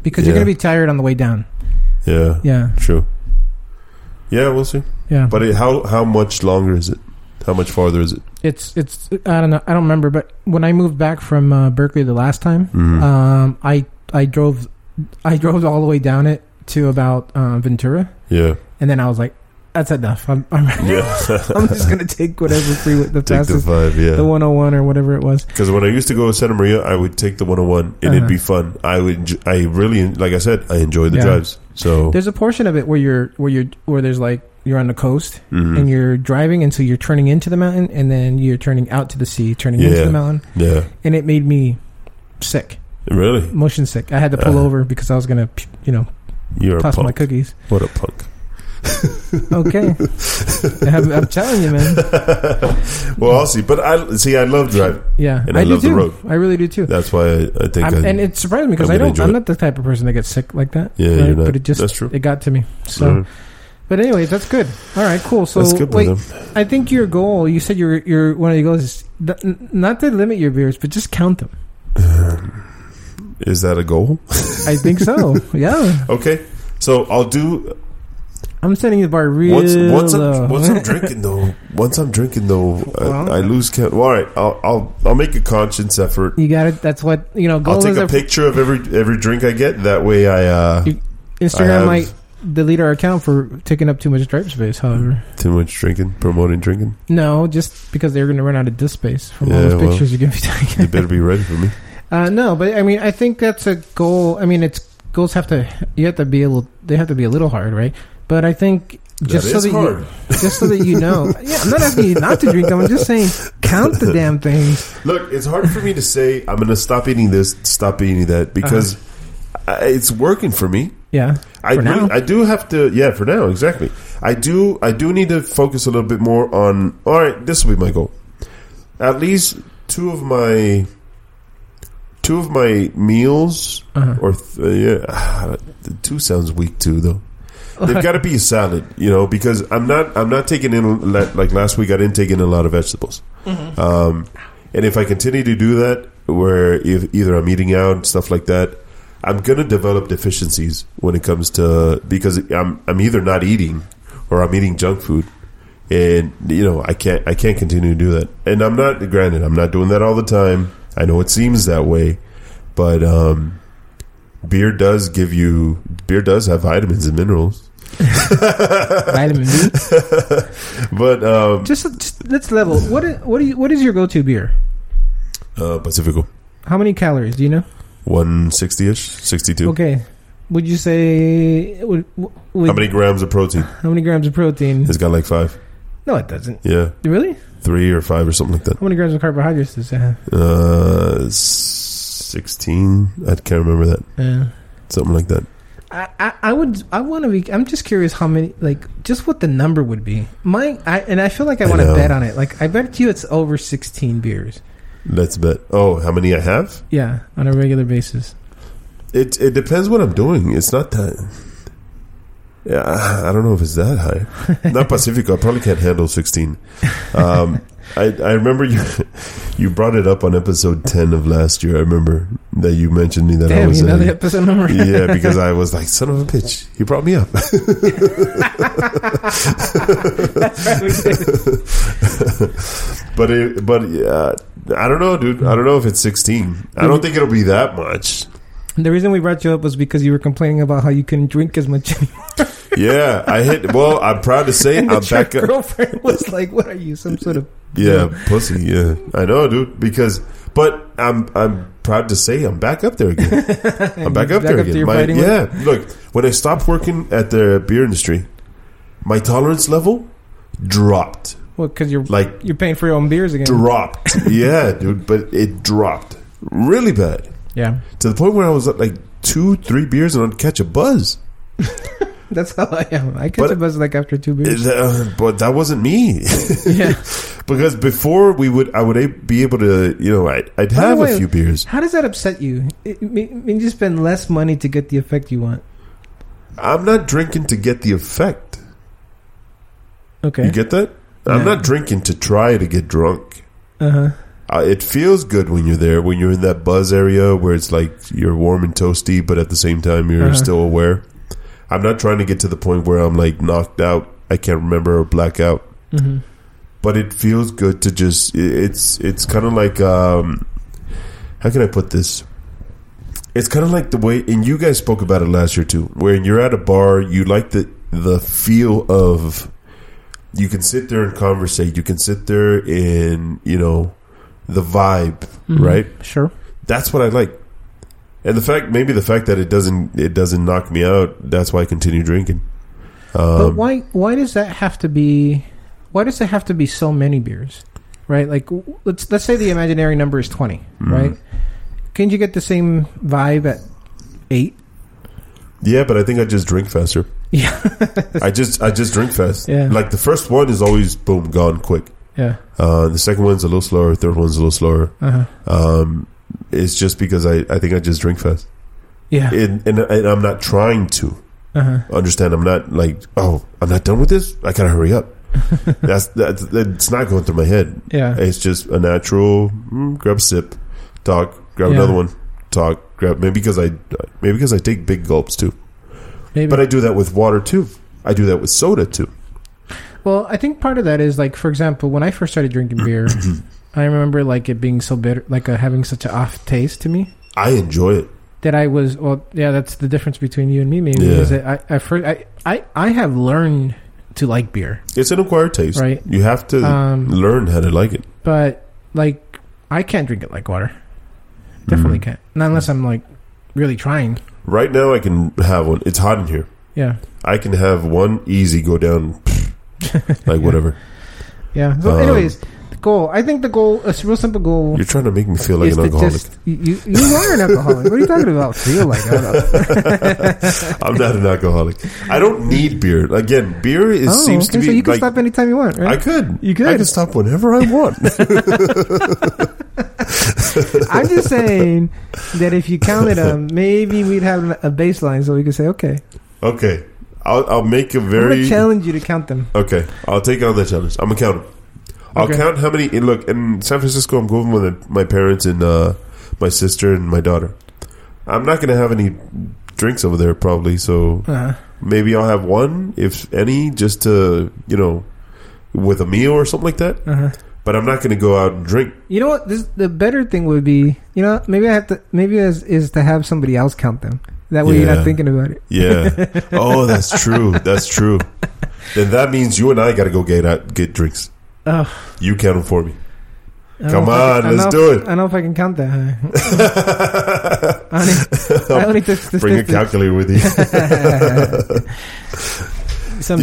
[SPEAKER 3] because you're
[SPEAKER 2] Yeah.
[SPEAKER 3] gonna be tired on the way down.
[SPEAKER 2] yeah,
[SPEAKER 3] Yeah,
[SPEAKER 2] true. Yeah, we'll see.
[SPEAKER 3] yeah.
[SPEAKER 2] But it, how how much longer is it? How much farther is it?
[SPEAKER 3] it's it's I don't know I don't remember, but when I moved back from uh, Berkeley the last time,
[SPEAKER 2] Mhm.
[SPEAKER 3] um, I I drove I drove all the way down it to about uh, Ventura,
[SPEAKER 2] yeah,
[SPEAKER 3] and then I was like, that's enough. I'm I'm,
[SPEAKER 2] yeah.
[SPEAKER 3] I'm just gonna take whatever freeway the
[SPEAKER 2] Take the
[SPEAKER 3] fastest
[SPEAKER 2] five,
[SPEAKER 3] the,
[SPEAKER 2] yeah.
[SPEAKER 3] 101 or whatever it was.
[SPEAKER 2] Because when I used to go to Santa Maria, I would take the 101, and it'd
[SPEAKER 3] Uh-huh.
[SPEAKER 2] be fun. I would, enj- I really, like I said, I enjoy the
[SPEAKER 3] Yeah.
[SPEAKER 2] drives. So,
[SPEAKER 3] There's a portion of it where you're where you're where there's like you're on the coast
[SPEAKER 2] mhm.
[SPEAKER 3] and you're driving, and so you're turning into the mountain, and then you're turning out to the sea, turning into
[SPEAKER 2] Yeah.
[SPEAKER 3] the mountain,
[SPEAKER 2] yeah,
[SPEAKER 3] and it made me sick,
[SPEAKER 2] really,
[SPEAKER 3] motion sick. I had to pull
[SPEAKER 2] Uh-huh.
[SPEAKER 3] over because I was gonna you know
[SPEAKER 2] you're a
[SPEAKER 3] toss my
[SPEAKER 2] punk.
[SPEAKER 3] cookies.
[SPEAKER 2] What a punk.
[SPEAKER 3] Okay. I'm, I'm telling you, man.
[SPEAKER 2] well, I'll see. But I see. I love driving.
[SPEAKER 3] Yeah,
[SPEAKER 2] And I
[SPEAKER 3] do
[SPEAKER 2] love the
[SPEAKER 3] too.
[SPEAKER 2] road.
[SPEAKER 3] I really do too.
[SPEAKER 2] That's why I, I think.
[SPEAKER 3] I'm-
[SPEAKER 2] I,
[SPEAKER 3] and it surprised me because
[SPEAKER 2] I'm
[SPEAKER 3] I
[SPEAKER 2] gonna
[SPEAKER 3] don't.
[SPEAKER 2] enjoy
[SPEAKER 3] I'm
[SPEAKER 2] it.
[SPEAKER 3] not the type of person that gets sick like that.
[SPEAKER 2] yeah,
[SPEAKER 3] right?
[SPEAKER 2] you're not.
[SPEAKER 3] But it just
[SPEAKER 2] that's true.
[SPEAKER 3] it got to me. So,
[SPEAKER 2] Mhm.
[SPEAKER 3] but anyway, that's good. All right, cool. So
[SPEAKER 2] that's good.
[SPEAKER 3] wait,
[SPEAKER 2] brother.
[SPEAKER 3] I think your goal. You said your your one of your goals is th- n- not to limit your beers, but just count them.
[SPEAKER 2] Is that a goal?
[SPEAKER 3] I think so. yeah,
[SPEAKER 2] Okay. So I'll do
[SPEAKER 3] I'm setting the bar real
[SPEAKER 2] once. Once
[SPEAKER 3] low.
[SPEAKER 2] I'm, once I'm drinking though. Once I'm drinking though,
[SPEAKER 3] Well.
[SPEAKER 2] I, I lose count. Well, all right. I'll I'll I'll make a conscious effort.
[SPEAKER 3] you got it. That's what you know.
[SPEAKER 2] I'll
[SPEAKER 3] Goals
[SPEAKER 2] take
[SPEAKER 3] is
[SPEAKER 2] a picture of every every drink I get. That way, I uh,
[SPEAKER 3] You-
[SPEAKER 2] I
[SPEAKER 3] Instagram
[SPEAKER 2] have-
[SPEAKER 3] might delete our account for taking up too much drive space. However.
[SPEAKER 2] too much drinking, promoting drinking.
[SPEAKER 3] No, just because they're going to run out of disk space from all
[SPEAKER 2] Yeah,
[SPEAKER 3] those
[SPEAKER 2] well.
[SPEAKER 3] pictures you're going to be
[SPEAKER 2] You
[SPEAKER 3] taking.
[SPEAKER 2] better be ready for me.
[SPEAKER 3] uh, no, but I mean, I think that's a goal. I mean, it's goals have to you have to be able they have to be a little hard, right? But I think just
[SPEAKER 2] That
[SPEAKER 3] so
[SPEAKER 2] is
[SPEAKER 3] that
[SPEAKER 2] hard.
[SPEAKER 3] you just so that you know, yeah, I'm not asking you not to drink them. I'm just saying count the damn things.
[SPEAKER 2] Look, it's hard for me to say I'm going to stop eating this, stop eating
[SPEAKER 3] Uh-huh.
[SPEAKER 2] that because I, it's working for me.
[SPEAKER 3] Yeah,
[SPEAKER 2] I
[SPEAKER 3] For
[SPEAKER 2] do,
[SPEAKER 3] now.
[SPEAKER 2] I do have to yeah for now exactly. I do I do need to focus a little bit more on all right, this will be my goal. At least two of my two of my meals
[SPEAKER 3] uh-huh.
[SPEAKER 2] or th- uh, yeah, two sounds weak too though. They've got to be a salad, you know, because I'm not I'm not taking in like like last week I didn't take in a lot of vegetables. Um, and if I continue to do that, where if either I'm eating out and stuff like that, I'm gonna develop deficiencies when it comes to because I'm I'm either not eating or I'm eating junk food, and you know I can't I can't continue to do that. And I'm not granted I'm not doing that all the time. I know it seems that way, but um, beer does give you beer does have vitamins and minerals.
[SPEAKER 3] vitamin B.
[SPEAKER 2] But um,
[SPEAKER 3] Just, just let's level. What is, what do you, what is your go to beer?
[SPEAKER 2] uh, Pacifico
[SPEAKER 3] How many calories do you know?
[SPEAKER 2] one sixty ish sixty two.
[SPEAKER 3] Okay, would you say would, would,
[SPEAKER 2] How many grams of protein?
[SPEAKER 3] how many grams of protein?
[SPEAKER 2] It's got like five.
[SPEAKER 3] No, it doesn't.
[SPEAKER 2] Yeah,
[SPEAKER 3] Really?
[SPEAKER 2] three or five or something like that.
[SPEAKER 3] How many grams of carbohydrates does it have?
[SPEAKER 2] Uh, sixteen. I can't remember that.
[SPEAKER 3] Yeah.
[SPEAKER 2] Something like that.
[SPEAKER 3] I, I, I would I want to be I'm just curious how many like just what the number would be my I and I feel like I
[SPEAKER 2] I
[SPEAKER 3] want to
[SPEAKER 2] know.
[SPEAKER 3] bet on it like I bet you it's over 16 beers
[SPEAKER 2] Let's bet. Oh, how many I have?
[SPEAKER 3] Yeah, on a regular basis.
[SPEAKER 2] It it depends what I'm doing. It's not that. Yeah, I- I don't know if it's that high. not Pacifico. I probably can't handle 16. Um, I I remember you you brought it up on episode 10 of last year. I remember that you mentioned me that I
[SPEAKER 3] Damn,
[SPEAKER 2] was
[SPEAKER 3] you know
[SPEAKER 2] a-
[SPEAKER 3] the episode number.
[SPEAKER 2] yeah, because I was like, son of a bitch, he brought me up. but it, but yeah, I don't know, dude. I don't know if it's 16. I don't think it'll be that much.
[SPEAKER 3] The reason we brought you up was because you were complaining about how you couldn't drink as much.
[SPEAKER 2] Yeah, I hit. Well, I'm proud to say
[SPEAKER 3] and
[SPEAKER 2] I'm
[SPEAKER 3] that your
[SPEAKER 2] back up.
[SPEAKER 3] girlfriend was like, "What are you, some sort of?"
[SPEAKER 2] Yeah, pussy. Yeah, I know, dude. Because, but I'm I'm proud to say I'm back up there again. I'm back up there
[SPEAKER 3] Back up to
[SPEAKER 2] again.
[SPEAKER 3] your
[SPEAKER 2] My,
[SPEAKER 3] fighting
[SPEAKER 2] yeah, look, when I stopped working at the beer industry, my tolerance level dropped.
[SPEAKER 3] Well, because you're
[SPEAKER 2] Like
[SPEAKER 3] you're paying for your own beers again.
[SPEAKER 2] dropped. yeah, dude, but it dropped really bad
[SPEAKER 3] yeah,
[SPEAKER 2] to the point where I was at like two, three beers and I'd catch a buzz.
[SPEAKER 3] that's how I am. I catch
[SPEAKER 2] But-
[SPEAKER 3] a buzz like after two beers.
[SPEAKER 2] It- uh, but that wasn't me
[SPEAKER 3] yeah.
[SPEAKER 2] because before we would, I would a- be able to, you know, I'd, I'd
[SPEAKER 3] By the
[SPEAKER 2] have a
[SPEAKER 3] way-
[SPEAKER 2] few beers.
[SPEAKER 3] How does that upset you? It, me- me- you spend less money to get the effect you want.
[SPEAKER 2] I'm not drinking to get the effect.
[SPEAKER 3] Okay.
[SPEAKER 2] You get that? I'm
[SPEAKER 3] Yeah.
[SPEAKER 2] not drinking to try to get drunk.
[SPEAKER 3] Uh huh.
[SPEAKER 2] Uh, it feels good when you're there, when you're in that buzz area where it's like you're warm and toasty, but at the same time you're
[SPEAKER 3] Uh-huh.
[SPEAKER 2] still aware. I'm not trying to get to the point where I'm like knocked out, I can't remember or blackout.
[SPEAKER 3] hmm
[SPEAKER 2] But it feels good to just. i- It's it's kind of like um, how can I put this? It's kind of like the way, and you guys spoke about it last year too. Where you're at a bar, you like the the feel of. You can sit there and conversate. You can sit there and you know, the vibe,
[SPEAKER 3] Mm-hmm.
[SPEAKER 2] right?
[SPEAKER 3] Sure.
[SPEAKER 2] that's what I like. And the fact, maybe the fact that it doesn't it doesn't knock me out. That's why I continue drinking.
[SPEAKER 3] but
[SPEAKER 2] Um,
[SPEAKER 3] why why does that have to be? Why does it have to be so many beers? Right. Like w- let's let's say the imaginary number is twenty.
[SPEAKER 2] Mhm.
[SPEAKER 3] Right. Can you get the same vibe at eight?
[SPEAKER 2] yeah, but I think I just drink faster.
[SPEAKER 3] Yeah.
[SPEAKER 2] I just I just drink fast.
[SPEAKER 3] Yeah.
[SPEAKER 2] Like the first one is always boom gone quick.
[SPEAKER 3] Yeah.
[SPEAKER 2] Uh, the second one's a little slower. Third one's a little slower.
[SPEAKER 3] Uh huh.
[SPEAKER 2] Um, it's just because I, I think I just drink fast,
[SPEAKER 3] Yeah.
[SPEAKER 2] and, and and I'm not trying to
[SPEAKER 3] Uh huh.
[SPEAKER 2] understand. I'm not like oh I'm not done with this. I gotta hurry up. that's that's it's not going through my head.
[SPEAKER 3] Yeah.
[SPEAKER 2] It's just a natural mm, grab a sip, talk, grab
[SPEAKER 3] Yeah.
[SPEAKER 2] another one, talk, grab. Maybe because I maybe because I take big gulps too.
[SPEAKER 3] Maybe.
[SPEAKER 2] But I do that with water too. I do that with soda too.
[SPEAKER 3] Well, I think part of that is like, for example, when I first started drinking beer, I remember like it being so bitter, like uh, having such an off taste to me
[SPEAKER 2] I enjoy it.
[SPEAKER 3] that I was. Well, yeah, that's the difference between you and me. Maybe
[SPEAKER 2] Yeah.
[SPEAKER 3] is that I, I first I, I I have learned to like beer,
[SPEAKER 2] It's an acquired taste.
[SPEAKER 3] right?
[SPEAKER 2] You have to
[SPEAKER 3] Um,
[SPEAKER 2] learn how to like it.
[SPEAKER 3] but like I can't drink it like water. Definitely
[SPEAKER 2] Mhm.
[SPEAKER 3] can't. Not unless I'm like really trying.
[SPEAKER 2] Right now, I can have one. It's hot in here.
[SPEAKER 3] Yeah,
[SPEAKER 2] I can have one easy go down, like whatever.
[SPEAKER 3] yeah. So,
[SPEAKER 2] Um,
[SPEAKER 3] anyways, the goal. I think the goal. A real simple goal.
[SPEAKER 2] You're trying to make me feel like
[SPEAKER 3] is
[SPEAKER 2] an
[SPEAKER 3] to
[SPEAKER 2] alcoholic.
[SPEAKER 3] just you, you you are an alcoholic. what are you talking about? Feel like I don't know.
[SPEAKER 2] I'm not an alcoholic. I don't need beer. Again, beer is, seems to
[SPEAKER 3] Oh,
[SPEAKER 2] be
[SPEAKER 3] okay, so you can
[SPEAKER 2] like
[SPEAKER 3] stop anytime you want,
[SPEAKER 2] I
[SPEAKER 3] right?
[SPEAKER 2] could.
[SPEAKER 3] You could.
[SPEAKER 2] I could stop whenever I want.
[SPEAKER 3] I, am just saying that if you counted them, maybe we'd have a baseline so we could say, okay,
[SPEAKER 2] okay. I'll, I'll make a
[SPEAKER 3] I'm
[SPEAKER 2] very.
[SPEAKER 3] gonna challenge you to count them.
[SPEAKER 2] okay. I'll take on that challenge. I'm going to count 'em. I'll
[SPEAKER 3] Okay.
[SPEAKER 2] count how many. and Look, in San Francisco, I'm going with my parents and uh, my sister and my daughter. I'm not going to have any drinks over there, probably. So
[SPEAKER 3] Uh,
[SPEAKER 2] maybe I'll have one, if any, just to, you know, with a meal or something like that.
[SPEAKER 3] uh
[SPEAKER 2] But I'm not going to go out and drink.
[SPEAKER 3] You know what? This the better thing would be. You know, maybe I have to. Maybe is is to have somebody else count them. That way, you're
[SPEAKER 2] Yeah.
[SPEAKER 3] not thinking about it.
[SPEAKER 2] Yeah. oh, that's true. That's true. Then that means you and I got to go get out, get drinks.
[SPEAKER 3] Ugh.
[SPEAKER 2] You count them for me.
[SPEAKER 3] I don't
[SPEAKER 2] Come
[SPEAKER 3] know if I
[SPEAKER 2] on,
[SPEAKER 3] can- I
[SPEAKER 2] let's
[SPEAKER 3] don't know
[SPEAKER 2] do
[SPEAKER 3] if-
[SPEAKER 2] it.
[SPEAKER 3] I don't know if I can count that high. I only, I only took
[SPEAKER 2] Bring a
[SPEAKER 3] statistics.
[SPEAKER 2] calculator with you.
[SPEAKER 3] Someday.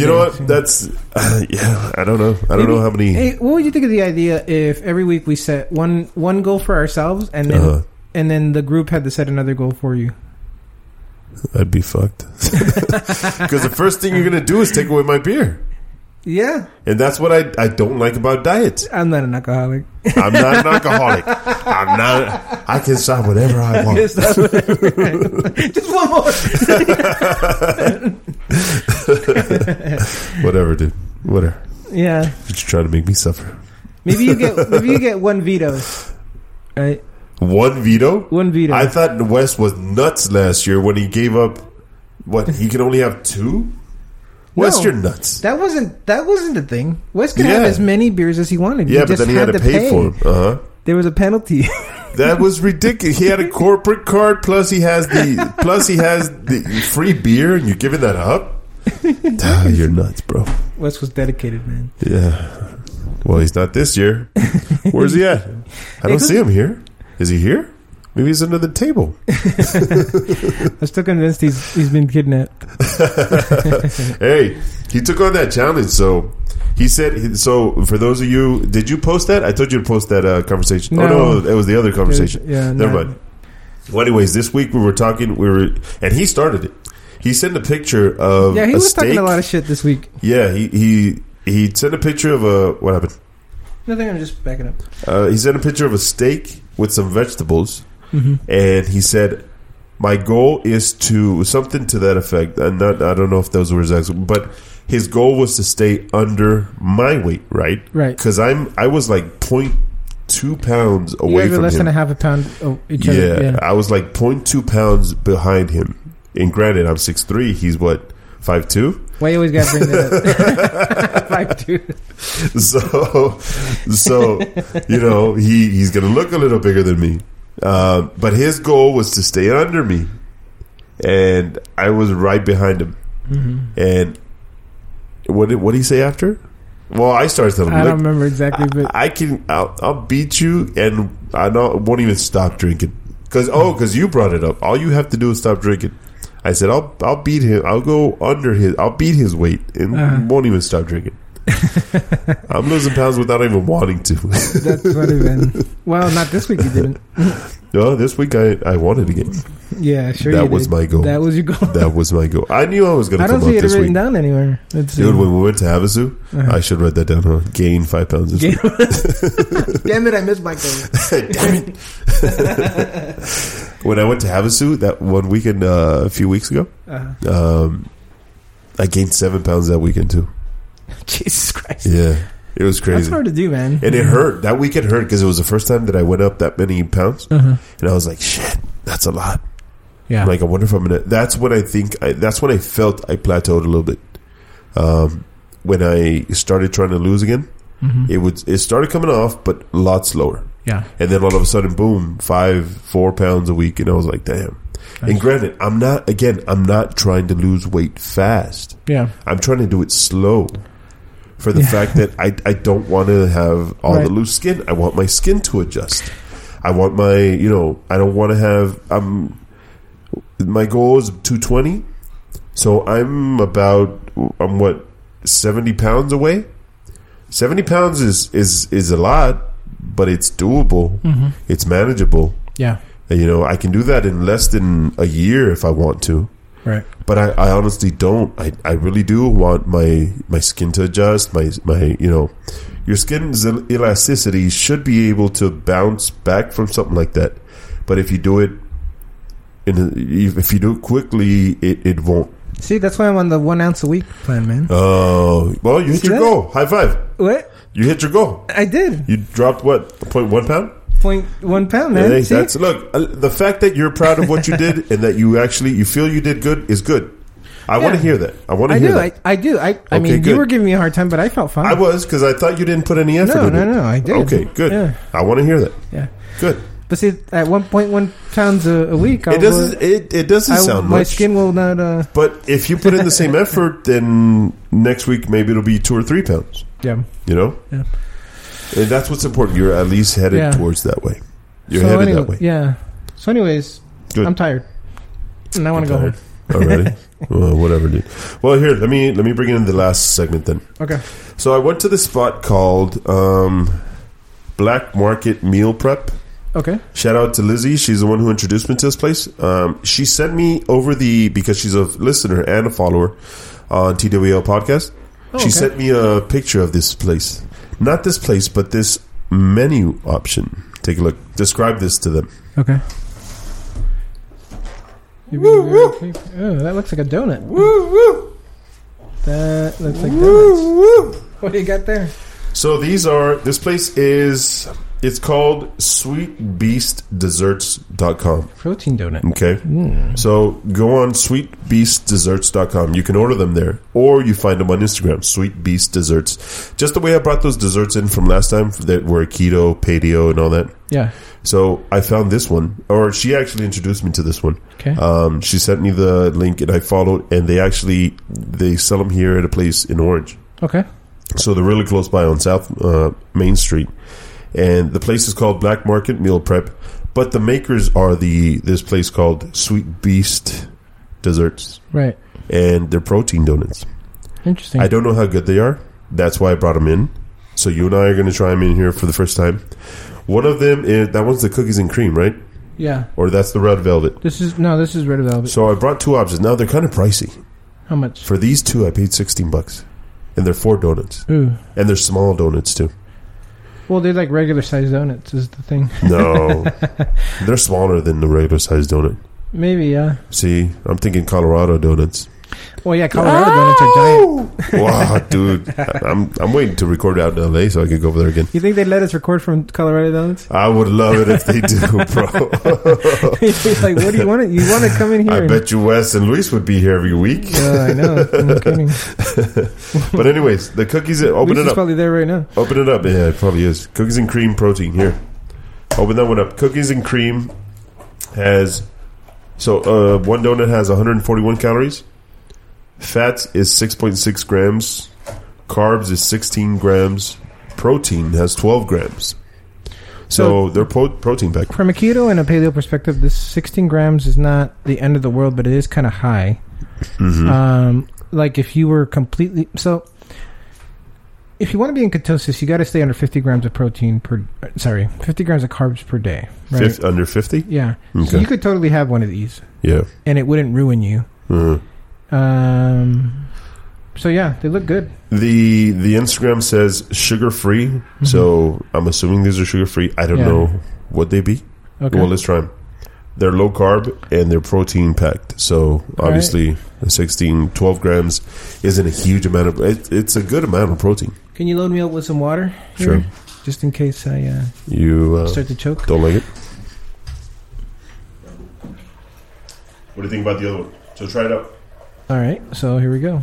[SPEAKER 2] you know what? That's uh, yeah. I don't know. I don't
[SPEAKER 3] Maybe-
[SPEAKER 2] know how many.
[SPEAKER 3] Hey, what would you think of the idea if every week we set one one goal for ourselves and then
[SPEAKER 2] uh,
[SPEAKER 3] and then the group had to set another goal for you?
[SPEAKER 2] I'd be fucked. Because the first thing you're gonna do is take away my beer.
[SPEAKER 3] Yeah,
[SPEAKER 2] And that's what I, I don't like about diets.
[SPEAKER 3] I'm not an alcoholic.
[SPEAKER 2] I'm not an alcoholic. I'm not. I can stop whatever I want.
[SPEAKER 3] Just one more.
[SPEAKER 2] Whatever, dude. Whatever.
[SPEAKER 3] Yeah,
[SPEAKER 2] You're trying to make me suffer.
[SPEAKER 3] maybe you get maybe you get one veto, right?
[SPEAKER 2] One veto?
[SPEAKER 3] One veto.
[SPEAKER 2] I thought West was nuts last year when he gave up. What? He can only have two? West,
[SPEAKER 3] No.
[SPEAKER 2] you're nuts.
[SPEAKER 3] that wasn't that wasn't the thing. Wes could have
[SPEAKER 2] Yeah.
[SPEAKER 3] as many beers as he wanted.
[SPEAKER 2] Yeah, but then he had, to pay, for him. Uh
[SPEAKER 3] There was a penalty.
[SPEAKER 2] huh. That was ridiculous. He had a corporate card. Plus, he has the plus he has the free beer, and you're giving that up. Ah, you're nuts, bro.
[SPEAKER 3] Wes was dedicated, man.
[SPEAKER 2] Yeah. Well, he's not this year. Where's he at? I don't see him here. Is he here? Maybe he's under the table.
[SPEAKER 3] I'm still convinced he's he's been kidnapped.
[SPEAKER 2] hey, he took on that challenge. So he said. So for those of you, did you post that? I told you to post that uh, conversation. Oh
[SPEAKER 3] No.
[SPEAKER 2] no, it was the other conversation.
[SPEAKER 3] Yeah,
[SPEAKER 2] Never
[SPEAKER 3] no.
[SPEAKER 2] mind. Well, anyways, this week we were talking. We were, and he started it. He sent a picture of
[SPEAKER 3] Yeah, he
[SPEAKER 2] a
[SPEAKER 3] was
[SPEAKER 2] steak.
[SPEAKER 3] talking a lot of shit this week.
[SPEAKER 2] yeah, he he he sent a picture of a what happened.
[SPEAKER 3] Nothing. I'm just backing up.
[SPEAKER 2] Uh, he sent a picture of a steak with some vegetables,
[SPEAKER 3] Mm-hmm.
[SPEAKER 2] and he said, "My goal is to something to that effect." i not, I don't know if those were his exact, but his goal was to stay under my weight, right?
[SPEAKER 3] Right.
[SPEAKER 2] Because I'm, I was like 0.2 pounds
[SPEAKER 3] You
[SPEAKER 2] away
[SPEAKER 3] guys were
[SPEAKER 2] from
[SPEAKER 3] less
[SPEAKER 2] him.
[SPEAKER 3] than a half a pound of each
[SPEAKER 2] yeah,
[SPEAKER 3] other. Yeah.
[SPEAKER 2] I was like 0.2 pounds behind him. And granted, I'm 6'3", He's what five two.
[SPEAKER 3] Why you always got to bring that up? Five two.
[SPEAKER 2] so so you know he he's gonna look a little bigger than me uh, but his goal was to stay under me and i was right behind him
[SPEAKER 3] Mm-hmm.
[SPEAKER 2] and what did what did he say after well i started telling
[SPEAKER 3] I
[SPEAKER 2] him
[SPEAKER 3] don't
[SPEAKER 2] look,
[SPEAKER 3] remember exactly, but
[SPEAKER 2] I, I can I'll, I'll beat you and i don't, won't even stop drinking because oh because you brought it up all you have to do is stop drinking i said i'll i'll beat him i'll go under his i'll beat his weight and
[SPEAKER 3] Uh-huh.
[SPEAKER 2] won't even stop drinking i'm losing pounds without even wanting to
[SPEAKER 3] that's what it been. Well, not this week. You didn't.
[SPEAKER 2] no this week i i wanted to get
[SPEAKER 3] Yeah, sure.
[SPEAKER 2] that
[SPEAKER 3] you
[SPEAKER 2] was
[SPEAKER 3] did.
[SPEAKER 2] my goal
[SPEAKER 3] That was your goal.
[SPEAKER 2] that was my goal i knew i was gonna
[SPEAKER 3] I
[SPEAKER 2] come
[SPEAKER 3] don't
[SPEAKER 2] up
[SPEAKER 3] see it
[SPEAKER 2] this
[SPEAKER 3] written
[SPEAKER 2] week
[SPEAKER 3] down anywhere. Let's see.
[SPEAKER 2] Dude, when we went to Havasu, I should write that down. Huh? Gain five pounds this
[SPEAKER 3] Gain-
[SPEAKER 2] week.
[SPEAKER 3] Damn it! I missed my goal.
[SPEAKER 2] Damn it. when I went to Havasu that one weekend uh, a few weeks ago,
[SPEAKER 3] Uh,
[SPEAKER 2] um, I gained seven pounds that weekend too.
[SPEAKER 3] Jesus Christ,
[SPEAKER 2] Yeah, it was
[SPEAKER 3] that's
[SPEAKER 2] crazy.
[SPEAKER 3] hard to do, man.
[SPEAKER 2] And it hurt. That weekend hurt because it was the first time that I went up that many pounds.
[SPEAKER 3] Uh-huh.
[SPEAKER 2] And I was like, shit, that's a lot.
[SPEAKER 4] Yeah.
[SPEAKER 2] Like, I wonder if I'm going to. That's when I think, I, that's when I felt I plateaued a little bit. Um, when I started trying to lose again,
[SPEAKER 4] Mhm.
[SPEAKER 2] it would it started coming off, but a lot slower.
[SPEAKER 4] Yeah.
[SPEAKER 2] And then all of a sudden, boom, five, four pounds a week. And I was like, damn. And
[SPEAKER 4] Nice.
[SPEAKER 2] granted, I'm not, again, I'm not trying to lose weight fast.
[SPEAKER 4] Yeah.
[SPEAKER 2] I'm trying to do it slow for the
[SPEAKER 3] Yeah.
[SPEAKER 2] fact that I, I don't want to have all the
[SPEAKER 3] Right.
[SPEAKER 2] loose skin. I want my skin to adjust. I want my, you know, I don't want to have, I'm, my goal is 220. So I'm about, I'm what, 70 pounds away? 70 pounds is, is, is a lot, but it's doable.
[SPEAKER 3] Mm-hmm.
[SPEAKER 2] It's manageable.
[SPEAKER 4] Yeah.
[SPEAKER 2] And, you know, I can do that in less than a year if I want to
[SPEAKER 4] Right.
[SPEAKER 2] but I, I honestly don't. I, I really do want my my skin to adjust. My my you know, your skin's el- elasticity should be able to bounce back from something like that. But if you do it, in a, if if you do it quickly, it, it won't.
[SPEAKER 3] See, that's why I'm on the one ounce a week plan, man.
[SPEAKER 2] Oh well, you hit
[SPEAKER 3] See
[SPEAKER 2] your
[SPEAKER 3] that?
[SPEAKER 2] goal. High five!
[SPEAKER 3] What
[SPEAKER 2] You hit your goal.
[SPEAKER 3] I did,
[SPEAKER 2] You dropped what point one pound?
[SPEAKER 3] point one pound, man.
[SPEAKER 2] Hey,
[SPEAKER 3] See?
[SPEAKER 2] that's look. uh, The fact that you're proud of what you did and that you actually you feel you did good is good. I want to
[SPEAKER 3] Yeah.
[SPEAKER 2] hear that. I want to
[SPEAKER 3] I
[SPEAKER 2] hear
[SPEAKER 3] do.
[SPEAKER 2] that.
[SPEAKER 3] I, I do. I, I
[SPEAKER 2] Okay,
[SPEAKER 3] mean,
[SPEAKER 2] good.
[SPEAKER 3] you were giving me a hard time, but I felt fine.
[SPEAKER 2] I was because I thought you didn't put any effort.
[SPEAKER 3] No,
[SPEAKER 2] in
[SPEAKER 3] no,
[SPEAKER 2] it.
[SPEAKER 3] no, I did.
[SPEAKER 2] Okay, good.
[SPEAKER 3] Yeah.
[SPEAKER 2] I want to hear that.
[SPEAKER 3] yeah.
[SPEAKER 2] Good.
[SPEAKER 3] But see, at 1.1 pounds a, a week, I
[SPEAKER 2] It doesn't. It, it doesn't
[SPEAKER 3] will- I-
[SPEAKER 2] sound
[SPEAKER 3] my
[SPEAKER 2] much.
[SPEAKER 3] skin will not. Uh,
[SPEAKER 2] But if you put in the same effort, then next week maybe it'll be two or three pounds.
[SPEAKER 3] yeah.
[SPEAKER 2] You know.
[SPEAKER 3] Yeah.
[SPEAKER 2] And that's what's important. You're at least headed
[SPEAKER 3] Yeah.
[SPEAKER 2] towards that way. You're headed
[SPEAKER 3] anyway,
[SPEAKER 2] that way.
[SPEAKER 3] Yeah. So, anyways,
[SPEAKER 2] Good.
[SPEAKER 3] I'm tired, and I want to go home.
[SPEAKER 2] Already. well, whatever, dude. Well, here let me let me bring in the last segment then.
[SPEAKER 3] Okay.
[SPEAKER 2] So I went to this spot called um, Black Market Meal Prep.
[SPEAKER 3] Okay.
[SPEAKER 2] Shout out to Lizzie. She's the one who introduced me to this place. Um, she sent me over the because she's a listener and a follower on TWL podcast.
[SPEAKER 3] Oh,
[SPEAKER 2] she sent me a picture of this place. Not this place, but this menu option. Take a look. Describe this to them.
[SPEAKER 5] Okay.
[SPEAKER 3] Woo, woo. Oh, that looks like a donut. Woo, woo. That looks like donuts. What do you got there?
[SPEAKER 2] So these are this place is it's called sweetbeastdesserts.com.
[SPEAKER 3] Protein donut.
[SPEAKER 2] Okay.
[SPEAKER 3] Hmm.
[SPEAKER 2] So go on sweetbeastdesserts.com. You can order them there or you find them on Instagram, Sweet Beast Desserts. Just the way I brought those desserts in from last time that were keto, paleo and all that.
[SPEAKER 3] Yeah.
[SPEAKER 2] So I found this one, or she actually introduced me to this one.
[SPEAKER 3] Okay.
[SPEAKER 2] Um, she sent me the link, and I followed. And they actually they sell them here at a place in Orange.
[SPEAKER 3] Okay.
[SPEAKER 2] So they're really close by on South uh, Main Street, and the place is called Black Market Meal Prep. But the makers are the this place called Sweet Beast Desserts,
[SPEAKER 3] Right.
[SPEAKER 2] and they're protein donuts.
[SPEAKER 3] Interesting.
[SPEAKER 2] I don't know how good they are. That's why I brought them in. So you and I are going to try them in here for the first time. One of them is that one's the cookies and cream, right?
[SPEAKER 3] yeah.
[SPEAKER 2] Or that's the red velvet.
[SPEAKER 3] This is no. This is red velvet.
[SPEAKER 2] So I brought two options. Now they're kind of pricey.
[SPEAKER 3] How much?
[SPEAKER 2] For these two, I paid sixteen bucks, and they're four donuts,
[SPEAKER 3] Ooh.
[SPEAKER 2] and they're small donuts too.
[SPEAKER 3] Well, they're like regular sized donuts. Is the thing.
[SPEAKER 2] No, they're smaller than the regular sized donut.
[SPEAKER 3] Maybe. Yeah.
[SPEAKER 2] See, I'm thinking Colorado donuts.
[SPEAKER 3] Well, yeah. Colorado donuts are giant.
[SPEAKER 2] wow, dude, I- I'm I'm waiting to record out in L.A. so I can go over there again.
[SPEAKER 3] You think they'd let us record from Colorado donuts?
[SPEAKER 2] I would love it if they do, bro.
[SPEAKER 3] It's like, what do you want? To, you want to come in here?
[SPEAKER 2] I
[SPEAKER 3] and-
[SPEAKER 2] bet you Wes and Luis would be here every week.
[SPEAKER 3] Yeah, I know. No kidding.
[SPEAKER 2] But anyways, the cookies. Open
[SPEAKER 3] Lisa's
[SPEAKER 2] it up.
[SPEAKER 3] probably there right now.
[SPEAKER 2] Open it up. Yeah, it probably is. Cookies and cream protein here. Open that one up. Cookies and cream has so uh, one donut has 141 calories. Fats is 6.6 grams. Carbs is 16 grams. Protein has 12 grams. So, they're po- protein packed.
[SPEAKER 3] From a keto and a paleo perspective, this 16 grams is not the end of the world, but it is kind of high.
[SPEAKER 2] Mm-hmm. Hmm.
[SPEAKER 3] Um, like if you were completely so, if you want to be in ketosis, you got to stay under 50 grams of protein per. uh, Sorry, 50 grams of carbs per day. Right?
[SPEAKER 2] Fif- under 50?
[SPEAKER 3] Yeah, so
[SPEAKER 2] Okay.
[SPEAKER 3] you could totally have one of these,
[SPEAKER 2] Yeah.
[SPEAKER 3] and it wouldn't ruin you.
[SPEAKER 2] Uh-huh.
[SPEAKER 3] Um, so yeah, they look good.
[SPEAKER 2] The the Instagram says sugar free. So I'm assuming these are sugar free. I don't
[SPEAKER 3] Mm-hmm. Yeah.
[SPEAKER 2] know. Would they be?
[SPEAKER 3] Okay,
[SPEAKER 2] Well, let's try them. They're low carb and they're protein packed. So obviously, 16, 12 grams isn't a huge amount of. It, it's a good amount of protein.
[SPEAKER 3] can you load me up with some water?
[SPEAKER 2] Sure.
[SPEAKER 3] here? Just in case I uh,
[SPEAKER 2] You uh,
[SPEAKER 3] start to choke.
[SPEAKER 2] don't like it. What do you think about the other one? So try it out.
[SPEAKER 3] All right, so here we go.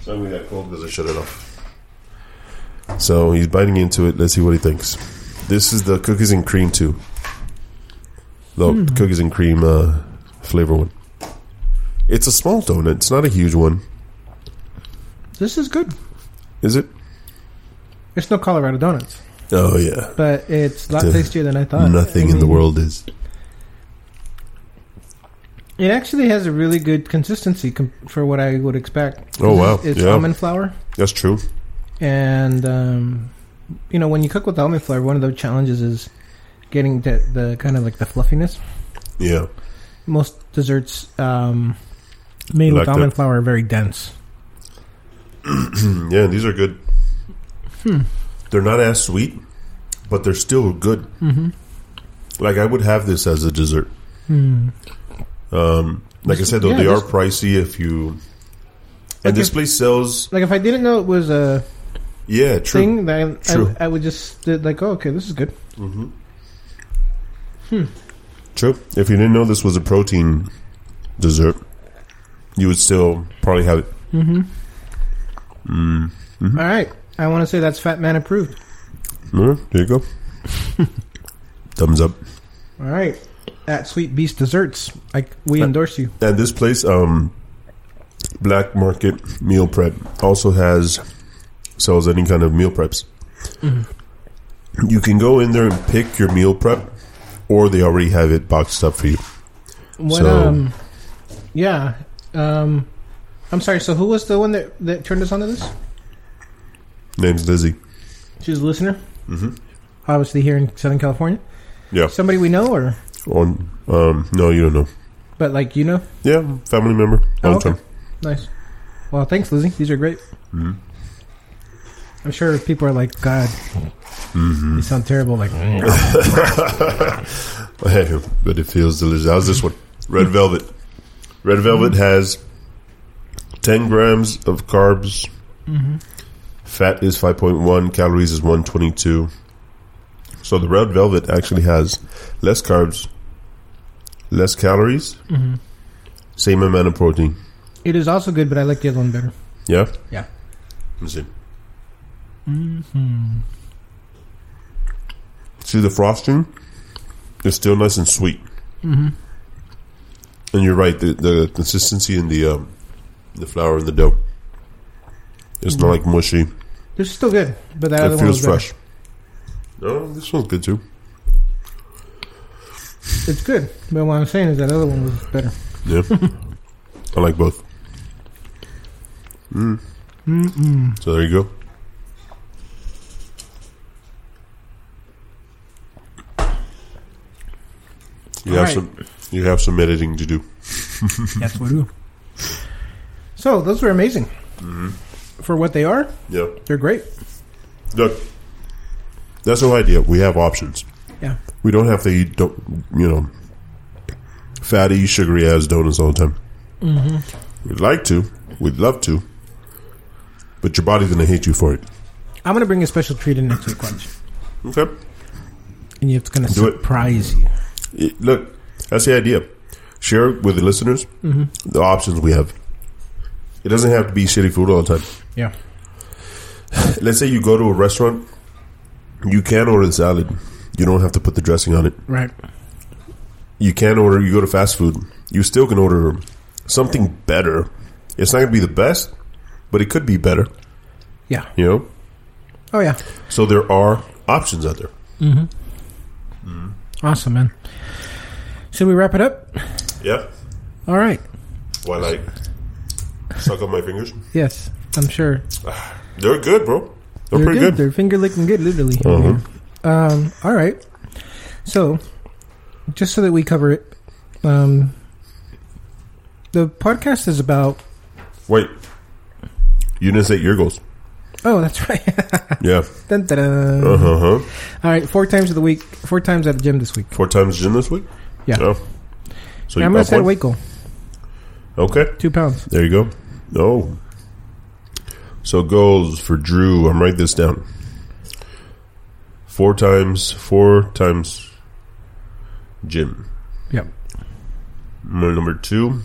[SPEAKER 2] Suddenly got cold because I shut it off. So he's biting into it. Let's see what he thinks. This is the cookies and cream too. The cookies and cream uh, flavor one. It's a small donut. It's not a huge one,
[SPEAKER 3] This is good.
[SPEAKER 2] is it?
[SPEAKER 3] It's no Colorado donuts,
[SPEAKER 2] Oh yeah,
[SPEAKER 3] but it's a lot
[SPEAKER 2] Duh.
[SPEAKER 3] tastier than I thought.
[SPEAKER 2] nothing
[SPEAKER 3] I
[SPEAKER 2] in the
[SPEAKER 3] mean,
[SPEAKER 2] world is.
[SPEAKER 3] It actually has a really good consistency com- for what I would expect.
[SPEAKER 2] Oh wow,
[SPEAKER 3] It's
[SPEAKER 2] yeah,
[SPEAKER 3] almond flour,
[SPEAKER 2] that's true.
[SPEAKER 3] and um, you know when you cook with almond flour, one of the challenges is getting the, the kind of like the fluffiness.
[SPEAKER 2] Yeah,
[SPEAKER 3] Most desserts um, made
[SPEAKER 2] Like
[SPEAKER 3] with
[SPEAKER 2] that.
[SPEAKER 3] almond flour are very dense.
[SPEAKER 2] yeah, these are good. They're not as sweet, but they're still good. Like I would have this as a dessert. Um, like I said, though
[SPEAKER 3] Hmm. Yeah,
[SPEAKER 2] they are
[SPEAKER 3] this-
[SPEAKER 2] pricey if you. And
[SPEAKER 3] Like
[SPEAKER 2] this
[SPEAKER 3] if-
[SPEAKER 2] place sells,
[SPEAKER 3] Like if I didn't know it was a
[SPEAKER 2] yeah, true.
[SPEAKER 3] thing, then
[SPEAKER 2] True.
[SPEAKER 3] I, I would just did like, oh, okay, this is good.
[SPEAKER 2] True. If you didn't know this was a protein dessert, you would still probably have it. Mm-hmm.
[SPEAKER 3] All right, I want to say that's Fat Man approved.
[SPEAKER 2] Mm, there you go. Thumbs up.
[SPEAKER 3] All right. At Sweet Beast Desserts, I, we endorse you.
[SPEAKER 2] And this place, um, Black Market Meal Prep, also has sells any kind of meal preps. You can go in there and pick your meal prep, or they already have it boxed up for you.
[SPEAKER 3] What,
[SPEAKER 2] So-
[SPEAKER 3] um, yeah. Um, I'm sorry. So who was the one that, that turned us onto this?
[SPEAKER 2] Name's Lizzie.
[SPEAKER 3] She's a listener. Mm-hmm. Obviously here in Southern California.
[SPEAKER 2] Yeah.
[SPEAKER 3] Somebody we know, or
[SPEAKER 2] On um, no, you don't know.
[SPEAKER 3] but like you know.
[SPEAKER 2] Yeah, family member.
[SPEAKER 3] Oh,
[SPEAKER 2] Long
[SPEAKER 3] okay.
[SPEAKER 2] time.
[SPEAKER 3] Nice. Well, thanks, Lizzie. These are great.
[SPEAKER 2] Mm-hmm.
[SPEAKER 6] Mhm.
[SPEAKER 3] I'm sure people are like, God,
[SPEAKER 2] Mm-hmm.
[SPEAKER 3] you sound terrible. Like,
[SPEAKER 2] Hey, but it feels delicious. How's this one? Red Velvet. Red Velvet has 10 grams of carbs. Fat is 5.1. Calories is 122. So the Red Velvet actually has less carbs, less calories, same amount of protein.
[SPEAKER 3] it is also good, but I like the other one better.
[SPEAKER 2] Yeah?
[SPEAKER 3] Yeah.
[SPEAKER 2] Let me see. See, the frosting is still nice and sweet. And you're right. The, the consistency in the um, the flour and the dough. It's not like mushy.
[SPEAKER 3] This is still good, but that other
[SPEAKER 2] it
[SPEAKER 3] one was
[SPEAKER 2] feels fresh. No, this one's good too.
[SPEAKER 3] Better. It's good, but what I'm saying is that other one was better.
[SPEAKER 2] Yeah, I like both. Mm. So there you go. You
[SPEAKER 3] All
[SPEAKER 2] have
[SPEAKER 3] right.
[SPEAKER 2] some. You have some editing to do.
[SPEAKER 3] That's what I do. So those were amazing
[SPEAKER 2] Mm-hmm.
[SPEAKER 3] for what they are.
[SPEAKER 2] Yeah.
[SPEAKER 3] They're great.
[SPEAKER 2] Look, that's the whole idea. We have options.
[SPEAKER 3] Yeah.
[SPEAKER 2] We don't have to eat, do- you know, fatty, sugary ass donuts all the time. Mm-hmm. We'd like to. We'd love to. But your body's going to hate you for it.
[SPEAKER 3] I'm gonna bring a special treat in next week, Crunch,
[SPEAKER 2] Okay.
[SPEAKER 3] and it's gonna
[SPEAKER 2] Do it.
[SPEAKER 3] surprise you.
[SPEAKER 2] It- look, that's the idea. Share with the listeners the options we have. It doesn't have to be shitty food all the time.
[SPEAKER 3] Yeah.
[SPEAKER 2] Let's say you go to a restaurant, you can order the salad. You don't have to put the dressing on it.
[SPEAKER 3] Right.
[SPEAKER 2] you can order you go to fast food you still can order something better it's not going to be the best but it could be better
[SPEAKER 3] Yeah.
[SPEAKER 2] you know
[SPEAKER 3] Oh yeah.
[SPEAKER 2] so there are options out there
[SPEAKER 3] Awesome, man. Should we wrap it up?
[SPEAKER 2] yeah
[SPEAKER 3] All right.
[SPEAKER 2] why like suck on my fingers
[SPEAKER 3] Yes, I'm sure.
[SPEAKER 2] they're good bro they're,
[SPEAKER 3] They're
[SPEAKER 2] pretty
[SPEAKER 3] good.
[SPEAKER 2] good,
[SPEAKER 3] They're finger licking good, literally.
[SPEAKER 2] Uh-huh.
[SPEAKER 3] Um, all right. So, just so that we cover it, um, the podcast is about.
[SPEAKER 2] wait you didn't say your goals
[SPEAKER 3] Oh, that's right.
[SPEAKER 2] yeah
[SPEAKER 3] Dun, dun, dun.
[SPEAKER 2] uh-huh
[SPEAKER 3] All right, four times of the week, four times at the gym this week.
[SPEAKER 2] four times gym this week
[SPEAKER 3] Yeah.
[SPEAKER 2] oh. so
[SPEAKER 3] Yeah,
[SPEAKER 2] you
[SPEAKER 3] I'm gonna
[SPEAKER 2] up
[SPEAKER 3] set a
[SPEAKER 2] one?
[SPEAKER 3] weight goal,
[SPEAKER 2] okay
[SPEAKER 3] two pounds.
[SPEAKER 2] There you go. Oh. So goals for Drew. I'm write this down. Four times, four times gym.
[SPEAKER 3] Yep.
[SPEAKER 2] My number two.
[SPEAKER 3] And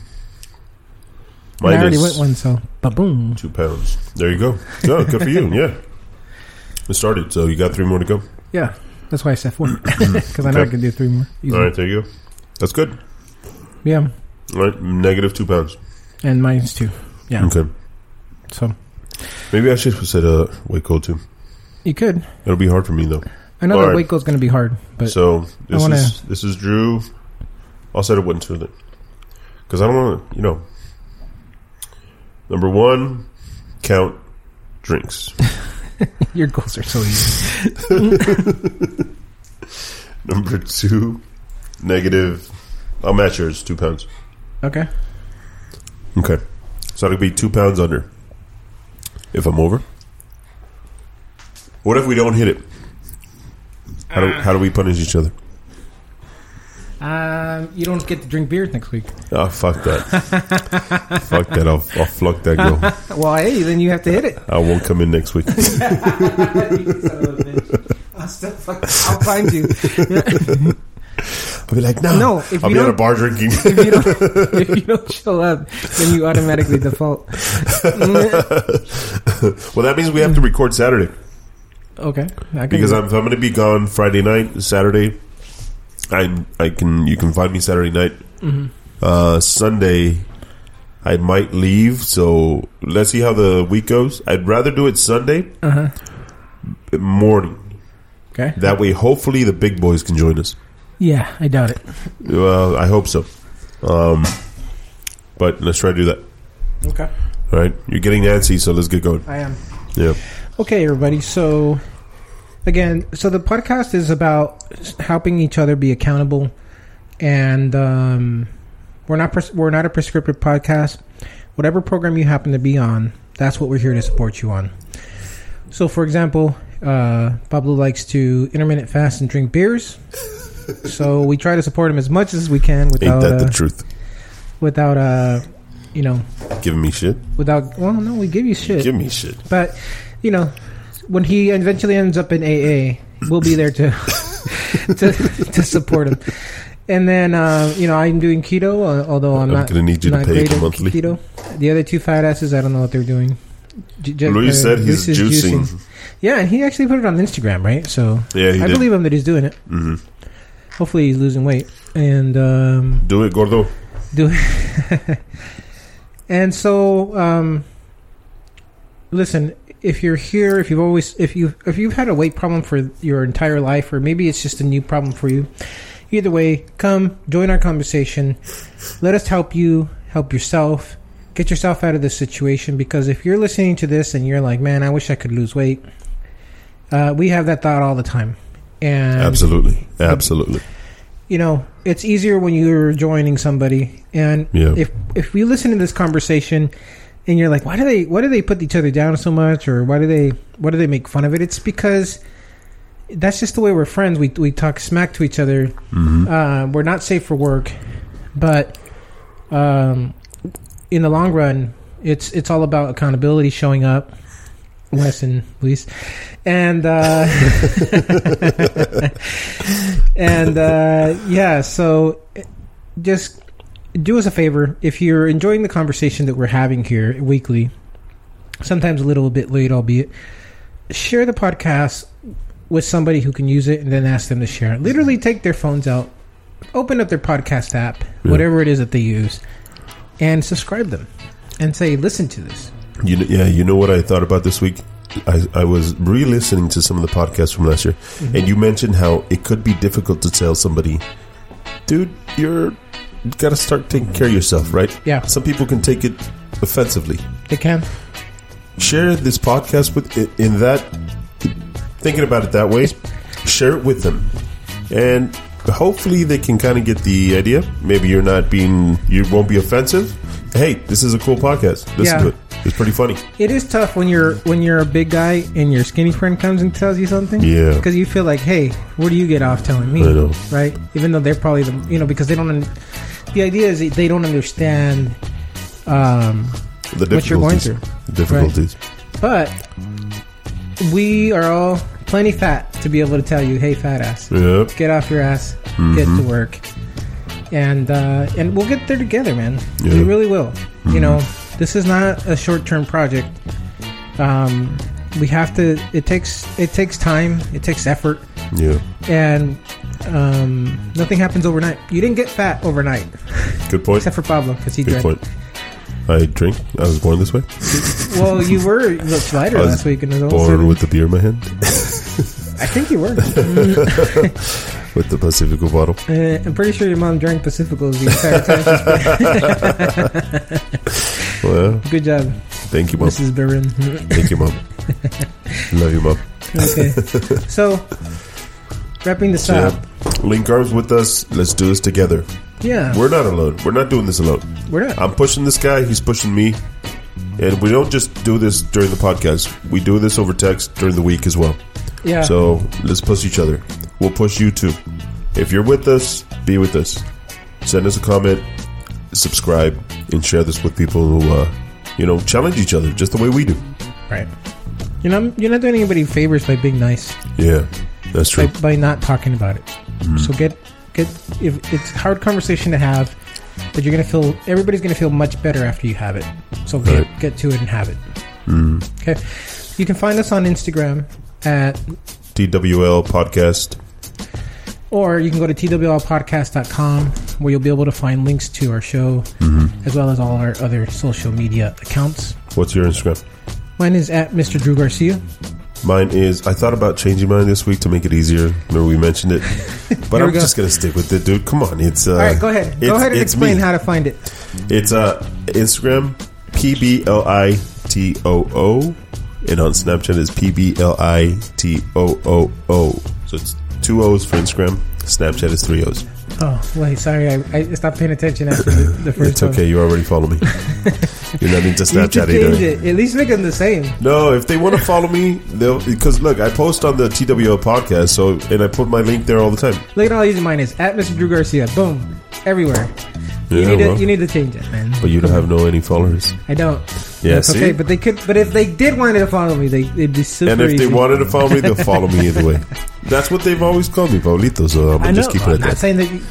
[SPEAKER 2] Mine
[SPEAKER 3] I already
[SPEAKER 2] is
[SPEAKER 3] went one, so ba boom.
[SPEAKER 2] two pounds. There you go. Go. good for you. Yeah. It started, so you got three more to go.
[SPEAKER 3] Yeah, that's why I said four because I know
[SPEAKER 2] Mm.
[SPEAKER 3] I
[SPEAKER 2] Okay.
[SPEAKER 3] can do three more. easily.
[SPEAKER 2] All right, there you go. That's good.
[SPEAKER 3] Yeah,
[SPEAKER 2] All right, negative two pounds.
[SPEAKER 3] and mine's two. Yeah,
[SPEAKER 2] Okay.
[SPEAKER 3] so
[SPEAKER 2] Maybe I should have said a weight goal too.
[SPEAKER 3] you could.
[SPEAKER 2] It'll be hard for me though.
[SPEAKER 3] I know
[SPEAKER 2] All
[SPEAKER 3] that
[SPEAKER 2] right.
[SPEAKER 3] weight goal's going to be hard, but
[SPEAKER 2] So this
[SPEAKER 3] wanna-
[SPEAKER 2] is this is Drew. I'll set it one to it because I don't want to. You know, number one, count drinks.
[SPEAKER 3] your goals are so easy.
[SPEAKER 2] number two, negative. I'll match yours, two pounds.
[SPEAKER 3] Okay.
[SPEAKER 2] Okay, so it'll be two pounds under. If I'm over, what if we don't hit it? How do, how do we punish each other?
[SPEAKER 3] Um, you don't get to drink beer next week.
[SPEAKER 2] Oh, fuck that. fuck that. I'll, I'll fluck that girl.
[SPEAKER 3] Well, hey, then you have to hit it.
[SPEAKER 2] I won't come in next week.
[SPEAKER 3] I'll, still fuck- I'll find you.
[SPEAKER 2] I'll be like, no,
[SPEAKER 3] No, if
[SPEAKER 2] I'll
[SPEAKER 3] you
[SPEAKER 2] be at a
[SPEAKER 3] don't-
[SPEAKER 2] bar drinking.
[SPEAKER 3] If you, don't, if you don't show up, then you automatically default.
[SPEAKER 2] well, that means we have to record Saturday
[SPEAKER 3] Okay. I can
[SPEAKER 2] because I'm, if I'm going to be gone Friday night, Saturday. I'm, I can you can find me Saturday night.
[SPEAKER 3] Mm-hmm.
[SPEAKER 2] Uh, Sunday, I might leave. So let's see how the week goes. I'd rather do it Sunday
[SPEAKER 3] Uh-huh.
[SPEAKER 2] morning.
[SPEAKER 3] Okay.
[SPEAKER 2] That way, hopefully, the big boys can join us.
[SPEAKER 3] Yeah, I doubt it.
[SPEAKER 2] Well, I hope so. Um, but let's try to do that.
[SPEAKER 3] Okay.
[SPEAKER 2] All right, you're getting antsy, so let's get going.
[SPEAKER 3] I am.
[SPEAKER 2] Yeah.
[SPEAKER 3] Okay, everybody. So, again, so the podcast is about helping each other be accountable, and um, we're not pres- we're not a prescriptive podcast. whatever program you happen to be on, that's what we're here to support you on. So, for example, uh, Pablo likes to intermittent fast and drink beers. so we try to support him as much as we can
[SPEAKER 2] Ain't
[SPEAKER 3] without
[SPEAKER 2] that
[SPEAKER 3] uh,
[SPEAKER 2] the truth?
[SPEAKER 3] without uh, you know
[SPEAKER 2] Giving me shit.
[SPEAKER 3] without well no we give you shit
[SPEAKER 2] Give me shit.
[SPEAKER 3] but you know when he eventually ends up in AA we'll be there to to, to support him and then uh, you know I'm doing keto uh, although I'm,
[SPEAKER 2] I'm,
[SPEAKER 3] not
[SPEAKER 2] gonna need you to
[SPEAKER 3] not
[SPEAKER 2] pay
[SPEAKER 3] great at
[SPEAKER 2] monthly.
[SPEAKER 3] keto the other two fat asses I don't know what they're doing J- J-
[SPEAKER 2] Luis
[SPEAKER 3] uh,
[SPEAKER 2] said he's
[SPEAKER 3] Luis is
[SPEAKER 2] juicing.
[SPEAKER 3] yeah and he actually put it on Instagram right so
[SPEAKER 2] Yeah, he
[SPEAKER 3] I
[SPEAKER 2] did.
[SPEAKER 3] believe him that he's doing it
[SPEAKER 2] hmm
[SPEAKER 3] hopefully he's losing weight and um,
[SPEAKER 2] Do it, Gordo.
[SPEAKER 3] do and so um listen if you're here if you've always if you if you've had a weight problem for your entire life or maybe it's just a new problem for you either way come join our conversation let us help you help yourself get yourself out of this situation because if you're listening to this and you're like man i wish i could lose weight uh, we have that thought all the time and
[SPEAKER 2] Absolutely, absolutely.
[SPEAKER 3] you know, it's easier when you're joining somebody. And
[SPEAKER 2] Yeah.
[SPEAKER 3] if if we listen to this conversation, and you're like, why do they why do they put each other down so much, or why do they why do they make fun of it? It's because that's just the way we're friends. We we talk smack to each other.
[SPEAKER 2] hmm
[SPEAKER 3] Uh, we're not safe for work, but um, in the long run, it's it's all about accountability, showing up, Wes and Luis, and uh, and uh, yeah. So eh, just do us a favor if you're enjoying the conversation that we're having here weekly, sometimes a little bit late, albeit. Share the podcast with somebody who can use it, and then ask them to share it. Literally, take their phones out, open up their podcast app,
[SPEAKER 2] Yeah.
[SPEAKER 3] whatever it is that they use, and subscribe them and say, listen to this.
[SPEAKER 2] You know, yeah, you know what I thought about this week? I, I was re listening to some of the podcasts from last year,
[SPEAKER 3] Mm-hmm.
[SPEAKER 2] and you mentioned how it could be difficult to tell somebody, dude, you're you got to start taking care of yourself, right?
[SPEAKER 3] Yeah.
[SPEAKER 2] Some people can take it offensively.
[SPEAKER 3] They can.
[SPEAKER 2] Share this podcast with i- in that thinking about it that way. Share it with them, and hopefully they can kind of get the idea. Maybe you're not being, you won't be offensive. Hey, this is a cool podcast. Listen
[SPEAKER 3] Yeah.
[SPEAKER 2] to it. It's pretty funny.
[SPEAKER 3] It is tough when you're when you're a big guy and your skinny friend comes and tells you something.
[SPEAKER 2] Yeah.
[SPEAKER 3] Because you feel like, hey, where do you get off telling me?
[SPEAKER 2] I know.
[SPEAKER 3] Right. Even though they're probably the you know because they don't. un- The idea is that they don't understand. Um,
[SPEAKER 2] the
[SPEAKER 3] what you're going
[SPEAKER 2] difficulties. The difficulties.
[SPEAKER 3] but we are all plenty fat to be able to tell you, hey, fat ass,
[SPEAKER 2] Yep.
[SPEAKER 3] get off your ass, get to work, and uh, and we'll get there together, man. We
[SPEAKER 2] Yeah.
[SPEAKER 3] really will. You know, this is not a short term project. Um, we have to. It takes it takes time. It takes effort,
[SPEAKER 2] Yeah.
[SPEAKER 3] and um, nothing happens overnight. You didn't get fat overnight,
[SPEAKER 2] Good point.
[SPEAKER 3] except for Pablo because he
[SPEAKER 2] Good
[SPEAKER 3] drank.
[SPEAKER 2] point. I drink. I was born this way.
[SPEAKER 3] Well, you were you looked lighter
[SPEAKER 2] I was
[SPEAKER 3] last week, and it was all
[SPEAKER 2] Born
[SPEAKER 3] certain-
[SPEAKER 2] with the beer in my hand,
[SPEAKER 3] I think you were.
[SPEAKER 2] with the Pacifico bottle.
[SPEAKER 3] Uh, I'm pretty sure your mom drank Pacificos the entire time.
[SPEAKER 2] Well,
[SPEAKER 3] Good job,
[SPEAKER 2] thank you, mom.
[SPEAKER 3] Mrs. Barron.
[SPEAKER 2] Thank you, mom. Love you, mom.
[SPEAKER 3] okay, so wrapping this
[SPEAKER 2] So,
[SPEAKER 3] up.
[SPEAKER 2] yeah. Link arms with us. Let's do this together.
[SPEAKER 3] Yeah,
[SPEAKER 2] We're not alone. We're not doing this alone.
[SPEAKER 3] we're not.
[SPEAKER 2] I'm pushing this guy. He's pushing me. And we don't just do this during the podcast. We do this over text during the week as well.
[SPEAKER 3] Yeah,
[SPEAKER 2] So let's push each other. We'll push you too. If you're with us, be with us. Send us a comment, subscribe, and share this with people who, uh, you know, challenge each other just the way we do.
[SPEAKER 3] right. You know, you're not doing anybody favors by being nice
[SPEAKER 2] Yeah, that's
[SPEAKER 3] by,
[SPEAKER 2] true.
[SPEAKER 3] by not talking about it.
[SPEAKER 2] Mm-hmm.
[SPEAKER 3] So get get if it's a hard conversation to have, but you're gonna feel everybody's gonna feel much better after you have it. So get
[SPEAKER 2] Right. Mm-hmm.
[SPEAKER 3] get to it and have it. Okay, you can find us on Instagram at
[SPEAKER 2] TWL podcast.
[SPEAKER 3] Or you can go to twlpodcast.com where you'll be able to find links to our show
[SPEAKER 2] Mm-hmm.
[SPEAKER 3] as well as all our other social media accounts.
[SPEAKER 2] What's your Instagram?
[SPEAKER 3] Mine is at Mr. Drew
[SPEAKER 2] Uh,
[SPEAKER 3] Garcia.
[SPEAKER 2] Mine is. I thought about changing mine this week to make it easier. Remember we mentioned it, but
[SPEAKER 3] Here we
[SPEAKER 2] I'm
[SPEAKER 3] go.
[SPEAKER 2] just gonna stick with it, dude. Come on, it's. Uh,
[SPEAKER 3] all right, go ahead. Go
[SPEAKER 2] it's-
[SPEAKER 3] ahead and
[SPEAKER 2] it's
[SPEAKER 3] explain
[SPEAKER 2] me.
[SPEAKER 3] how to find it.
[SPEAKER 2] It's uh Instagram P B L I T O O and on Snapchat it's P B L I T O O O. So it's two O's for Instagram. Snapchat is three O's.
[SPEAKER 3] Oh, wait, sorry. I, I stopped paying attention after the, the first
[SPEAKER 2] It's okay, you already follow me. You know, need to
[SPEAKER 3] You
[SPEAKER 2] Snapchat
[SPEAKER 3] just
[SPEAKER 2] either.
[SPEAKER 3] change it. At least make them the same.
[SPEAKER 2] No, if they want to follow me, they'll because look, I post on the TWO podcast, so and I put my link there all the time.
[SPEAKER 3] Look at how easy mine is. At Mr. Drew Garcia. Boom. Everywhere. You,
[SPEAKER 2] Yeah,
[SPEAKER 3] need
[SPEAKER 2] well,
[SPEAKER 3] to, you need to change it, man.
[SPEAKER 2] but you don't have no any followers.
[SPEAKER 3] I don't.
[SPEAKER 2] Yeah,
[SPEAKER 3] That's
[SPEAKER 2] see?
[SPEAKER 3] okay, but they could. But if they did want to follow me, they, it'd be super.
[SPEAKER 2] and if they
[SPEAKER 3] easy.
[SPEAKER 2] wanted to follow me, they'll follow me either way. That's what they've always called me, Pablito. So I'm
[SPEAKER 3] I
[SPEAKER 2] gonna
[SPEAKER 3] know.
[SPEAKER 2] just keep
[SPEAKER 3] I'm
[SPEAKER 2] it
[SPEAKER 3] not
[SPEAKER 2] at that.
[SPEAKER 3] saying that. You,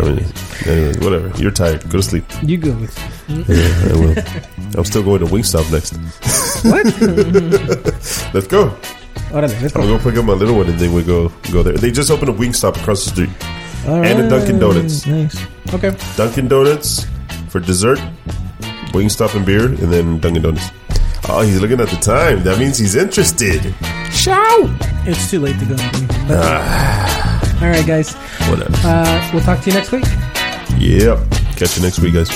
[SPEAKER 2] I mean, anyways, whatever. You're tired. Go to sleep.
[SPEAKER 3] you go with
[SPEAKER 2] Yeah, I will. I'm still going to Wingstop next.
[SPEAKER 3] what?
[SPEAKER 2] Let's go.
[SPEAKER 3] Órale, let's
[SPEAKER 2] I'm
[SPEAKER 3] go.
[SPEAKER 2] gonna pick up my little one, and then we go go there. They just opened a Wingstop across the street. and a Dunkin' Donuts.
[SPEAKER 3] Nice. Okay.
[SPEAKER 2] Dunkin' Donuts for dessert, Wingstop and beer, and then Dunkin' Donuts. Oh, he's looking at the time. That means he's interested.
[SPEAKER 3] It's too late to go.
[SPEAKER 2] Ah.
[SPEAKER 3] All right, guys.
[SPEAKER 2] Whatever.
[SPEAKER 3] Uh, we'll talk to you next week.
[SPEAKER 2] Yep. Catch you next week, guys.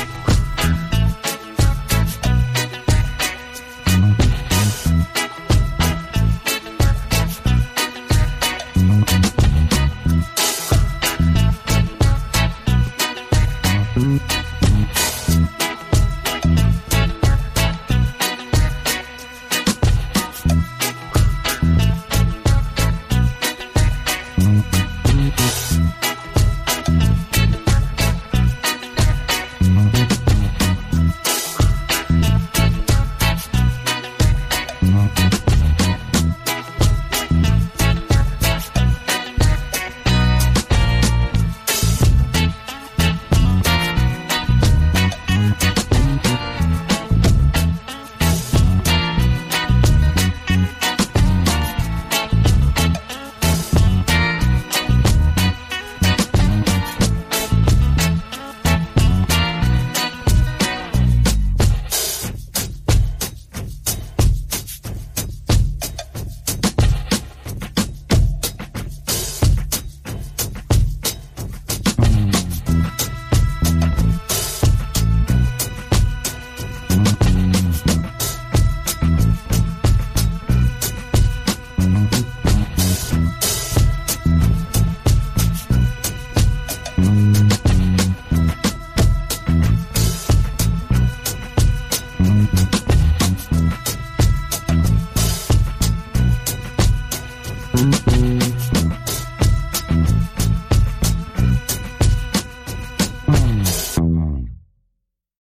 [SPEAKER 7] Mm-hmm.